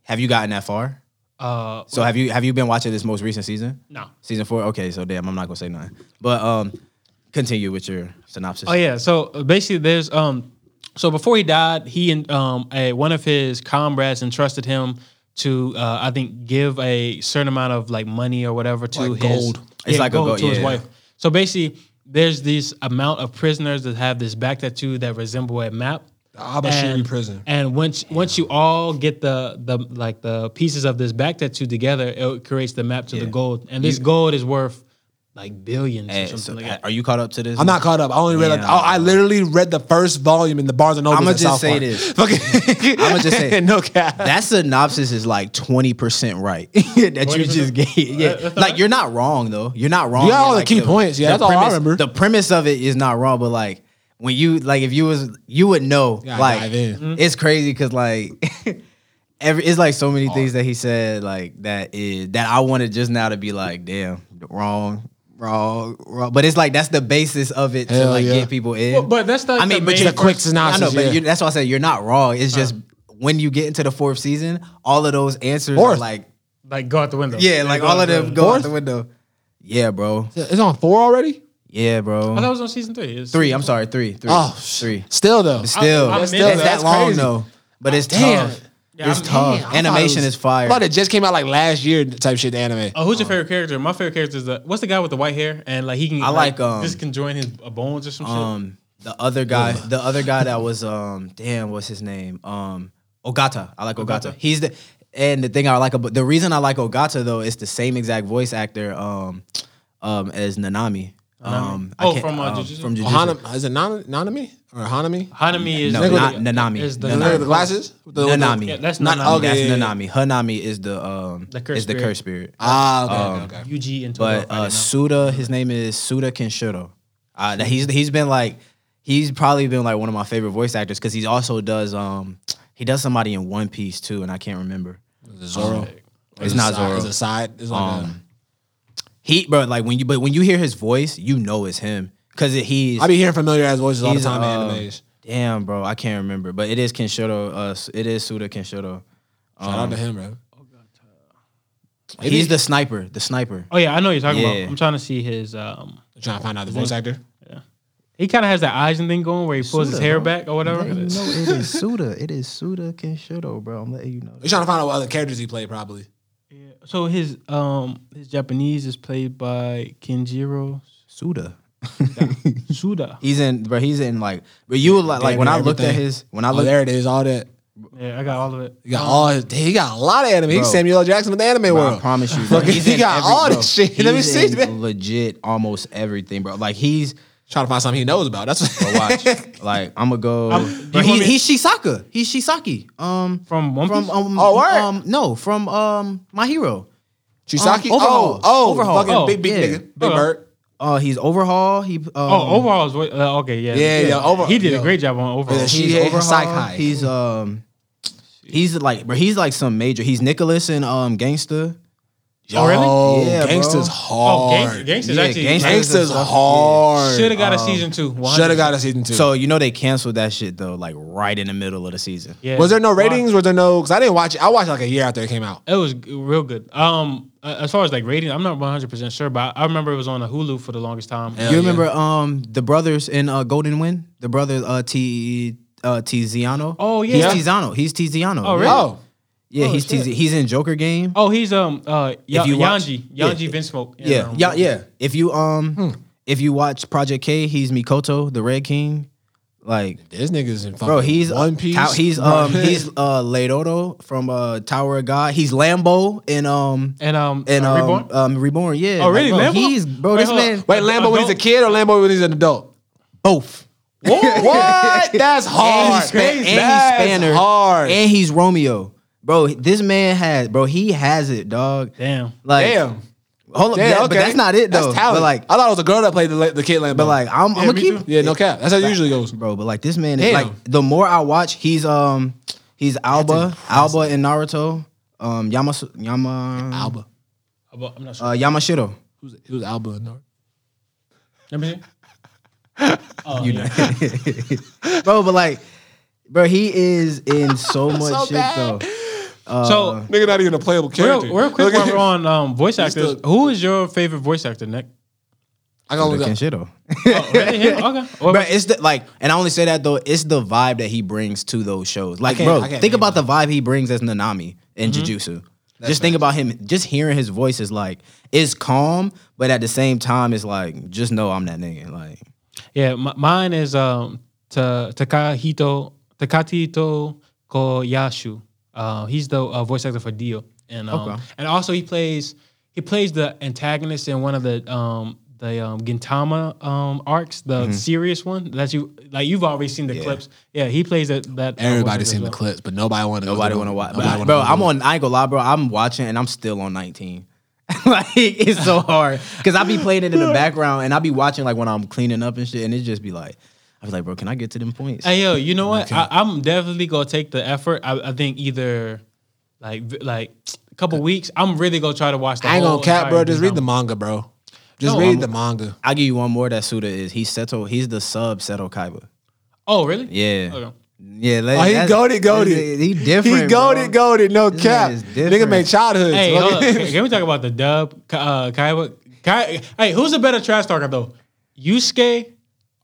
S2: Have you gotten that far?
S1: Uh,
S2: So have you have you been watching this most recent season?
S1: no.
S2: Season four. Okay, so damn, I'm not gonna say nothing. But um, continue with your synopsis.
S1: Oh yeah. So uh, basically, there's um. So before he died, he and um a, one of his comrades entrusted him to uh, I think give a certain amount of like money or whatever to
S3: Like
S1: his
S3: gold.
S2: It's like a gold,
S1: to his
S2: yeah.
S1: wife. So basically, there's this amount of prisoners that have this back tattoo that resemble a map.
S3: Abashiri prison.
S1: And once once you all get the the like the pieces of this back tattoo together, it creates the map to the gold. And this gold is worth like billions or
S2: And
S1: something
S2: so,
S1: like that.
S2: Are you caught up to this?
S3: I'm not caught up. I only read.
S2: Yeah.
S3: I, I literally read the first volume in the Barnes and Noble.
S2: I'ma
S3: at
S2: just
S3: South
S2: say
S3: Park.
S2: this.
S3: Fucking.
S2: I'ma just say-
S3: no cap.
S2: That synopsis is like twenty percent right that you just gave. Yeah, like you're not wrong though. You're not wrong.
S3: Yeah, all the
S2: like,
S3: key points. Yeah, that's all I
S2: premise,
S3: remember.
S2: The premise of it is not wrong, but like when you like if you was you would know.
S3: Yeah,
S2: like
S3: dive in.
S2: it's crazy because like every it's like so many things that he said like that is that I wanted just now to be like damn wrong. Wrong, wrong, but it's like that's the basis of it to
S3: Hell
S2: like
S3: yeah.
S2: get people in.
S1: Well, but that's not
S2: I mean,
S1: the
S2: but
S1: main
S2: you
S3: The quick synopsis.
S2: I know, but
S3: yeah.
S2: you, that's why I said you're not wrong. It's just when you get into the fourth season, all of those answers
S3: Fourth.
S2: are like,
S1: like go out the window.
S2: yeah, like
S1: go
S2: all
S1: out
S2: of
S1: the
S2: them
S1: window.
S2: go
S3: Fourth?
S2: out the window. Yeah, bro.
S3: it's on four already.
S2: Yeah,
S1: I thought it
S2: bro.
S1: was on season three. It's-
S2: Three. I'm sorry, three, three,
S3: Oh, sh-
S2: three.
S3: Still though.
S2: Still,
S1: I- I
S2: it's
S1: missed that.
S2: that
S1: That's
S2: long
S1: crazy.
S2: though, but it's
S3: Damn.
S2: tough.
S1: Yeah,
S2: it's
S1: I'm-
S2: tough.
S3: Oh, Damn, I thought it
S2: Animation
S3: was-
S2: is fire.
S3: I thought it just came out like last year type shit. The anime.
S1: Oh, who's your favorite character? My favorite character is the what's the guy with the white hair and like he can
S2: I like, um,
S1: just can join his uh, bones or some shit.
S2: Um, the other guy, the other guy that was um, damn, what's his name? Um, Ogata. I like Ogata. He's the and the thing I like about the reason I like Ogata though is the same exact voice actor um, um, as Nanami. Um, I
S1: Oh,
S2: can't-
S1: from, uh,
S2: um,
S1: Jujutsu?
S2: from Jujutsu.
S3: Hanami, is it Nan- Nanami or Hanami?
S1: Hanami is
S2: no,
S1: the,
S2: not Nanami.
S1: Is the,
S3: The,
S2: Nanami.
S3: the glasses. The,
S2: Nanami.
S1: Yeah, that's
S2: not
S1: Nanami.
S2: That's
S3: Okay, yeah, yeah.
S2: Nanami. Hanami is the um
S1: The curse
S2: is the
S1: spirit.
S2: curse spirit.
S3: Ah, okay, okay, okay.
S1: UG and
S2: But uh, Suda, his name is Suda Kenshiro. Uh, that he's he's been like he's probably been like one of my favorite voice actors because he also does um he does somebody in One Piece too, and I can't remember.
S3: Zoro.
S2: It's not
S3: Zoro.
S2: Zoro.
S3: It's a side. It's like
S2: Um, He bro, like when you but when you hear his voice, you know it's him because he's
S3: a, I be hearing familiar ass voices all the
S2: he's,
S3: time
S2: uh,
S3: in animes.
S2: Damn, bro, I can't remember, but it is Kenshiro. Uh, it is Suda Kenshiro.
S3: Shout out to him, bro.
S2: He's the sniper. The sniper.
S1: oh yeah, I know what you're talking
S2: Yeah.
S1: about. I'm trying to see his. um
S3: Trying to find out the voice actor.
S1: He kind of has that eyes and thing going where he pulls his
S2: Suda,
S1: hair
S2: bro.
S1: back or whatever.
S2: it is Suda. It is Suda Kenshiro, bro. I'm letting you know.
S3: He's trying to find out what other characters he played, probably.
S1: Yeah. So his um his Japanese is played by Kenjiro
S2: Suda.
S1: Suda.
S2: He's in, bro. He's in like, but you were like, like when I looked at
S3: Everything.
S2: his, when I
S3: Oh,
S2: looked,
S3: there it is. All that.
S1: Yeah, I got all of it.
S3: He got all. His, he got a lot of anime. He's
S2: Bro.
S3: Samuel L. Jackson of the anime
S2: bro, I
S3: world.
S2: promise you, bro,
S3: Fucking-
S2: he's
S3: he
S2: in
S3: got
S2: every-
S3: all
S2: bro,
S3: this shit. Let me
S2: he's
S3: see,
S2: in
S3: man.
S2: Legit, almost everything, bro. Like he's,
S3: Trying to find something he knows about. That's
S2: bro,
S3: what.
S2: watch, like I'm gonna go.
S1: I'm- do you
S2: bro,
S1: want
S2: he,
S1: me-
S2: he's Shisaka. He's Shisaki. Um,
S1: From One
S2: from
S1: Piece?
S2: um,
S3: Oh, word.
S2: um, no, from um, my hero. Um,
S3: Chisaki. oh,
S2: Overhaul.
S3: oh,
S2: Overhaul.
S3: fucking
S1: Oh,
S3: big, big
S2: yeah.
S3: nigga, big
S1: Hold on.
S3: bird.
S2: Uh, he's overhaul. He um,
S1: oh, overall is what- uh, okay. Yeah,
S3: Yeah, yeah, Over-
S1: he did
S3: yeah.
S1: a great job on overall.
S3: Yeah, she-
S2: He's
S3: had
S2: overhaul.
S3: Saikai.
S2: He's um, he's like, bro. He's like some major. He's Nicholas and um, Gangsta.
S1: Oh, really?
S3: Yo,
S2: Yeah, bro.
S3: gangsters
S1: oh, Gangsta,
S3: hard.
S1: Gangsta's
S2: Yeah,
S1: actually
S2: Gangsta-
S3: Gangsters
S2: Gangsters are-
S3: hard.
S1: should have got a season two.
S3: Should have um, got a season two.
S2: So you know they canceled that shit though, like right in the middle of the season.
S1: Yeah.
S3: was there no
S1: Why-
S3: ratings? Was there no? Because I didn't watch it. I watched it like a year after it came out.
S1: It was g- real good. Um, uh, as far as like ratings, I'm not 100 percent sure, but I I remember it was on a Hulu for the longest time.
S3: Yeah.
S2: you remember um the brothers in uh, Golden Wind? The brothers uh T uh Tiziano.
S1: Oh, yeah.
S2: He's
S1: Yeah.
S2: Tiziano. He's Tiziano.
S1: Oh, really?
S3: Oh,
S2: Yeah, he's
S1: shit.
S2: Tizi- he's in Joker game.
S1: Oh, he's um uh y-
S2: If you watch-
S1: Yanji
S2: yeah.
S1: Yanji Vince Smoke.
S2: yeah.
S1: um,
S2: Yeah, yeah. If you um
S1: Hmm.
S2: if you watch Project K, he's Mikoto, the Red King. Like
S3: this nigga's in fucking
S2: Bro, he's
S3: One Piece.
S2: Tow- he's um he's uh Leiroro from uh Tower of God. He's Lambo in um
S1: And um
S2: in
S1: uh,
S2: um,
S1: reborn.
S2: um, reborn. Yeah.
S1: Oh, really?
S2: Like, bro,
S1: Lambo?
S2: He's bro.
S1: Wait,
S2: this
S1: hold on.
S2: man
S3: Wait, Lambo when he's a
S1: Adult.
S3: kid or Lambo when he's an adult?
S2: both.
S3: What? That's hard.
S2: And he's, spa- and he's
S3: That's
S2: Spanner.
S3: Hard.
S2: And he's Romeo. Bro, this man has, bro, he has it, dog.
S1: Damn.
S2: Like,
S3: Damn.
S2: Hold up,
S3: Damn,
S2: that-
S3: okay.
S2: but that's not it, though.
S3: That's talent.
S2: But like,
S3: I thought it was a girl that played the, la- the kid Lambo.
S2: but like, I'm,
S1: Yeah,
S2: I'm gonna
S1: me
S2: keep,
S1: too.
S3: yeah, no cap. That's how it usually goes.
S2: bro. But like, this man is
S3: Damn.
S2: like, the more I watch, he's um, he's Alba, Alba in Naruto, um, Yamas, Yama,
S3: Alba.
S1: About- I'm not sure.
S2: uh, Yamashiro.
S3: Who's it? was Alba in Naruto.
S1: Let me see. Oh, yeah.
S2: bro, but like, bro, he is in so much shit
S3: bad.
S2: though.
S3: uh,
S1: so
S3: Nigga, not even a playable
S1: real,
S3: character.
S1: real quick
S3: Look at-
S1: while we're on um voice actors,
S3: still-
S1: who is your favorite voice actor, Nick?
S3: I gotta look up.
S2: Kenshiro.
S1: Oh, really? Him? Okay. What
S2: Bro,
S1: about-
S2: it's the like, and I only say that though. It's the vibe that he brings to those shows. Like,
S3: can't-
S2: bro,
S3: I can't Mm-hmm.
S2: think
S3: name
S2: about the vibe he brings as Nanami in Jujutsu. just think about him. Just hearing his voice is like, it's calm, but at the same time, it's like, just know I'm that nigga. Like,
S1: Yeah, m- mine is um Ta- Takahito Takahito Koyashu. Uh, he's the uh, voice actor for Dio, and um,
S2: Okay.
S1: and also he plays he plays the antagonist in one of the um the um, Gintama um, arcs, the
S3: Mm-hmm.
S1: serious one that you like. You've already seen the clips. Yeah, he plays that. that uh,
S3: Everybody's seen
S1: as
S3: the
S1: well.
S3: clips, but nobody want to.
S2: Nobody want to watch.
S3: Nobody
S2: Bro,
S3: wanna
S2: I'm on. I ain't gonna lie, bro. I'm watching and I'm still on 19. like it's so hard because I be playing it in the background and I be watching like when I'm cleaning up and shit, and it just be like, I be like, bro, can I get to them points?
S1: Hey yo, you know what? I, I'm definitely gonna take the effort. I, I think either like v- like a couple weeks. I'm really gonna try to watch. The
S3: Uh, I ain't
S1: whole
S3: gonna cap,
S1: entire
S3: bro. Just read the
S1: Gintama.
S3: manga, bro. Just
S1: No,
S3: read
S1: I'm-
S3: the manga.
S2: I'll give you one more that Suda is. He's Seto. He's the sub Seto Kaiba.
S1: Oh really?
S2: Yeah.
S1: Okay.
S2: Yeah. Like,
S3: Oh, he
S2: that's-
S3: goaded, goaded.
S2: He different.
S3: He goaded,
S2: bro.
S3: goaded. No
S2: This nigga
S3: cap.
S2: is
S3: Nigga made
S2: different.
S3: childhood.
S1: Hey, hold up. Can can we talk about the dub? Ka- Uh, Kaiba. Kai, hey, who's a better trash talker though? Yusuke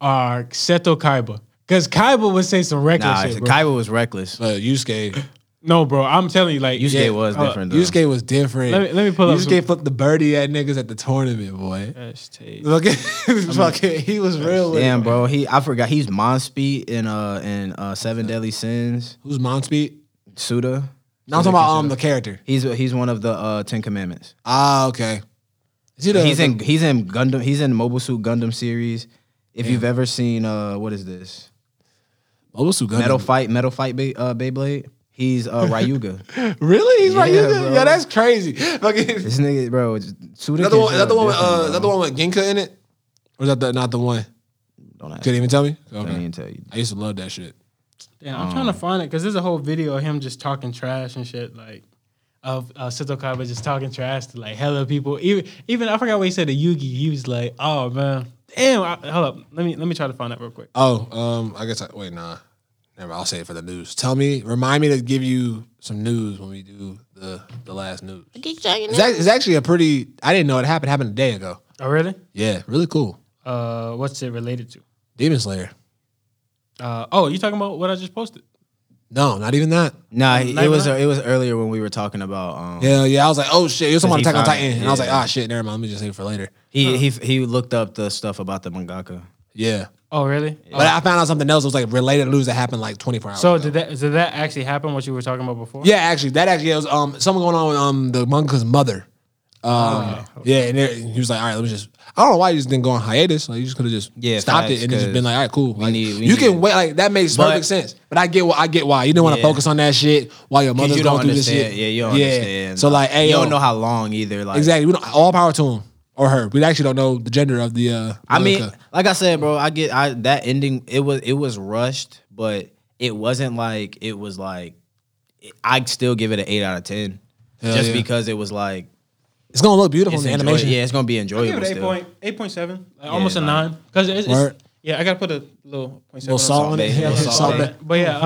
S1: or Seto Kaiba? Because Kaiba would say some reckless
S2: Nah,
S1: shit, bro.
S2: Kaiba was reckless.
S3: Uh, Yusuke.
S1: no, bro. I'm telling you, like
S2: Yusuke
S1: yeah,
S2: was
S1: uh,
S2: different. Though.
S3: Yusuke was different.
S1: Let me- let me pull up
S3: Yusuke
S1: some-
S3: flipped the birdie at niggas at the tournament, boy.
S1: hashtag.
S3: Look at fucking. He was real. with it.
S2: Damn, bro. He I forgot. He's Monspeed in uh in uh Seven Deadly Sins.
S3: Who's Monspeed?
S2: Suda.
S3: No, I'm talking about um the character.
S2: He's he's one of the uh Ten Commandments.
S3: Ah, okay. Is he the-
S2: He's in he's in Gundam. He's in Mobile Suit Gundam series. If you've ever seen uh what is this
S3: Obusu Gundam.
S2: Metal Fight Metal Fight Bay, uh, Beyblade, he's uh Ryuga.
S3: Really? He's like,
S2: Yeah,
S3: yeah,
S2: bro.
S3: yeah, that's crazy. Fucking.
S2: this nigga, bro. it's- Suda
S3: Another
S2: can
S3: one.
S2: show
S3: Is that the one? With,
S2: different,
S3: uh, is
S2: bro.
S3: that the one with Ginka in it? Or is that the, not the one?
S2: Don't ask.
S3: Couldn't even tell me.
S2: I
S3: Okay.
S2: didn't even tell you.
S3: I used to love that shit.
S1: Damn,
S2: Um,
S1: I'm trying to find it because there's a whole video of him just talking trash and shit, like of uh, Seto Kaiba just talking trash to like hella people. Even even I forgot what he said to Yugi. He was like, "Oh man, damn." I, hold up, let me let me try to find that real quick.
S3: Oh, um, I guess I wait, nah. Never I'll say it for the news. Tell me, remind me to give you some news when we do the the last news. It's, act- it's actually a pretty I didn't know it happened, it happened a day ago.
S1: Oh really?
S3: Yeah, really cool.
S1: Uh, what's it related to?
S3: Demon Slayer.
S1: Uh, oh, you talking about what I just posted?
S3: No, not even that.
S2: Nah, he-
S1: Night
S2: it was
S1: Night?
S2: it was earlier when we were talking about um
S3: Yeah, yeah. I was like, oh shit, you're talking about
S2: he
S3: Attack on
S2: found it,
S3: Titan. And I was like,
S2: yeah.
S3: ah shit, never mind. Let me just save it for later.
S2: he he he looked up the stuff about the mangaka.
S3: Yeah.
S1: Oh really?
S3: But I found out something else that was like related to news that happened like 24 hours
S1: So
S3: ago.
S1: did that did that actually happen? What you were talking about before?
S3: Yeah, actually, that actually was um something going on with um the monka's mother.
S2: Oh,
S3: Um, Yeah, and there- he was like, "All right, let me just." I don't know why you just didn't go on hiatus. Like you just could have just
S2: Yeah,
S3: stopped
S2: facts,
S3: it and just
S2: 'cause
S3: been like, "All right, cool." Like,
S2: need- we
S3: you can
S2: need-
S3: wait. Like that makes
S2: But-
S3: perfect sense. But I get what I get why you didn't want to
S2: Yeah.
S3: focus on that shit while your mother's
S2: you
S3: going
S2: don't
S3: through this
S2: understand.
S3: shit.
S2: Yeah, you don't understand.
S3: So like, hey,
S2: you
S3: yo,
S2: don't know how long either. Like
S3: exactly. We don't, all power to him or her. We actually don't know the gender of the. uh
S2: I mean,
S3: motherfucker.
S2: like I said, bro, I get I that ending. It was it was rushed, but it wasn't like it was like. I'd still give it an eight out of ten,
S3: Hell
S2: just
S3: yeah.
S2: because it was like
S3: it's gonna look beautiful
S2: it's
S3: in the
S2: enjoy-
S3: animation.
S2: Yeah, it's gonna be
S3: Oh,
S1: I give
S2: enjoyable.
S1: it eight
S2: Still.
S1: point eight point seven, almost a
S2: like-
S1: nine. Because it's, it's
S3: Word.
S1: yeah, I gotta put a little point seven.
S3: Little
S1: on top.
S3: salt on it.
S2: baby.
S3: Yeah,
S2: Little
S3: salt
S2: salt
S3: on
S2: baby.
S3: it.
S1: But yeah,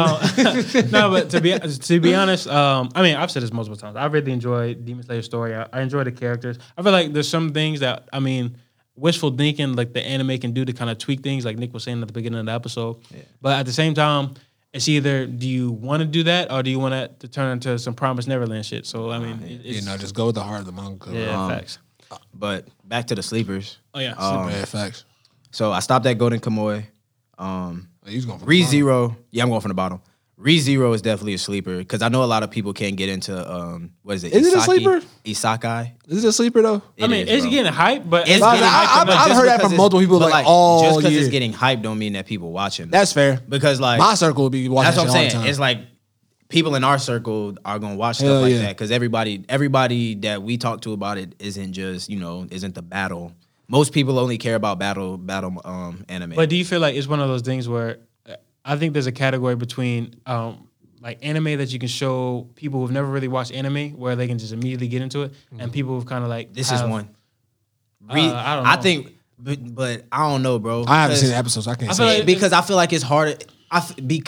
S1: um, no. But to be to be honest, um, I mean, I've said this multiple times. I really enjoy Demon Slayer's story. I, I enjoy the characters. I feel like there's some things that I mean, wishful thinking, like the anime can do to kind of tweak things, like Nick was saying at the beginning of the episode. But at the same time, it's either do you want to do that or do you want to turn into some Promised Neverland shit? So I mean, it-
S3: You
S1: it's,
S3: know, just go with the heart of the manga.
S1: yeah,
S2: um,
S1: facts.
S2: But back to the sleepers.
S1: Oh yeah,
S2: um,
S3: Yeah, facts.
S2: So I stopped at Golden Kamuy. Um,
S3: He's going for the
S2: Re
S3: manga.
S2: Zero. Yeah, I'm going from the bottom. Re Zero is definitely a sleeper because I know a lot of people can't get into um, what is it?
S3: Is it a
S2: Isaki-
S3: sleeper?
S2: Isakai.
S3: Is it a sleeper though?
S1: I mean, it's
S2: bro.
S1: getting hype, but
S2: It's
S1: it's
S3: I-
S1: getting
S2: getting
S3: I-
S2: hyped,
S1: hype.
S2: but
S3: I've-
S1: enough
S3: I've
S2: just
S1: just-
S3: heard that
S2: because
S3: from
S2: it's-
S3: multiple people,
S2: but,
S3: like, all
S2: just because
S3: year.
S2: it's getting hyped don't mean that people watching.
S3: That's fair.
S2: because like
S3: My circle would be watching
S2: that's what I'm
S3: shit all the
S2: saying.
S3: time.
S2: It's like people in our circle are gonna watch stuff
S3: Hell
S2: like
S3: yeah.
S2: that because everybody everybody that we talk to about it isn't just you know isn't the battle. Most people only care about battle battle um anime.
S1: But do you feel like it's one of those things where uh, I think there's a category between um, like anime that you can show people who've never really watched anime where they can just immediately get into it, and people who've kind of like
S2: Mm-hmm. this
S1: have- uh,
S2: is one. Re-
S1: I
S2: I,
S1: don't know.
S2: think, but, but I don't know, bro.
S3: I haven't
S2: because-
S3: seen the episode, so I can't
S1: I
S3: say.
S1: feel
S3: it.
S1: like-
S2: because I feel like it's hard. I f- be,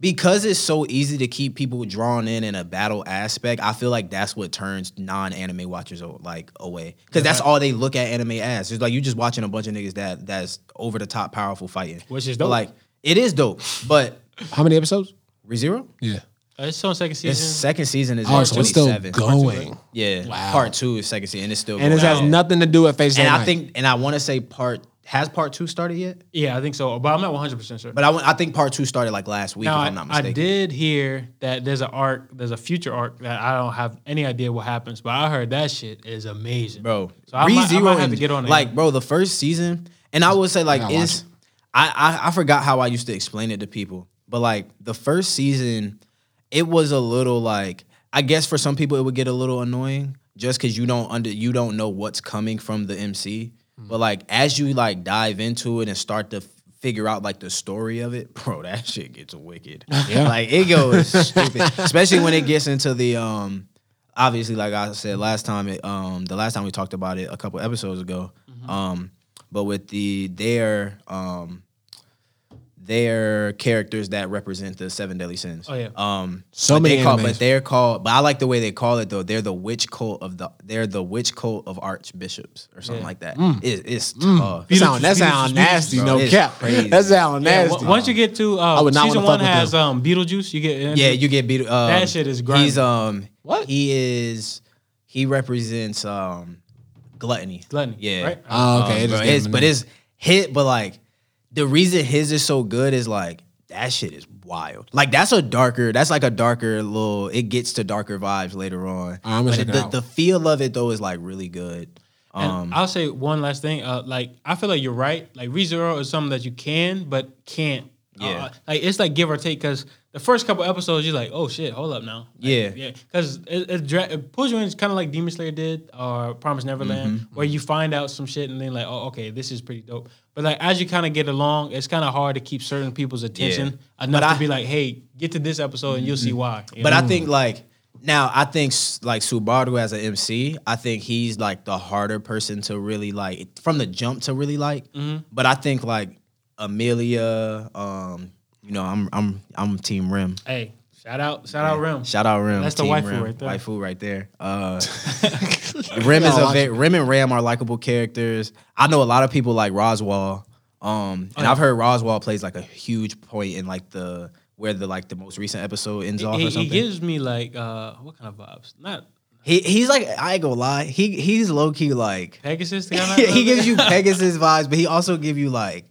S2: because it's so easy to keep people drawn in in a battle aspect. I feel like that's what turns non-anime watchers o- like away because that's all they look at anime as. It's like you just watching a bunch of niggas that that's over the top powerful fighting,
S1: Which is
S2: But,
S1: dope.
S2: like it is dope, but
S3: How many episodes?
S2: Rezero.
S3: Yeah.
S1: Uh, it's on second season.
S2: Its second season is
S3: Oh,
S2: oh,
S3: so it's still
S2: 27.
S3: going.
S2: Yeah,
S3: Wow.
S2: part two is second season, and it's still
S3: And it
S2: going.
S3: has nothing to do with Face
S2: and
S3: Day
S2: I
S3: Night.
S2: think, and I want to say part has part two started yet?
S1: Yeah, I think so. But I'm not 100 percent sure.
S2: But I, wa- I think part two started like last week,
S1: Now,
S2: if
S1: I,
S2: I'm not
S1: I
S2: mistaken.
S1: did hear that there's an arc, there's a future arc that I don't have any idea what happens, but I heard that shit is amazing,
S2: bro.
S1: So I, might, I might have to get on it.
S2: Like, bro, the first season, and I would say like
S3: gotta watch
S2: it's, I, I I forgot how I used to explain it to people, but like the first season, it was a little like I guess for some people it would get a little annoying just because you don't under you don't know what's coming from the MC, but like as you like dive into it and start to. f- Figure out like the story of it, bro. That shit gets wicked.
S3: Yeah.
S2: Like it goes stupid, especially when it gets into the um. Obviously, like I said last time, it, um, the last time we talked about it a couple episodes ago, um, but with the their um, their characters that represent the seven deadly sins.
S1: Oh, yeah.
S2: Um,
S3: So
S2: but they
S3: many
S2: call,
S3: animes.
S2: but they're called. But I like the way they call it though. They're the witch cult of the. They're the witch cult of archbishops or something
S1: Yeah.
S2: like that.
S3: Mm.
S2: It, it's tough.
S3: That
S1: Beetlejuice,
S3: sound, that sound
S1: Beetlejuice,
S3: nasty,
S2: Beetlejuice,
S3: no
S2: bro. It's
S3: cap.
S2: crazy.
S3: That sound
S1: Yeah,
S3: nasty.
S1: w- once you get to uh,
S3: I would not
S1: season
S3: wanna fuck
S1: one
S3: with
S1: has um, Beetlejuice, you get
S2: Yeah, you get beat. Um,
S1: That shit is grimy.
S2: He's um.
S3: What?
S2: He is. He represents um, gluttony.
S1: Gluttony,
S2: Yeah.
S1: right?
S3: oh, okay.
S2: Um,
S3: it
S2: bro,
S3: just gave
S2: it's,
S3: him a
S2: but
S3: name.
S2: it's hit. But like, the reason his is so good is like that shit is wild. Like that's a darker. That's like a darker little. It gets to darker vibes later on.
S3: All right, I'm gonna
S2: But
S3: check it
S2: the,
S3: out.
S2: the feel of it though is like really good.
S1: And
S2: Um,
S1: I'll say one last thing. Uh, like I feel like you're right. Like ReZero is something that you can but can't. Uh,
S2: Yeah.
S1: like it's like give or take because the first couple episodes you're like, oh shit, hold up now. Like,
S2: Yeah.
S1: yeah. Because it, it, dra- it pulls you in kind of like Demon Slayer did or Promise Neverland,
S2: Mm-hmm.
S1: where you find out some shit and then like, oh okay, this is pretty dope. But like as you kind of get along, it's kind of hard to keep certain people's attention enough
S2: But
S1: to
S2: I- Mm-hmm.
S1: be like, hey, get to this episode and you'll see why. you
S2: But
S1: know?
S2: I think like now I think s- like Subaru as an MC, I think he's like the harder person to really like from the jump to really like.
S3: Mm-hmm.
S2: But I think like Amelia, um, you know, I'm I'm I'm Team Rim.
S1: hey, shout out, shout out Rim.
S2: Shout out Rim.
S1: That's the
S2: Team
S1: waifu
S2: Rim.
S1: right there.
S2: Waifu right there. Uh, Rim is
S3: Gotta
S2: a
S3: watch
S2: ve- Rim and Ram are likable characters. I know a lot of people like Roswell. Um,
S1: Oh,
S2: and I've heard Roswell plays like a huge point in like the where the like the most recent episode ends off
S1: He,
S2: or
S1: he
S2: something.
S1: gives me like uh, what kind of vibes? Not
S2: He he's like I ain't gonna lie. He he's low key like
S1: Pegasus. the guy that-
S2: he gives you Pegasus vibes, but he also give you like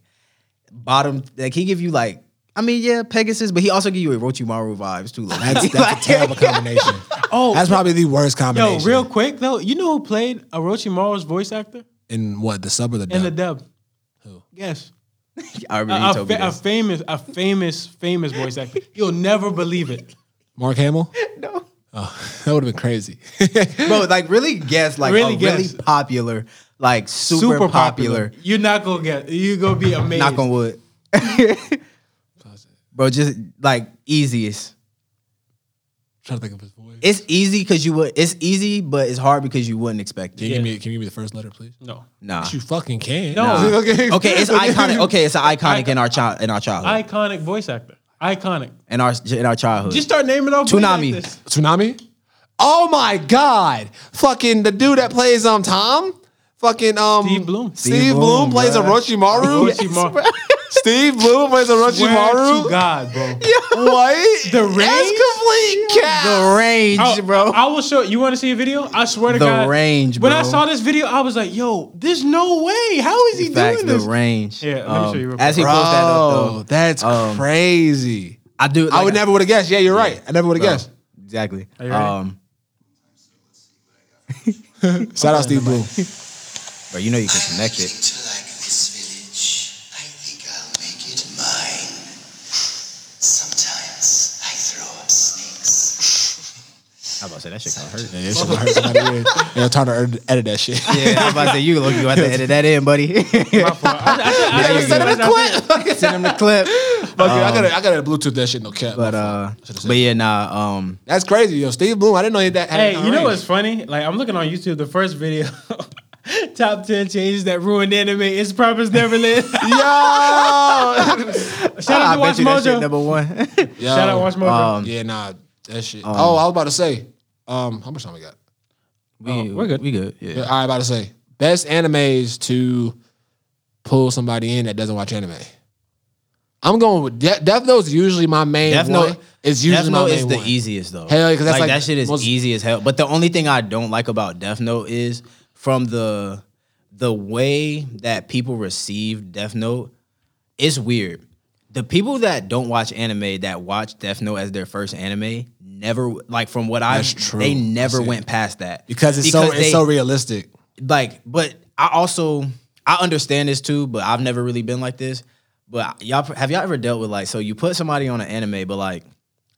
S2: bottom like he give you like I mean yeah Pegasus, but he also give you Orochimaru vibes too. Like,
S3: That's, that's a terrible combination.
S1: Oh,
S3: That's probably the worst combination.
S1: yo, real quick though, you know who played Orochimaru's voice actor
S3: in what the sub or the
S1: in
S3: dub?
S1: the dub? Who? Guess.
S2: I already
S1: A, a
S2: told me
S1: fa- a
S2: this.
S1: famous, a famous, famous voice actor. You'll never believe it.
S3: Mark Hamill.
S2: No.
S3: Oh, that would have been crazy.
S2: Bro, like really guess like
S1: Really
S2: a
S1: guess.
S2: really popular, like super, popular.
S1: You're not gonna get. You're gonna be amazed.
S2: Knock on wood. Bro, just like easiest.
S3: trying to think of his voice.
S2: It's easy because you would. It's easy, but it's hard because you wouldn't expect
S3: Can
S2: it.
S3: you
S1: Yeah.
S3: give me? Can you give me the first letter, please?
S1: No.
S2: Nah.
S3: Yes, you fucking can.
S1: No.
S2: Nah.
S3: okay.
S2: Okay, it's iconic. Okay, it's an iconic in our child in our childhood.
S1: Iconic voice actor. Iconic.
S2: in our in our childhood.
S1: Just start naming off.
S2: Toonami.
S1: voice actors.
S3: Tsunami. Oh my god! Fucking the dude that plays um Tom. Fucking um
S1: Steve Bloom.
S3: Steve,
S2: Steve
S3: Bloom
S2: Bloom,
S3: plays
S2: bruh.
S3: Orochimaru.
S1: Orochimaru.
S3: Steve Bloom plays
S1: Swear
S3: Orochimaru.
S1: to God, bro.
S3: What?
S1: The
S3: That's
S1: range?
S3: complete cap.
S2: the range,
S1: Oh,
S2: bro.
S1: I will show you. Want to see a video? I swear to
S2: The
S1: God.
S2: range,
S1: When I
S2: bro.
S1: saw this video, I was like, "Yo, there's no way. How is he
S2: Facts,
S1: doing
S2: the
S1: this?"
S2: range.
S1: Yeah, let me show you real
S2: Um, As he
S3: Bro,
S2: pulls that up, though,
S3: that's
S2: Um,
S3: crazy.
S2: I do.
S3: I
S2: like,
S3: would never would have guessed. Yeah, you're right. I never would have
S2: bro,
S3: guessed.
S2: Exactly.
S1: you ready?
S2: Um,
S3: Shout out Steve Bloom.
S2: bro, you know you can connect it.
S4: to like this village. I think I'll make it mine. Sometimes I throw up snakes.
S2: I was about to say that shit kind of hurt.
S3: Yeah, that shit hurt somebody weird. Yeah, time to ed- edit that shit.
S2: Yeah, I was about to say you look. You have to edit that in, buddy.
S1: I,
S2: Yeah, you
S1: said it
S2: good.
S1: as a clip.
S2: Send him the clip. Uh,
S3: Fuck it, I gotta, I gotta Bluetooth that shit. No cap.
S2: Um, But uh, but yeah, nah. Um,
S3: that's crazy, yo. Steve Bloom. I didn't know he that. had
S1: Hey,
S3: that
S1: you
S3: kind of
S1: know
S3: range.
S1: what's funny? Like I'm looking on YouTube, the first video, top ten changes that ruined anime. It's promise Neverland.
S3: Yo.
S1: Shout out
S2: I
S1: to Watch
S2: bet you that shit
S1: Mojo.
S2: number one.
S3: Yo.
S1: Shout out Watch Mojo.
S2: Um,
S3: Yeah, nah, that shit. oh, I was about to say. Um, how much time we got?
S2: we,
S1: we're good.
S2: We oh, good. Yeah.
S3: Yeah, I was about to say best animes to pull somebody in that doesn't watch anime. I'm going with De- Death Note is usually my main
S2: Death
S3: one.
S2: Note
S3: It's usually
S2: Death
S3: my
S2: Note
S3: main
S2: is the
S3: one.
S2: easiest though.
S3: Hell yeah, 'cause that's like
S2: that shit is
S3: most-
S2: easy as hell. But the only thing I don't like about Death Note is from the the way that people receive Death Note is weird. The people that don't watch anime that watch Death Note as their first anime never like from what I
S3: That's true.
S2: they
S3: I
S2: never
S3: see.
S2: went past that
S3: because it's so
S2: they-
S3: it's so realistic.
S2: like but I also I understand this too, but I've never really been like this. But y'all have y'all ever dealt with like so you put somebody on an anime but like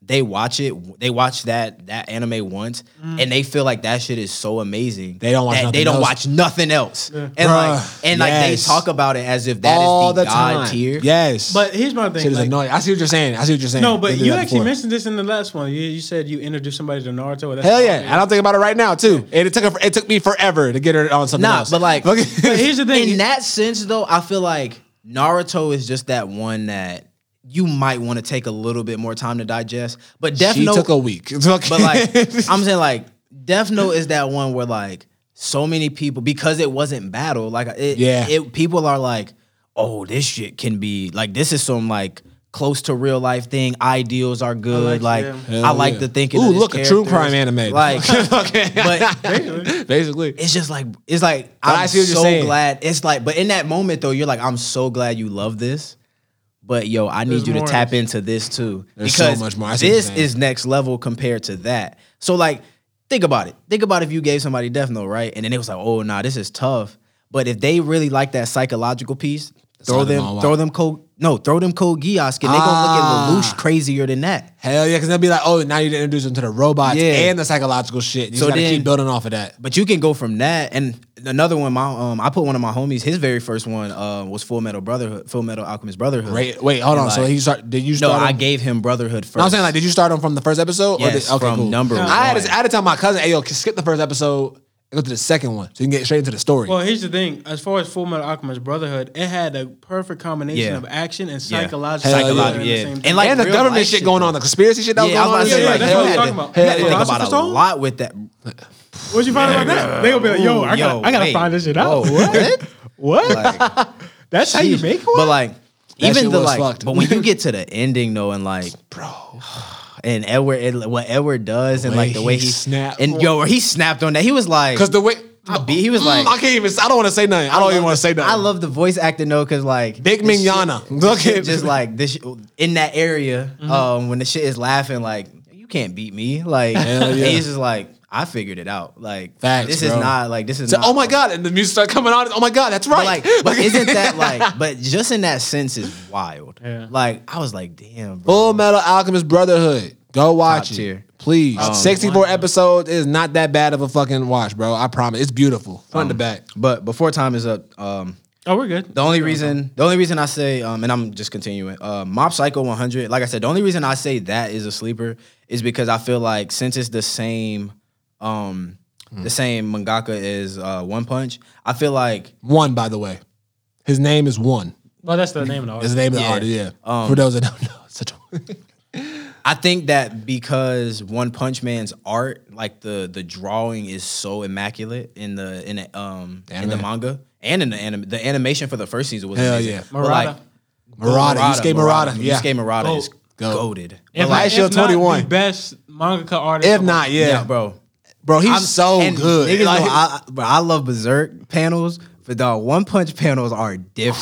S2: they watch it they watch that that anime once
S1: Mm.
S2: and they feel like that shit is so amazing.
S3: They don't watch
S2: that
S3: nothing
S2: they don't
S3: else.
S2: watch nothing else. And like
S3: Bruh,
S2: and like
S3: yes.
S2: they talk about it as if that is
S3: All
S2: the,
S3: the
S2: god
S3: time.
S2: tier.
S3: Yes.
S1: But here's my thing.
S3: shit is
S1: like-
S3: annoying. I see what you're saying. I see what you're saying.
S1: no, but
S3: They did
S1: you
S3: that
S1: actually
S3: before.
S1: mentioned this in the last one. You, you said you introduced somebody to Naruto. That's
S3: Hell Oh, yeah! And I'm thinking about it right now too. And it took her, it took me forever to get her on something
S2: Nah,
S3: else.
S2: but like-
S3: Okay.
S1: But here's the thing.
S2: In that sense, though, I feel like Naruto is just that one that you might want to take a little bit more time to digest. But Death
S3: she
S2: Note
S3: took a week. It's okay.
S2: But like I'm saying, like Death Note is that one where like so many people because it wasn't battle, like it,
S3: Yeah.
S2: it people are like, oh, this shit can be like this is some like close to real life thing. Ideals are good.
S1: like,
S2: Like,
S1: yeah.
S2: I
S3: Hell
S2: like
S3: yeah.
S2: the thinking.
S3: Ooh,
S2: of his
S3: look, a true
S2: characters.
S3: crime anime.
S2: Like,
S3: okay,
S2: but
S3: basically,
S2: it's just like it's like
S3: But
S2: I'm
S3: I see what
S2: so
S3: you're saying.
S2: glad. It's like, but in that moment though, you're like, I'm so glad you love this. But yo, I need
S1: There's
S2: you to
S1: more.
S2: tap into this too.
S3: There's so
S2: because
S3: much more. I see what
S2: this
S3: you're saying.
S2: is next level compared to that. So like, think about it. Think about if you gave somebody Death Note, right? And then it was like, oh nah, this is tough. But if they really like that psychological piece, throw
S3: not the
S2: them,
S3: wrong
S2: throw
S3: one.
S2: them cold, no, throw them cold Geass, and they
S3: Ah.
S2: gonna look at Lelouch crazier than that.
S3: hell yeah! Because they'll be like, oh, now you didn't introduce them to the robots
S2: Yeah.
S3: and the psychological shit. You
S2: So
S3: just gotta
S2: then-
S3: keep building off of that.
S2: But you can go from that and another one. My um, I put one of my homies. His very first one uh, was Full Metal Brotherhood, Full Metal Alchemist Brotherhood.
S3: Right? Wait, hold on.
S2: And,
S3: so
S2: like,
S3: he start? Did you
S2: no,
S3: start?
S2: I
S3: him-
S2: gave him Brotherhood first.
S3: No, I'm saying like, did you start them from the first episode?
S2: Yes,
S3: did,
S2: from number
S3: I had,
S2: one.
S3: to, I had to tell my cousin, hey yo, skip the first episode, and go to the second one, so you can get straight into the story.
S1: Well, here's the thing. As far as Full Metal Alchemist Brotherhood, it had a perfect combination
S2: Yeah.
S1: of action and
S2: Yeah.
S1: psychological.
S3: Hell
S1: thriller
S2: yeah.
S1: in the same
S2: And,
S1: time.
S2: like,
S3: and the
S2: real
S3: government
S2: life
S3: shit
S2: shit,
S3: going
S2: though.
S3: on, the conspiracy shit that
S2: yeah, I was about to
S3: was
S1: yeah,
S2: say
S3: going
S1: yeah, that's
S2: like,
S3: on.
S2: hell
S1: what I'm
S2: yeah,
S1: talking
S2: the-
S1: about.
S2: you had
S1: Yeah,
S2: to think
S1: Philosopher's
S2: about a
S1: Stone?
S2: lot with that.
S1: What you find out about that? They gonna be like, yo, I,
S2: yo,
S1: got, I gotta
S2: wait.
S1: find this shit out.
S2: Whoa,
S1: what?
S2: what?
S1: What?
S2: Like,
S1: That's how you make one.
S2: But like, even
S3: shit
S2: the
S3: was
S2: like,
S3: fucked.
S2: but when you get to the ending though, and like, bro. And Edward, Ed- what Edward does, and
S3: way
S2: like the way
S3: he
S2: he,
S3: snapped.
S2: and yo, where he snapped on that, he was like,
S3: Because the way
S2: I be- he was
S3: Mm,
S2: like-
S3: I can't even. I don't want to say nothing. I don't even want to say nothing.
S2: I love the voice acting though, because like
S3: Big
S2: the shit-
S3: Mignana.
S2: the
S3: Look
S2: shit
S3: at-
S2: just like this sh- in that area. Um, when the shit is laughing, like you can't beat me. Like
S3: Hell yeah.
S2: he's just like I figured it out. Like
S3: Facts,
S2: this
S3: bro.
S2: is not like this is
S3: So,
S2: not.
S3: oh my god, and the music started coming on. Oh my god, that's
S2: But
S3: right.
S2: like, but isn't that like? But just in that sense is wild.
S1: Yeah.
S2: Like I was like, damn, bro.
S3: Full Metal Alchemist Brotherhood? Go watch
S2: Top
S3: it,
S2: tier. Oh,
S3: please. Sixty-four episodes is not that bad of a fucking watch, bro. I promise. It's beautiful, front
S2: Um,
S3: to back.
S2: But before time is up, um,
S1: oh, we're good.
S2: The only reason, the only reason I say, um, and I'm just continuing, uh, Mob Psycho 100. Like I said, the only reason I say that is a sleeper is because I feel like since it's the same, um,
S3: Hmm.
S2: the same mangaka as uh, One Punch, I feel like
S3: One, by the way, his name is One.
S1: Well, that's the name of the artist.
S3: His name is
S2: Yeah. Um,
S3: Artie. Yeah. For those that don't know, it's such a
S2: I think that because One Punch Man's art, like the the drawing is so immaculate in the in the, um in the
S3: anime.
S2: manga and in the anime, the animation for the first season was
S3: Hell
S2: amazing.
S3: yeah.
S2: But, like,
S1: Murata.
S3: Murata. Yusuke Murata. Yeah.
S2: Yusuke Murata is
S3: Goat.
S2: goaded.
S1: If,
S3: Like,
S1: if
S3: Show
S1: not
S3: 21.
S1: the best mangaka artist.
S3: If
S1: of all-
S3: not, yeah,
S2: yeah, bro.
S3: bro, he's
S2: I'm-
S3: so
S2: and
S3: good.
S2: Niggas
S3: Like-
S2: know I, I- bro, I love Berserk panels, but dog, One Punch panels are different.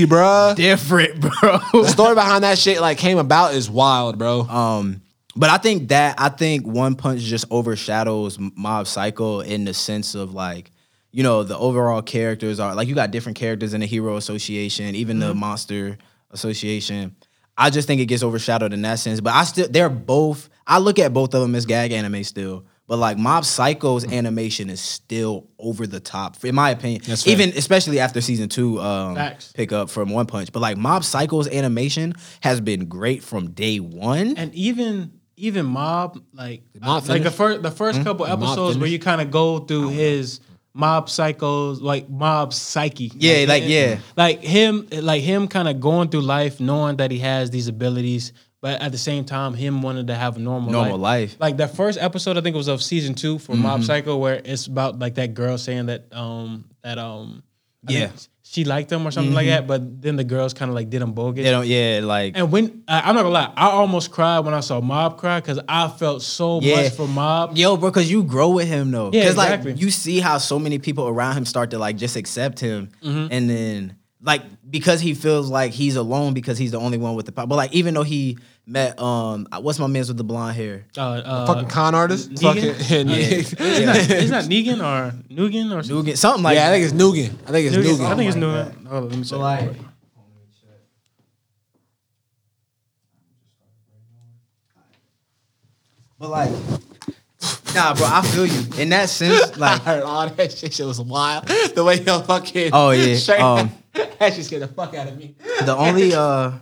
S2: Like,
S3: bro.
S2: different, bro.
S3: The story behind that shit like came about is wild, bro.
S2: um, but I think that I think One Punch just overshadows Mob Psycho in the sense of like, you know, the overall characters are like you got different characters in the Hero Association, even
S3: Mm-hmm.
S2: the Monster Association. I just think it gets overshadowed in that sense. But I still, they're both. I look at both of them as gag anime still. But like Mob Psycho's
S3: Mm-hmm.
S2: animation is still over the top, in my opinion.
S3: That's fair.
S2: Even especially after season two, um,
S1: Facts.
S2: pick up from One Punch. But like Mob Psycho's animation has been great from day one.
S1: and even even mob like
S3: Mob
S1: like the
S3: finished?
S1: first the first couple episodes where you kind of go through his mob psychos like mob psyche
S2: Yeah, like, yeah.
S1: like him like him kind of going through life knowing that he has these abilities but at the same time him wanting to have a normal
S2: Normal life.
S1: like that first episode I think it was of season two for Mob Psycho where it's about like that girl saying that um that um
S2: Yeah.
S1: think she liked them or something like that. But then the girls kind of like did them bogus.
S2: They don't. Yeah, like
S1: and when I I'm not gonna lie, I almost cried when I saw Mob cry because I felt so
S2: Yeah.
S1: much for Mob.
S2: Yo, bro, because you grow with him though.
S1: Yeah,
S2: Because
S1: exactly.
S2: like you see how so many people around him start to like just accept him,
S3: Mm-hmm.
S2: and then like because he feels like he's alone because he's the only one with the power. But like even though he met um, what's my man's with the blonde hair?
S1: Uh, uh,
S3: fucking con artist.
S1: Negan?
S3: Fucking, yeah.
S1: It's not, it's not Negan or Nugan or something.
S2: Dugan, something like
S3: yeah, I think it's Nugan. I think it's Nugan.
S1: I think it's
S2: Oh my
S1: Nugan. Hold on, let me check.
S2: like. But like, nah, bro, I feel you in that sense. Like,
S3: I heard all that shit. Shit was wild. The way your fucking
S2: Oh, yeah,
S3: shirt-
S2: um,
S3: that shit scared the fuck out of me.
S2: the only uh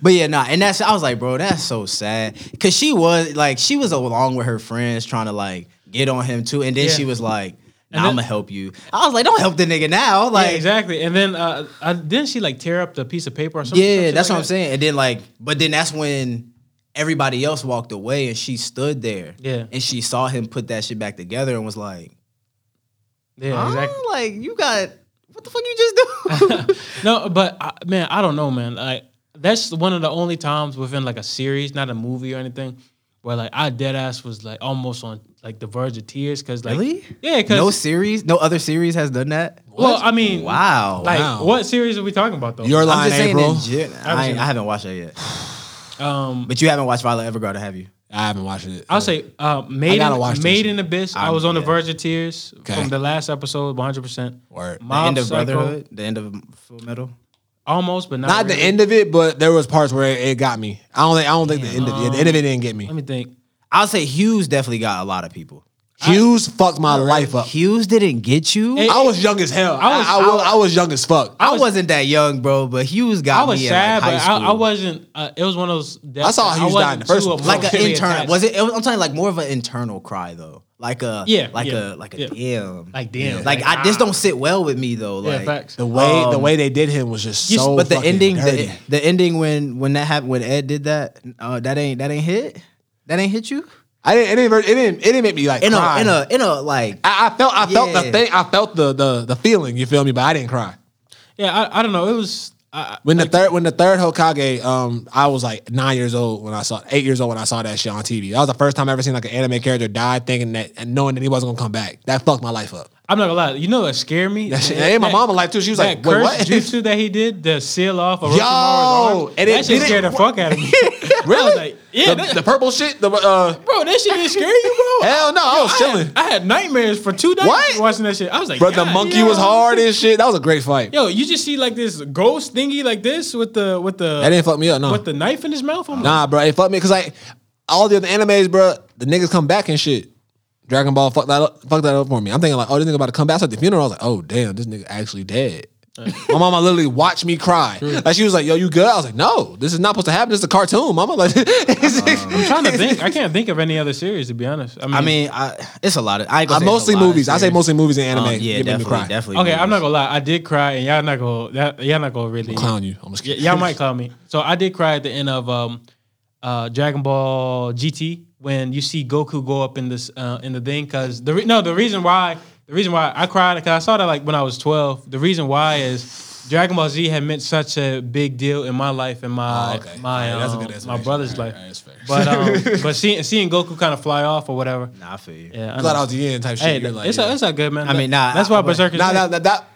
S2: but yeah nah and that's i was like bro that's so sad because she was like she was along with her friends trying to like get on him too and then
S1: Yeah.
S2: she was like nah,
S1: And then-
S2: i'm gonna help you i was like don't help the nigga now like
S1: yeah,
S2: yeah,
S1: exactly. And then uh, uh, didn't she like tear up the piece of paper or something? some shit
S2: that's
S1: like
S2: what i'm
S1: that?
S2: saying and then like but then that's when everybody else walked away and she stood there
S1: Yeah.
S2: and she saw him put that shit back together and was like
S1: Yeah,
S2: huh?
S1: exactly.
S2: like you got what the fuck you just do
S1: no, but I, man, I don't know, man. Like that's one of the only times within like a series, not a movie or anything, where like I dead ass was like almost on like the verge of tears because like
S2: Really?
S1: yeah, because
S2: no series no other series has done that
S1: well, I mean,
S2: wow
S1: like
S3: Wow.
S1: what series are we talking about though?
S3: You're
S2: I'm
S3: lying,
S2: just saying
S3: April.
S2: in gen- I, ain't- I haven't watched that yet.
S1: um,
S2: But you haven't watched Violet Evergarden, have you?
S3: I haven't watched it.
S1: I'll say uh, made
S3: gotta
S1: in,
S3: watch this.
S1: made in abyss. i
S2: I'm-
S1: was on the
S2: yeah.
S1: verge of tears
S3: Okay.
S1: from the last episode, 100. percent
S3: Word. The
S2: The
S1: Mob
S2: end of
S1: Psycho,
S2: Brotherhood, the end of Full Metal.
S1: almost, but not,
S3: not the
S1: really.
S3: end of it, but there was parts where it, it got me. I don't think I don't think the end of it. the end of it didn't get me.
S1: Let me think.
S2: I'll say Hughes definitely got a lot of people.
S3: Hughes fucked my life up.
S2: Hughes didn't get you.
S1: Hey,
S3: I was young as hell.
S1: was-
S3: I was I, wa- I was, young as fuck. I,
S2: I, was, not that young, bro, but Hughes got
S1: I was
S2: me
S1: sad,
S2: in like, high
S1: but
S2: school.
S1: I, I wasn't. Uh, it was one of those. That,
S3: I saw Hughes die
S1: wasn't
S3: in the first
S1: too
S3: one.
S2: like an
S1: emotionally
S2: internal.
S1: attached.
S2: Was it? it was- I'm saying like more of an internal cry though. Like a
S1: Yeah,
S2: like
S1: yeah,
S2: a like
S1: yeah.
S2: a damn.
S1: Like, damn.
S2: Like I this don't sit well with me though.
S1: Yeah,
S2: Like
S1: facts.
S3: the way the
S2: Um,
S3: way they did him was just
S2: you-
S3: so.
S2: but the
S3: fucking
S2: ending,
S3: dirty.
S2: the, e, the ending when when that happened when Ed did that, uh, that ain't that ain't hit. That ain't hit you
S3: I didn't it didn't it didn't, it didn't make me like
S2: in
S3: cry.
S2: a in a in a like
S3: I, I felt I felt the
S2: Yeah.
S3: thing. I felt the the the feeling. You feel me? But I didn't cry.
S1: Yeah, I, I don't know. It was. I,
S3: When the third when the third Hokage, um, I was like nine years old when I saw eight years old when I saw that shit on TV. That was the first time I ever seen like an anime character die, thinking that and knowing that he wasn't gonna come back. That fucked my life up.
S1: I'm not gonna lie. You know what scared me?
S3: That shit, and my mama life too. She was
S1: That
S3: like, Wait,
S1: curse
S3: what?
S1: jutsu that he did, the seal off of
S3: Yo,
S1: Orochimaru's arm,
S3: and
S1: that
S3: it
S1: shit
S3: didn't-
S1: scared the fuck out of me. I
S3: really?
S1: was like, yeah,
S3: the,
S1: that-
S3: the purple shit. The uh,
S1: bro, that shit didn't scare you, bro.
S3: hell no, I was
S1: I
S3: chilling.
S1: had, I had nightmares for two days
S3: What?
S1: watching that shit. I was like,
S3: Bro, the
S1: God,
S3: monkey
S1: yo.
S3: was hard and shit. That was a great fight.
S1: Yo, you just see like this ghost thingy like this with the with
S3: That
S1: the
S3: didn't fuck me up. No,
S1: with the knife in his mouth. I'm
S3: Nah, bro, it fucked me because like all the other animes, bro, the niggas come back and shit. Dragon Ball fucked that up, fucked that up for me. I'm thinking like, oh, this nigga about to come back. So at the funeral, I was like, oh damn, this nigga actually dead. My mama literally watched me cry. Like she was like, yo, you good? I was like, no, this is not supposed to happen. This is a cartoon, mama. Like,
S1: I'm trying to think. I can't think of any other series to be honest. I mean,
S2: I mean, I, it's a lot of. I ain't gonna say it's a
S3: I Uh, mostly
S2: lot of
S3: movies. I say
S2: series.
S3: mostly movies and anime.
S2: Um, yeah,
S3: It made me
S2: definitely,
S3: cry.
S2: definitely.
S1: okay, I'm
S2: movies.
S1: not gonna lie. I did cry, and y'all not gonna that, y'all not gonna really
S3: Clown you. I'm just
S1: Y-
S3: kidding.
S1: y'all might call me. So I did cry at the end of um, uh, Dragon Ball GT when you see Goku go up in this uh, in the thing because the re- no the reason why the reason why I cried because I saw that like when I was twelve. The reason why is Dragon Ball Z had meant such a big deal in my life and my
S3: Oh, okay.
S1: my
S3: Alright, that's a good
S1: um, my
S3: explanation.
S1: brother's
S3: Alright,
S1: life.
S3: alright, that's fair.
S1: But um, but seeing seeing Goku kind of fly off or whatever.
S2: Nah, I feel you.
S1: Yeah, I
S3: Glad I
S1: know.
S3: was the end type shit.
S1: Hey,
S3: You're like,
S1: it's,
S3: yeah.
S1: not, it's not good, man.
S2: I mean, nah,
S1: That's why
S2: I- but-
S1: Berserkers.
S3: nah, nah, that, that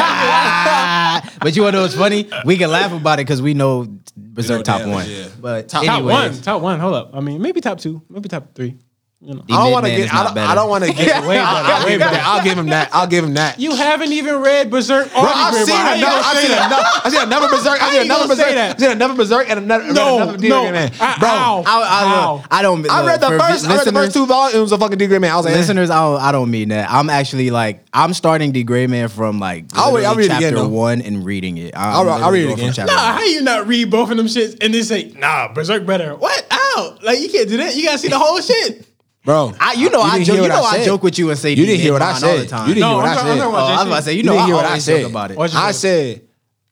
S2: Ah, but you want to know what's funny? We can laugh about it because we know Berserk
S3: know
S2: top
S3: damage,
S2: one.
S3: yeah.
S2: But top
S3: Top- Top
S1: top
S2: anyways,
S1: one, top one. Hold up. I mean, maybe top two, maybe top three. You know.
S2: The
S3: I don't want to
S2: Midman is
S3: get. I
S2: not
S3: don't,
S2: better.
S3: I don't want to get.
S1: way better, way better.
S3: I'll give him that. I'll give him that.
S1: You haven't even read Berserk or
S3: Bro, I've
S1: Angry Birds.
S3: seen
S1: How you
S3: another.
S1: gonna
S3: I've
S1: say
S3: seen
S1: that?
S3: another. I've seen another berserk. I've
S1: you
S3: seen another
S1: gonna say
S3: berserk.
S1: that?
S3: I've seen another berserk and another.
S1: No,
S3: another
S1: no.
S3: Grey Man.
S1: I-
S3: bro.
S1: ow.
S3: I,
S2: I, I,
S1: Ow.
S2: I don't.
S3: I
S2: look,
S3: read the
S2: for
S3: first. I read the first
S2: listeners-
S3: two volumes of fucking D Grey Man. I was like, eh.
S2: Listeners, I don't, I don't mean that. I'm actually like I'm starting the Gray Man from like
S3: I'll read- I'll
S2: literally
S3: read it again,
S2: chapter
S3: though.
S2: one and reading it. I'm
S3: I'll- I'll
S2: literally
S3: read it
S2: going from
S3: again.
S2: chapter
S1: Nah,
S2: one.
S1: how you not read both of them shits and then say, nah, Berserk better? What? Ow. Like, you can't do that. You gotta see the whole shit.
S3: bro.
S2: I, you know,
S3: You
S2: I
S3: didn't
S2: joke.
S3: hear
S2: You
S3: what I
S2: know, I
S3: said.
S2: joke with you and say
S3: You didn't hear what I
S2: Digimon all the
S3: said.
S2: time.
S3: You didn't
S1: No,
S3: hear what
S1: I'm
S3: I
S1: talking- I'm talking
S3: said.
S2: Oh,
S1: about
S2: I was about to say, you know,
S3: didn't
S2: I
S3: hear what I
S2: always joke
S3: said.
S2: about it.
S1: What'd you
S3: I
S1: say?
S3: said,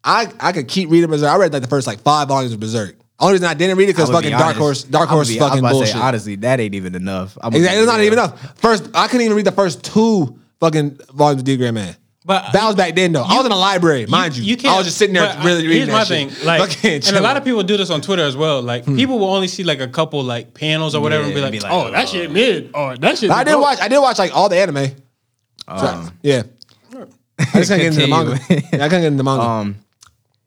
S3: I I could keep reading Berserk. I read like the first like five volumes of Berserk. Only reason I didn't read it because
S2: I would be
S3: fucking Dark
S2: honest.
S3: Horse, Dark
S2: I would
S3: Horse,
S2: be-
S3: is
S2: I was
S3: fucking
S2: about to say,
S3: bullshit.
S2: honestly, that ain't even enough. I'm gonna
S3: Exactly.
S2: be
S3: It's not
S2: real.
S3: even enough. First, I couldn't even read the first two fucking volumes of D. Grand Man.
S1: But-
S3: But that was back then though. I was in a library, mind you. I was just sitting there
S1: but I-
S3: really
S1: Here's
S3: reading that
S1: my
S3: shit. Hmm.
S1: thing, like,
S3: Fucking
S1: and a
S3: chilling.
S1: lot of people do this on Twitter as well. Like, people will only see like a couple like panels or whatever, and be
S2: Yeah,
S1: like,
S2: be like,
S1: "Oh, that shit mid," or "That shit."
S3: But I did
S1: dope."
S3: watch. I did watch like all the anime. So, yeah. I just couldn't get into the manga. Yeah,
S2: Um,
S3: I
S2: Continue.
S3: couldn't get into the manga.
S2: Um,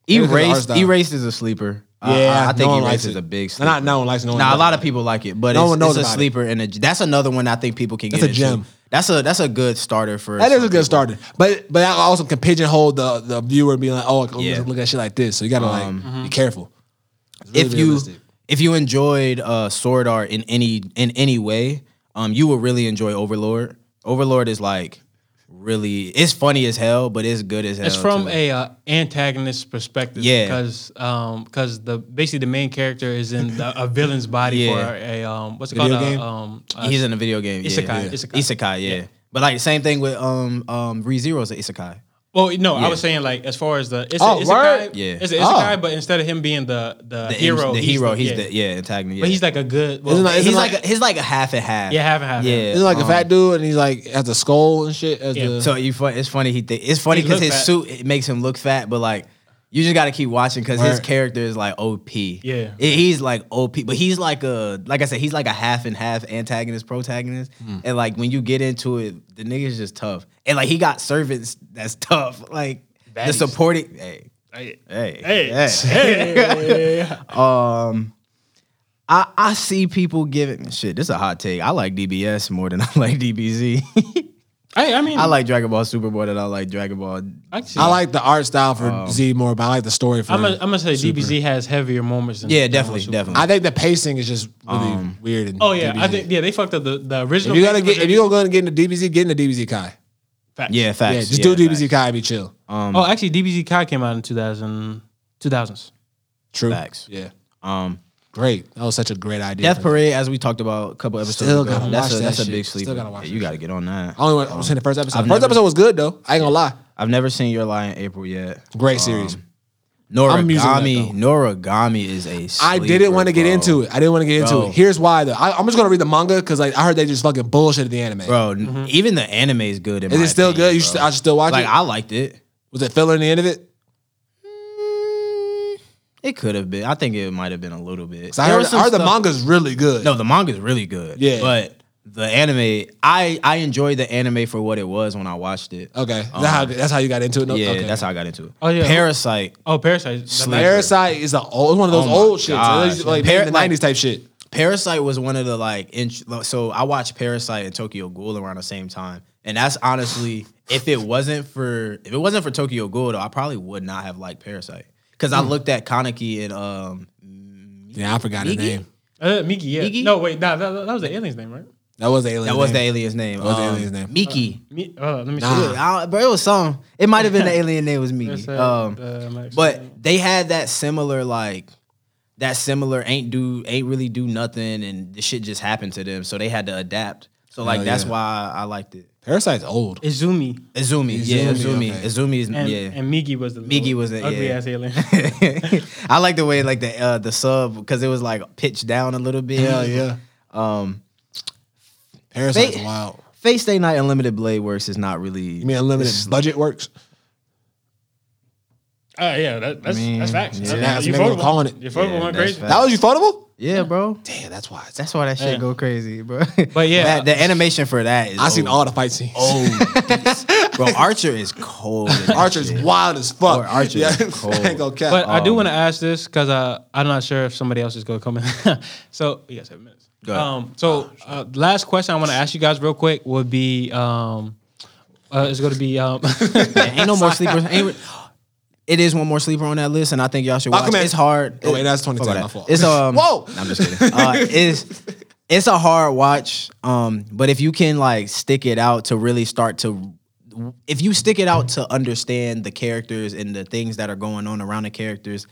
S3: Maybe 'cause of art
S2: erased.
S3: style.
S2: Erased is a sleeper. I-
S3: yeah,
S2: I, I think
S3: no one likes
S2: erased is
S3: it.
S2: a big.
S3: Nah,
S2: Sleeper.
S3: Not no one likes no one.
S2: Nah, a
S3: likes
S2: lot
S3: it.
S2: of people like it, but
S3: No
S2: it's,
S3: one knows
S2: it's
S3: about
S2: a
S3: it.
S2: sleeper and a, that's another one I think people can get.
S3: That's a
S2: into.
S3: gem.
S2: That's a that's a good starter for.
S3: That is
S2: some
S3: a good
S2: people.
S3: starter, but but I also can pigeonhole the the viewer being like, oh, look-
S2: Yeah. Um,
S3: look at shit like this. So you gotta like
S1: Mm-hmm.
S3: be careful. It's really
S2: if you
S3: realistic.
S2: if you enjoyed uh, Sword Art in any in any way, um, you will really enjoy Overlord. Overlord is like really it's funny as hell, but it's good as hell.
S1: It's from
S2: too.
S1: a uh, antagonist perspective,
S2: Yeah.
S1: Because um, because the basically the main character is in the, a villain's body
S2: Yeah.
S1: for a um, what's it
S3: Video
S1: called? A,
S3: game?
S1: um, a-
S2: he's in a video game. yeah.
S1: Isekai,
S2: Yeah.
S1: isekai.
S2: yeah. But like same thing with um um ReZero's an isekai.
S1: well, no, I was saying like as far as the it's
S3: Oh,
S1: a, isekai,
S3: word?
S2: Yeah.
S1: it's an isekai,
S3: Oh.
S1: but instead of him being the the,
S2: The
S1: hero,
S2: the hero, he's,
S1: yeah.
S2: the yeah antagonist. Yeah.
S1: but he's like a good. Well,
S3: Isn't that-
S2: he's
S3: isn't
S2: like,
S3: like-
S2: a, he's like a half and half.
S1: yeah, haven't happened.
S2: yeah.
S3: He's like a
S2: um,
S3: fat dude, and he's like has the skull and shit. As
S1: Yeah.
S3: the,
S2: So you, fu- it's funny. He think it's funny
S1: He
S2: because
S1: look
S2: his
S1: fat.
S2: suit it makes him look fat, but like you just got to keep watching because his
S3: Right.
S2: character is like OP.
S1: Yeah.
S2: He- he's like OP, but he's like a like I said, he's like a half and half antagonist protagonist,
S1: Hmm.
S2: and like when you get into it, the nigga's just tough, and like he got servants that's tough, like
S1: Baddies.
S2: the supporting. Hey,
S1: Hey,
S2: hey,
S1: hey,
S2: Um, I I see people giving shit. This is a hot take. I like DBS more than I like DBZ.
S1: I, I mean,
S2: I like Dragon Ball Super more than I like Dragon Ball
S1: I, can see
S3: I
S1: that.
S3: like the art style for
S2: um,
S3: Z more, but I like the story for.
S1: I'm gonna, I'm gonna say DBZ has heavier moments. Than
S2: Yeah,
S1: than
S2: definitely,
S1: Super.
S2: definitely.
S3: I think the pacing is just really
S2: Um,
S3: weird. And
S1: Oh yeah, I think yeah they fucked up the the original.
S3: if you gotta
S1: pacing was
S3: get if you're gonna get into DBZ, get into DBZ Kai.
S1: facts.
S2: yeah, facts.
S3: Yeah, Um, just
S2: Yeah,
S3: do DBZ
S2: facts.
S3: Kai and be chill.
S1: oh, actually, DBZ Kai came out in 2000, 2000s.
S3: True.
S2: Facts.
S3: Yeah.
S2: Um,
S3: Great. That was such a great idea.
S2: Death
S3: for-
S2: Parade, as we talked about a couple episodes
S3: Still
S2: ago,
S3: gotta
S2: that's
S3: watch
S2: a,
S3: that
S2: that's a
S3: shit.
S2: big
S3: Still
S2: sleeper.
S3: gotta watch
S2: Yeah,
S3: that
S2: you got to get on that.
S3: I only went, I was in the first episode.
S2: I've
S3: first
S2: never-
S3: episode was good though. I ain't gonna lie.
S2: I've never seen Your Lie in April yet. Um,
S3: Great series. I'm using that,
S2: Noragami, Noragami is a.
S3: I didn't want to get into it. I didn't want to get into
S2: Bro.
S3: it. Here's why though. I, I'm just gonna read the manga because like I heard they just fucking bullshitted the anime.
S2: bro. n- Even the anime is good. in
S3: Mm-hmm. Is
S2: my
S3: it still
S2: opinion,
S3: good? You
S2: bro.
S3: should, I should still watch
S2: like
S3: it.
S2: I liked it.
S3: was it filler in the end of it?
S2: It could have been. I think it might have been a little bit.
S3: 'Cause I
S2: There
S3: heard,
S2: was some
S3: I heard the
S2: stuff-
S3: manga's really good.
S2: No, the manga's really good.
S3: Yeah.
S2: but the anime, I I enjoyed the anime for what it was when I watched it.
S3: Okay, that's, how, that's how you got into it. No?
S2: Um, Yeah,
S3: Oh, okay.
S2: that's how I got into it.
S1: Oh, yeah.
S2: Parasite.
S1: Oh, Parasite.
S3: Parasite is a old, it's one of those
S2: Oh my
S3: old shit,
S2: gosh.
S3: like, like
S2: Par-
S3: the
S2: like-
S3: nineties type shit.
S2: Parasite was one of the like. Int- so I watched Parasite and Tokyo Ghoul around the same time, and that's honestly, if it wasn't for if it wasn't for Tokyo Ghoul, though, I probably would not have liked Parasite because
S3: Hmm.
S2: I looked at Kaneki and um,
S3: Yeah, I forgot
S2: Miki?
S3: the name.
S1: Uh, Miki, yeah.
S2: Miki?
S1: No, wait, nah, that, that was the alien's name, right?
S3: That was the alien.
S2: that was the
S3: name.
S2: alien's name.
S3: was the
S2: um,
S3: alien's name?
S2: Miki.
S1: Me, uh, let me
S3: Nah.
S1: see.
S2: I don't- bro, it was some. It might have been the alien name was
S1: That's,
S2: Miki.
S1: uh,
S2: Um,
S1: uh, I'm actually-
S2: But they had that similar like that similar ain't do ain't really do nothing and the shit just happened to them. So they had to adapt. So like
S3: Oh,
S2: that's
S3: yeah.
S2: why I liked it.
S3: Parasite's old.
S1: Izumi
S2: Izumi, yeah,
S3: Izumi,
S2: Izumi.
S3: okay.
S2: Izumi is
S1: and,
S2: yeah.
S1: and Miki was the
S2: Miki was the-
S1: ugly
S2: yeah.
S1: ass alien.
S2: I like the way like the uh, the sub because it was like pitched down a little bit.
S3: Hell yeah.
S2: Um,
S3: Parasite's
S2: They-
S3: wild.
S2: Face Day Night Unlimited Blade Works is not really.
S3: You mean unlimited budget works?
S1: Oh yeah, that, that's
S2: Man,
S1: that's facts.
S2: yeah.
S1: That's-
S3: That's
S1: you
S3: nigga was
S1: voted
S3: calling
S1: one.
S3: it.
S1: You voted
S2: Yeah,
S1: one
S2: that's
S1: crazy.
S2: facts.
S3: That was you photable?
S2: yeah, bro.
S3: Damn, that's why. It's,
S2: That's why that shit
S1: Yeah.
S2: go crazy, bro.
S1: But yeah.
S2: That- the animation for that is.
S3: I seen
S2: old. Oh,
S3: all the fight scenes.
S2: bro. Archer is cold. in that
S3: Archer's
S2: shit.
S3: wild as fuck.
S2: Or Archer is cold.
S3: ain't gonna cap.
S1: But
S2: Um,
S1: I do want to ask this because uh, I'm not sure if somebody else is going to come in. so we got seven minutes.
S2: Go ahead.
S1: Um, so uh, last question I want to ask you guys real quick would be um, uh, it's going to be um,
S2: ain't no more sleepers. Ain't, it is one more sleeper on that list, and I think y'all should watch.
S3: Malcolm
S2: it.
S3: X.
S2: It's hard.
S3: Oh, wait, that's 2010,
S2: Fuck all
S3: my
S2: that.
S3: fault.
S2: It's um.
S3: Whoa!
S2: nah, I'm just kidding. Uh, it's it's a hard watch. Um, but if you can like stick it out to really start to. If you stick it out to understand the characters and the things that are going on around the characters,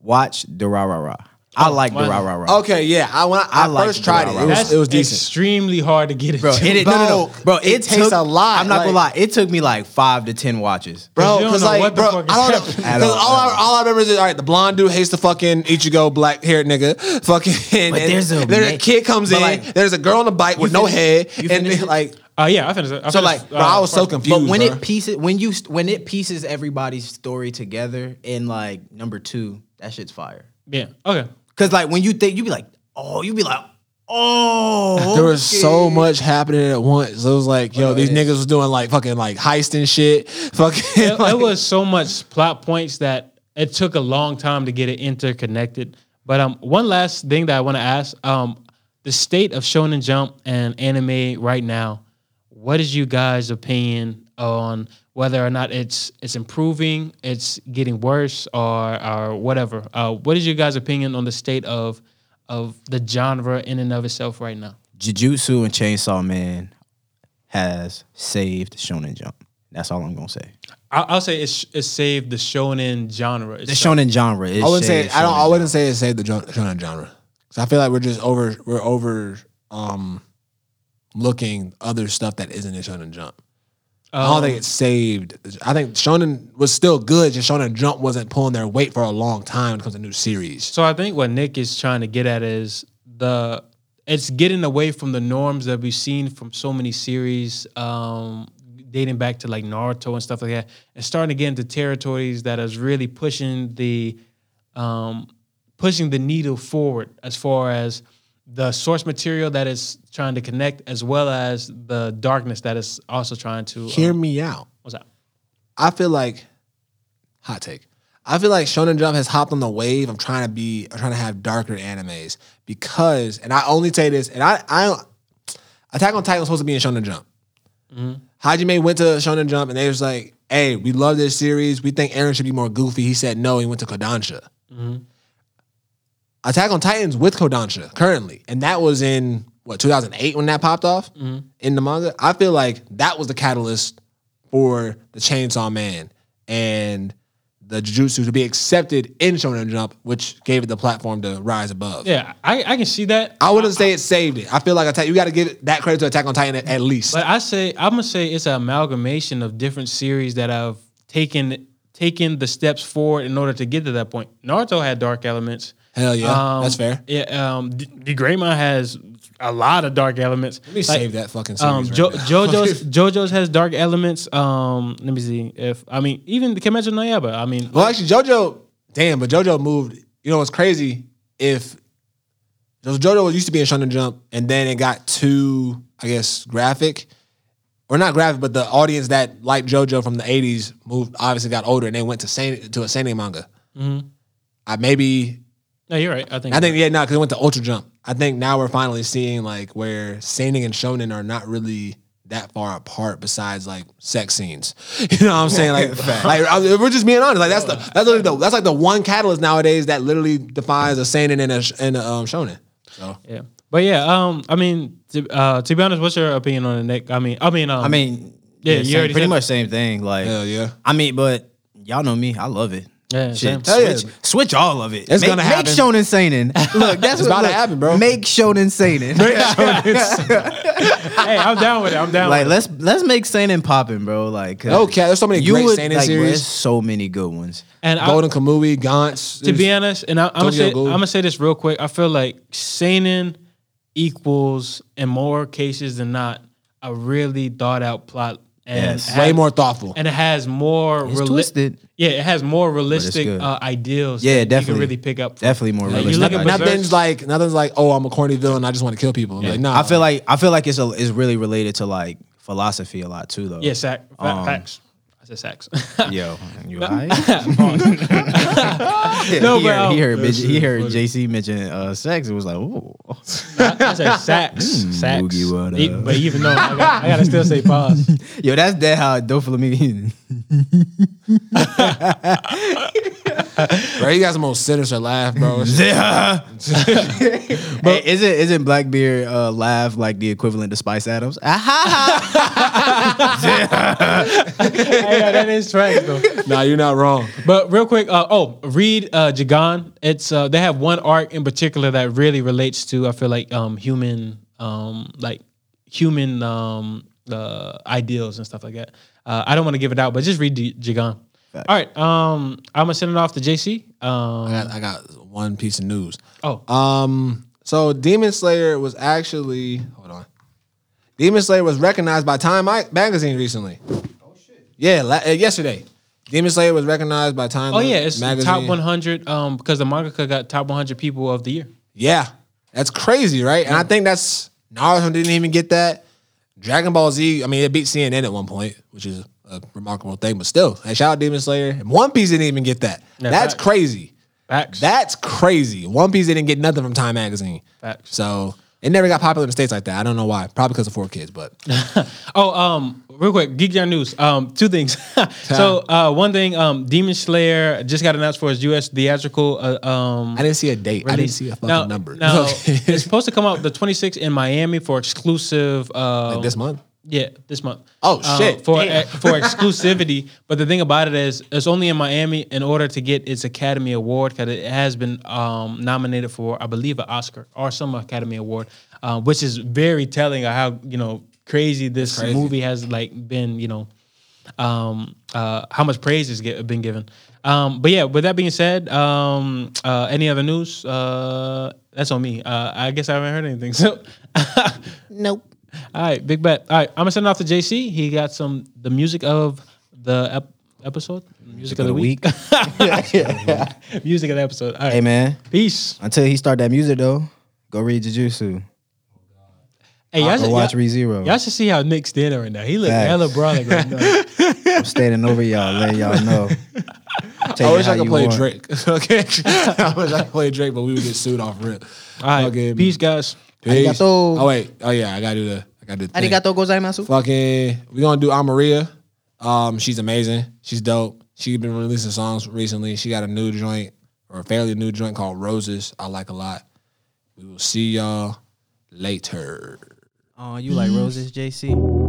S2: watch Durarara. I like
S1: why-
S2: Durarara.
S3: Oh, Okay, yeah. I when I, I
S2: I like
S3: first tried it, it
S2: That's
S3: was, it was decent.
S1: extremely hard to get into.
S2: Bro, it, is- no, no, no.
S3: Bro,
S2: bro,
S3: it takes
S2: took-
S3: a lot,
S2: I'm not gonna lie.
S3: like-
S2: It took me like five to ten watches.
S3: Bro,
S1: you don't
S3: because
S1: know
S3: like,
S1: what the
S3: bro,
S1: fuck is
S3: I don't know.
S1: happening.
S2: At
S3: Because
S2: all.
S3: all, I, all I remember is all right. The blonde dude hates the fucking Ichigo black haired nigga. Fucking.
S2: But there's a
S3: there's
S2: ma-
S3: a kid comes
S2: but
S3: in.
S2: like-
S3: there's a girl on a bike with no
S2: finish-
S3: head,
S2: you
S3: and
S2: finish
S3: they,
S2: it?
S3: like
S1: Uh, yeah, I finished. it. I
S3: So
S1: finished, uh,
S3: like, bro, I was so
S1: first-
S3: confused.
S2: but when
S3: bro.
S2: it pieces when you when it pieces everybody's story together in like number two, that shit's fire.
S1: Yeah. Okay.
S2: Cause like when you think you be like, oh, you be like, oh,
S3: there was so
S2: okay.
S3: much happening at once. It was like, yo, these niggas was doing like fucking like heist and shit. Fucking,
S1: It,
S3: like-
S1: it was so much plot points that it took a long time to get it interconnected. But um, one last thing that I want to ask: um, the state of Shonen Jump and anime right now. What is you guys' opinion on whether or not it's it's improving, it's getting worse, or or whatever? Uh, what is your guys' opinion on the state of of the genre in and of itself right now?
S2: Jujutsu and Chainsaw Man has saved Shonen Jump. That's all I'm gonna say.
S1: I'll, I'll say it's it's saved the shonen genre.
S2: The Shonen genre. Is
S3: I wouldn't say I don't. I wouldn't say it saved the gen- shonen genre. 'Cause I feel like we're just over. We're over. Um, looking other stuff that isn't in shonen jump. I don't think it saved. I think shonen was still good. Just shonen jump wasn't pulling their weight for a long time when it comes to new series.
S1: So I think what Nick is trying to get at is the it's getting away from the norms that we've seen from so many series um, dating back to like Naruto and stuff like that, and starting to get into territories that is really pushing the um, pushing the needle forward as far as the source material that is trying to connect, as well as the darkness that is also trying to.
S3: Hear
S1: um,
S3: me out.
S1: what's up?
S3: I feel like hot take. I feel like Shonen Jump has hopped on the wave of trying to be of trying to have darker animes because, and I only say this, and I I Attack on Titan was supposed to be in Shonen Jump. Hajime went to Shonen Jump and they was like, "Hey, we love this series. We think Aaron should be more goofy." He said no. He went to Kodansha. Attack on Titans with Kodansha currently, and that was in what 2008 when that popped off in the manga. I feel like that was the catalyst for the Chainsaw Man and the Jujutsu to be accepted in Shonen Jump, which gave it the platform to rise above.
S1: Yeah, I, I can see that.
S3: I wouldn't say it saved it. I feel like Attack. You got to give that credit to Attack on Titan at, at least.
S1: But I say I'm gonna say it's an amalgamation of different series that have taken taken the steps forward in order to get to that point. Naruto had dark elements.
S3: Hell yeah,
S1: Um,
S3: that's fair.
S1: Yeah, um, D- D- Greymon has a lot of dark elements.
S3: Let me save that fucking series.
S1: Um,
S3: right
S1: jo-
S3: now.
S1: JoJo's JoJo's has dark elements. Um, let me see if I mean even the Kimetsu no Yaiba. I mean,
S3: Well, actually, JoJo, damn, but JoJo moved. You know what's crazy? If so JoJo used to be in Shonen Jump, and then it got too, I guess, graphic, or not graphic, but the audience that liked JoJo from the '80s moved, obviously got older, and they went to San, to a seinen manga.
S1: Mm-hmm.
S3: I maybe
S1: no, you're right. I think
S3: I think yeah, no, because it went to Ultra Jump. I think now we're finally seeing like where seinen and shonen are not really that far apart besides like sex scenes. You know what I'm saying? Like, like I- if we're just being honest. Like that's the that's literally the, that's like the one catalyst nowadays that literally defines a seinen and a sh- and a um, shonen. So
S1: yeah. But yeah, um, I mean, to, uh, to be honest, what's your opinion on it, Nick? I mean, I mean, um,
S2: I mean,
S1: Yeah,
S2: yeah,
S1: you
S2: same-
S1: already
S2: pretty
S1: said-
S2: much same thing. Like,
S3: hell yeah.
S2: I mean, but y'all know me. I love it.
S1: Yeah, same.
S2: Shit,
S3: Hell yeah.
S2: switch, switch all of it.
S3: It's
S2: make,
S3: gonna happen.
S2: Make Shonen Seinen. Look, that's
S3: It's
S2: what,
S3: about to
S2: look,
S3: happen, bro.
S2: Make Shonen Seinen.
S1: hey, I'm down with it. I'm down.
S2: like,
S1: with it.
S2: let's let's make Seinen poppin', bro. Like, 'cause
S3: Okay, there's so many great seinen
S2: like, bro,
S3: series.
S2: there's so many good ones.
S1: And I-
S3: Golden Kamui, Gantz.
S1: to be honest, and I, I'm gonna
S3: Tokyo
S1: say
S3: Ghoul.
S1: I'm gonna say this real quick. I feel like seinen equals, in more cases than not, a really thought out plot. And
S2: Yes.
S1: has-
S3: way more thoughtful.
S1: and it has more
S2: It's
S1: reali-
S2: twisted.
S1: Yeah, it has more realistic
S2: good.
S1: uh, ideals.
S2: Yeah,
S1: that You
S2: definitely.
S1: can really pick up. From.
S2: Definitely more
S1: Like, you look
S2: realistic.
S1: at
S2: ideas.
S1: Berserk-
S3: nothing's like nothing's like oh I'm a corny villain I just want to kill people. Like nah,
S2: I feel like I feel like it's a, it's really related to like philosophy a lot too, though.
S1: Yeah, sack, fa-
S2: Um,
S1: facts. I said sacks.
S2: Yo, you alright? no, he
S1: but,
S2: heard,
S1: um,
S2: he heard, bitch- he heard JC mention uh, sex. It was like, ooh.
S1: I said sacks.
S2: Hmm,
S1: Sacks.
S2: Boogie, what
S1: E-
S2: up?
S1: But even though I, got, I gotta still say pause.
S2: Yo, that's dead how Doflamingo.
S3: bro, you got the most sinister laugh, bro.
S2: Hey, isn't isn't Blackbeard uh, laugh like the equivalent to Spice Adams? Ah ha ha!
S1: hey, yo, that is trash though.
S3: nah, you're not wrong.
S1: But real quick, uh, oh, read uh, Jagan. It's uh, they have one arc in particular that really relates to I feel like um, human um, like human um, uh, ideals and stuff like that. Uh, I don't want to give it out, but just read J- Jagan. All right, um, I'm gonna send it off to JC. Um,
S3: I got, I got one piece of news.
S1: oh,
S3: Um, so Demon Slayer was actually hold on. Demon Slayer was recognized by Time Mag- Magazine recently. Oh shit! Yeah, la- uh, yesterday. Demon Slayer was recognized by Time.
S1: Oh yeah, it's
S3: Um, magazine.
S1: top 100 um, because the mangaka got top 100 people of the year.
S3: Yeah, that's crazy, right? And I think that's Naruto didn't even get that. Dragon Ball Z, I mean, it beat CNN at one point, which is a remarkable thing, but still, hey, shout out Demon Slayer. And One Piece didn't even get that.
S1: Yeah,
S3: that's
S1: facts.
S3: crazy.
S1: Facts.
S3: That's crazy. One Piece didn't get nothing from Time Magazine.
S1: Facts.
S3: So it never got popular in the states like that. I don't know why. Probably because of four kids, but
S1: Oh, um, real quick, Geek Down News. Um, two things. so uh, one thing, um, Demon Slayer just got announced for his U.S. theatrical. Uh, um,
S3: I didn't see a date. I didn't
S1: release.
S3: see a fucking
S1: Now-
S3: number.
S1: now,
S3: Okay.
S1: it's supposed to come out the 26th in Miami for exclusive. Uh,
S3: this month.
S1: Yeah, this month.
S3: Oh,
S1: Uh,
S3: shit.
S1: For
S3: Damn.
S1: eh, for exclusivity, but the thing about it is, it's only in Miami in order to get its Academy Award because it has been um, nominated for, I believe, an Oscar or some Academy Award, uh, which is very telling of how you know crazy this
S3: Crazy.
S1: movie has like been. You know, um, uh, how much praise has get, been given. Um, but yeah, with that being said, um, uh, any other news? Uh, that's on me. Uh, I guess I haven't heard anything. So
S2: Nope.
S1: All right, big bet. All right, I'm gonna send it off to JC. He got some the music of the ep- episode, music, of the, week, music of the episode. All right,
S2: Hey man,
S1: peace.
S2: until he start that music though, go read Jujutsu.
S1: Hey, y'all
S2: Go
S1: should,
S2: watch
S1: y'all,
S2: ReZero.
S1: y'all should see how Nick's standing right now. He look
S2: Facts.
S1: hella brolic right now.
S2: I'm standing over y'all, letting y'all know. Take
S3: I
S2: it
S3: wish I
S2: how
S3: could
S2: you
S3: play
S2: want.
S3: Drake. okay. I wish I could play Drake, but we would get sued off rip.
S1: All right,
S3: Fucking-
S1: peace, guys.
S3: Peace.
S2: Arigato.
S3: Oh wait. Oh yeah, I gotta do the I gotta do the thing.
S2: Arigato gozaimasu.
S3: Fucking we gonna do Amaria. Um she's amazing. She's dope. She's been releasing songs recently. She got a new joint or a fairly new joint called Roses. I like a lot. We will see y'all later.
S5: Oh, you like roses, JC?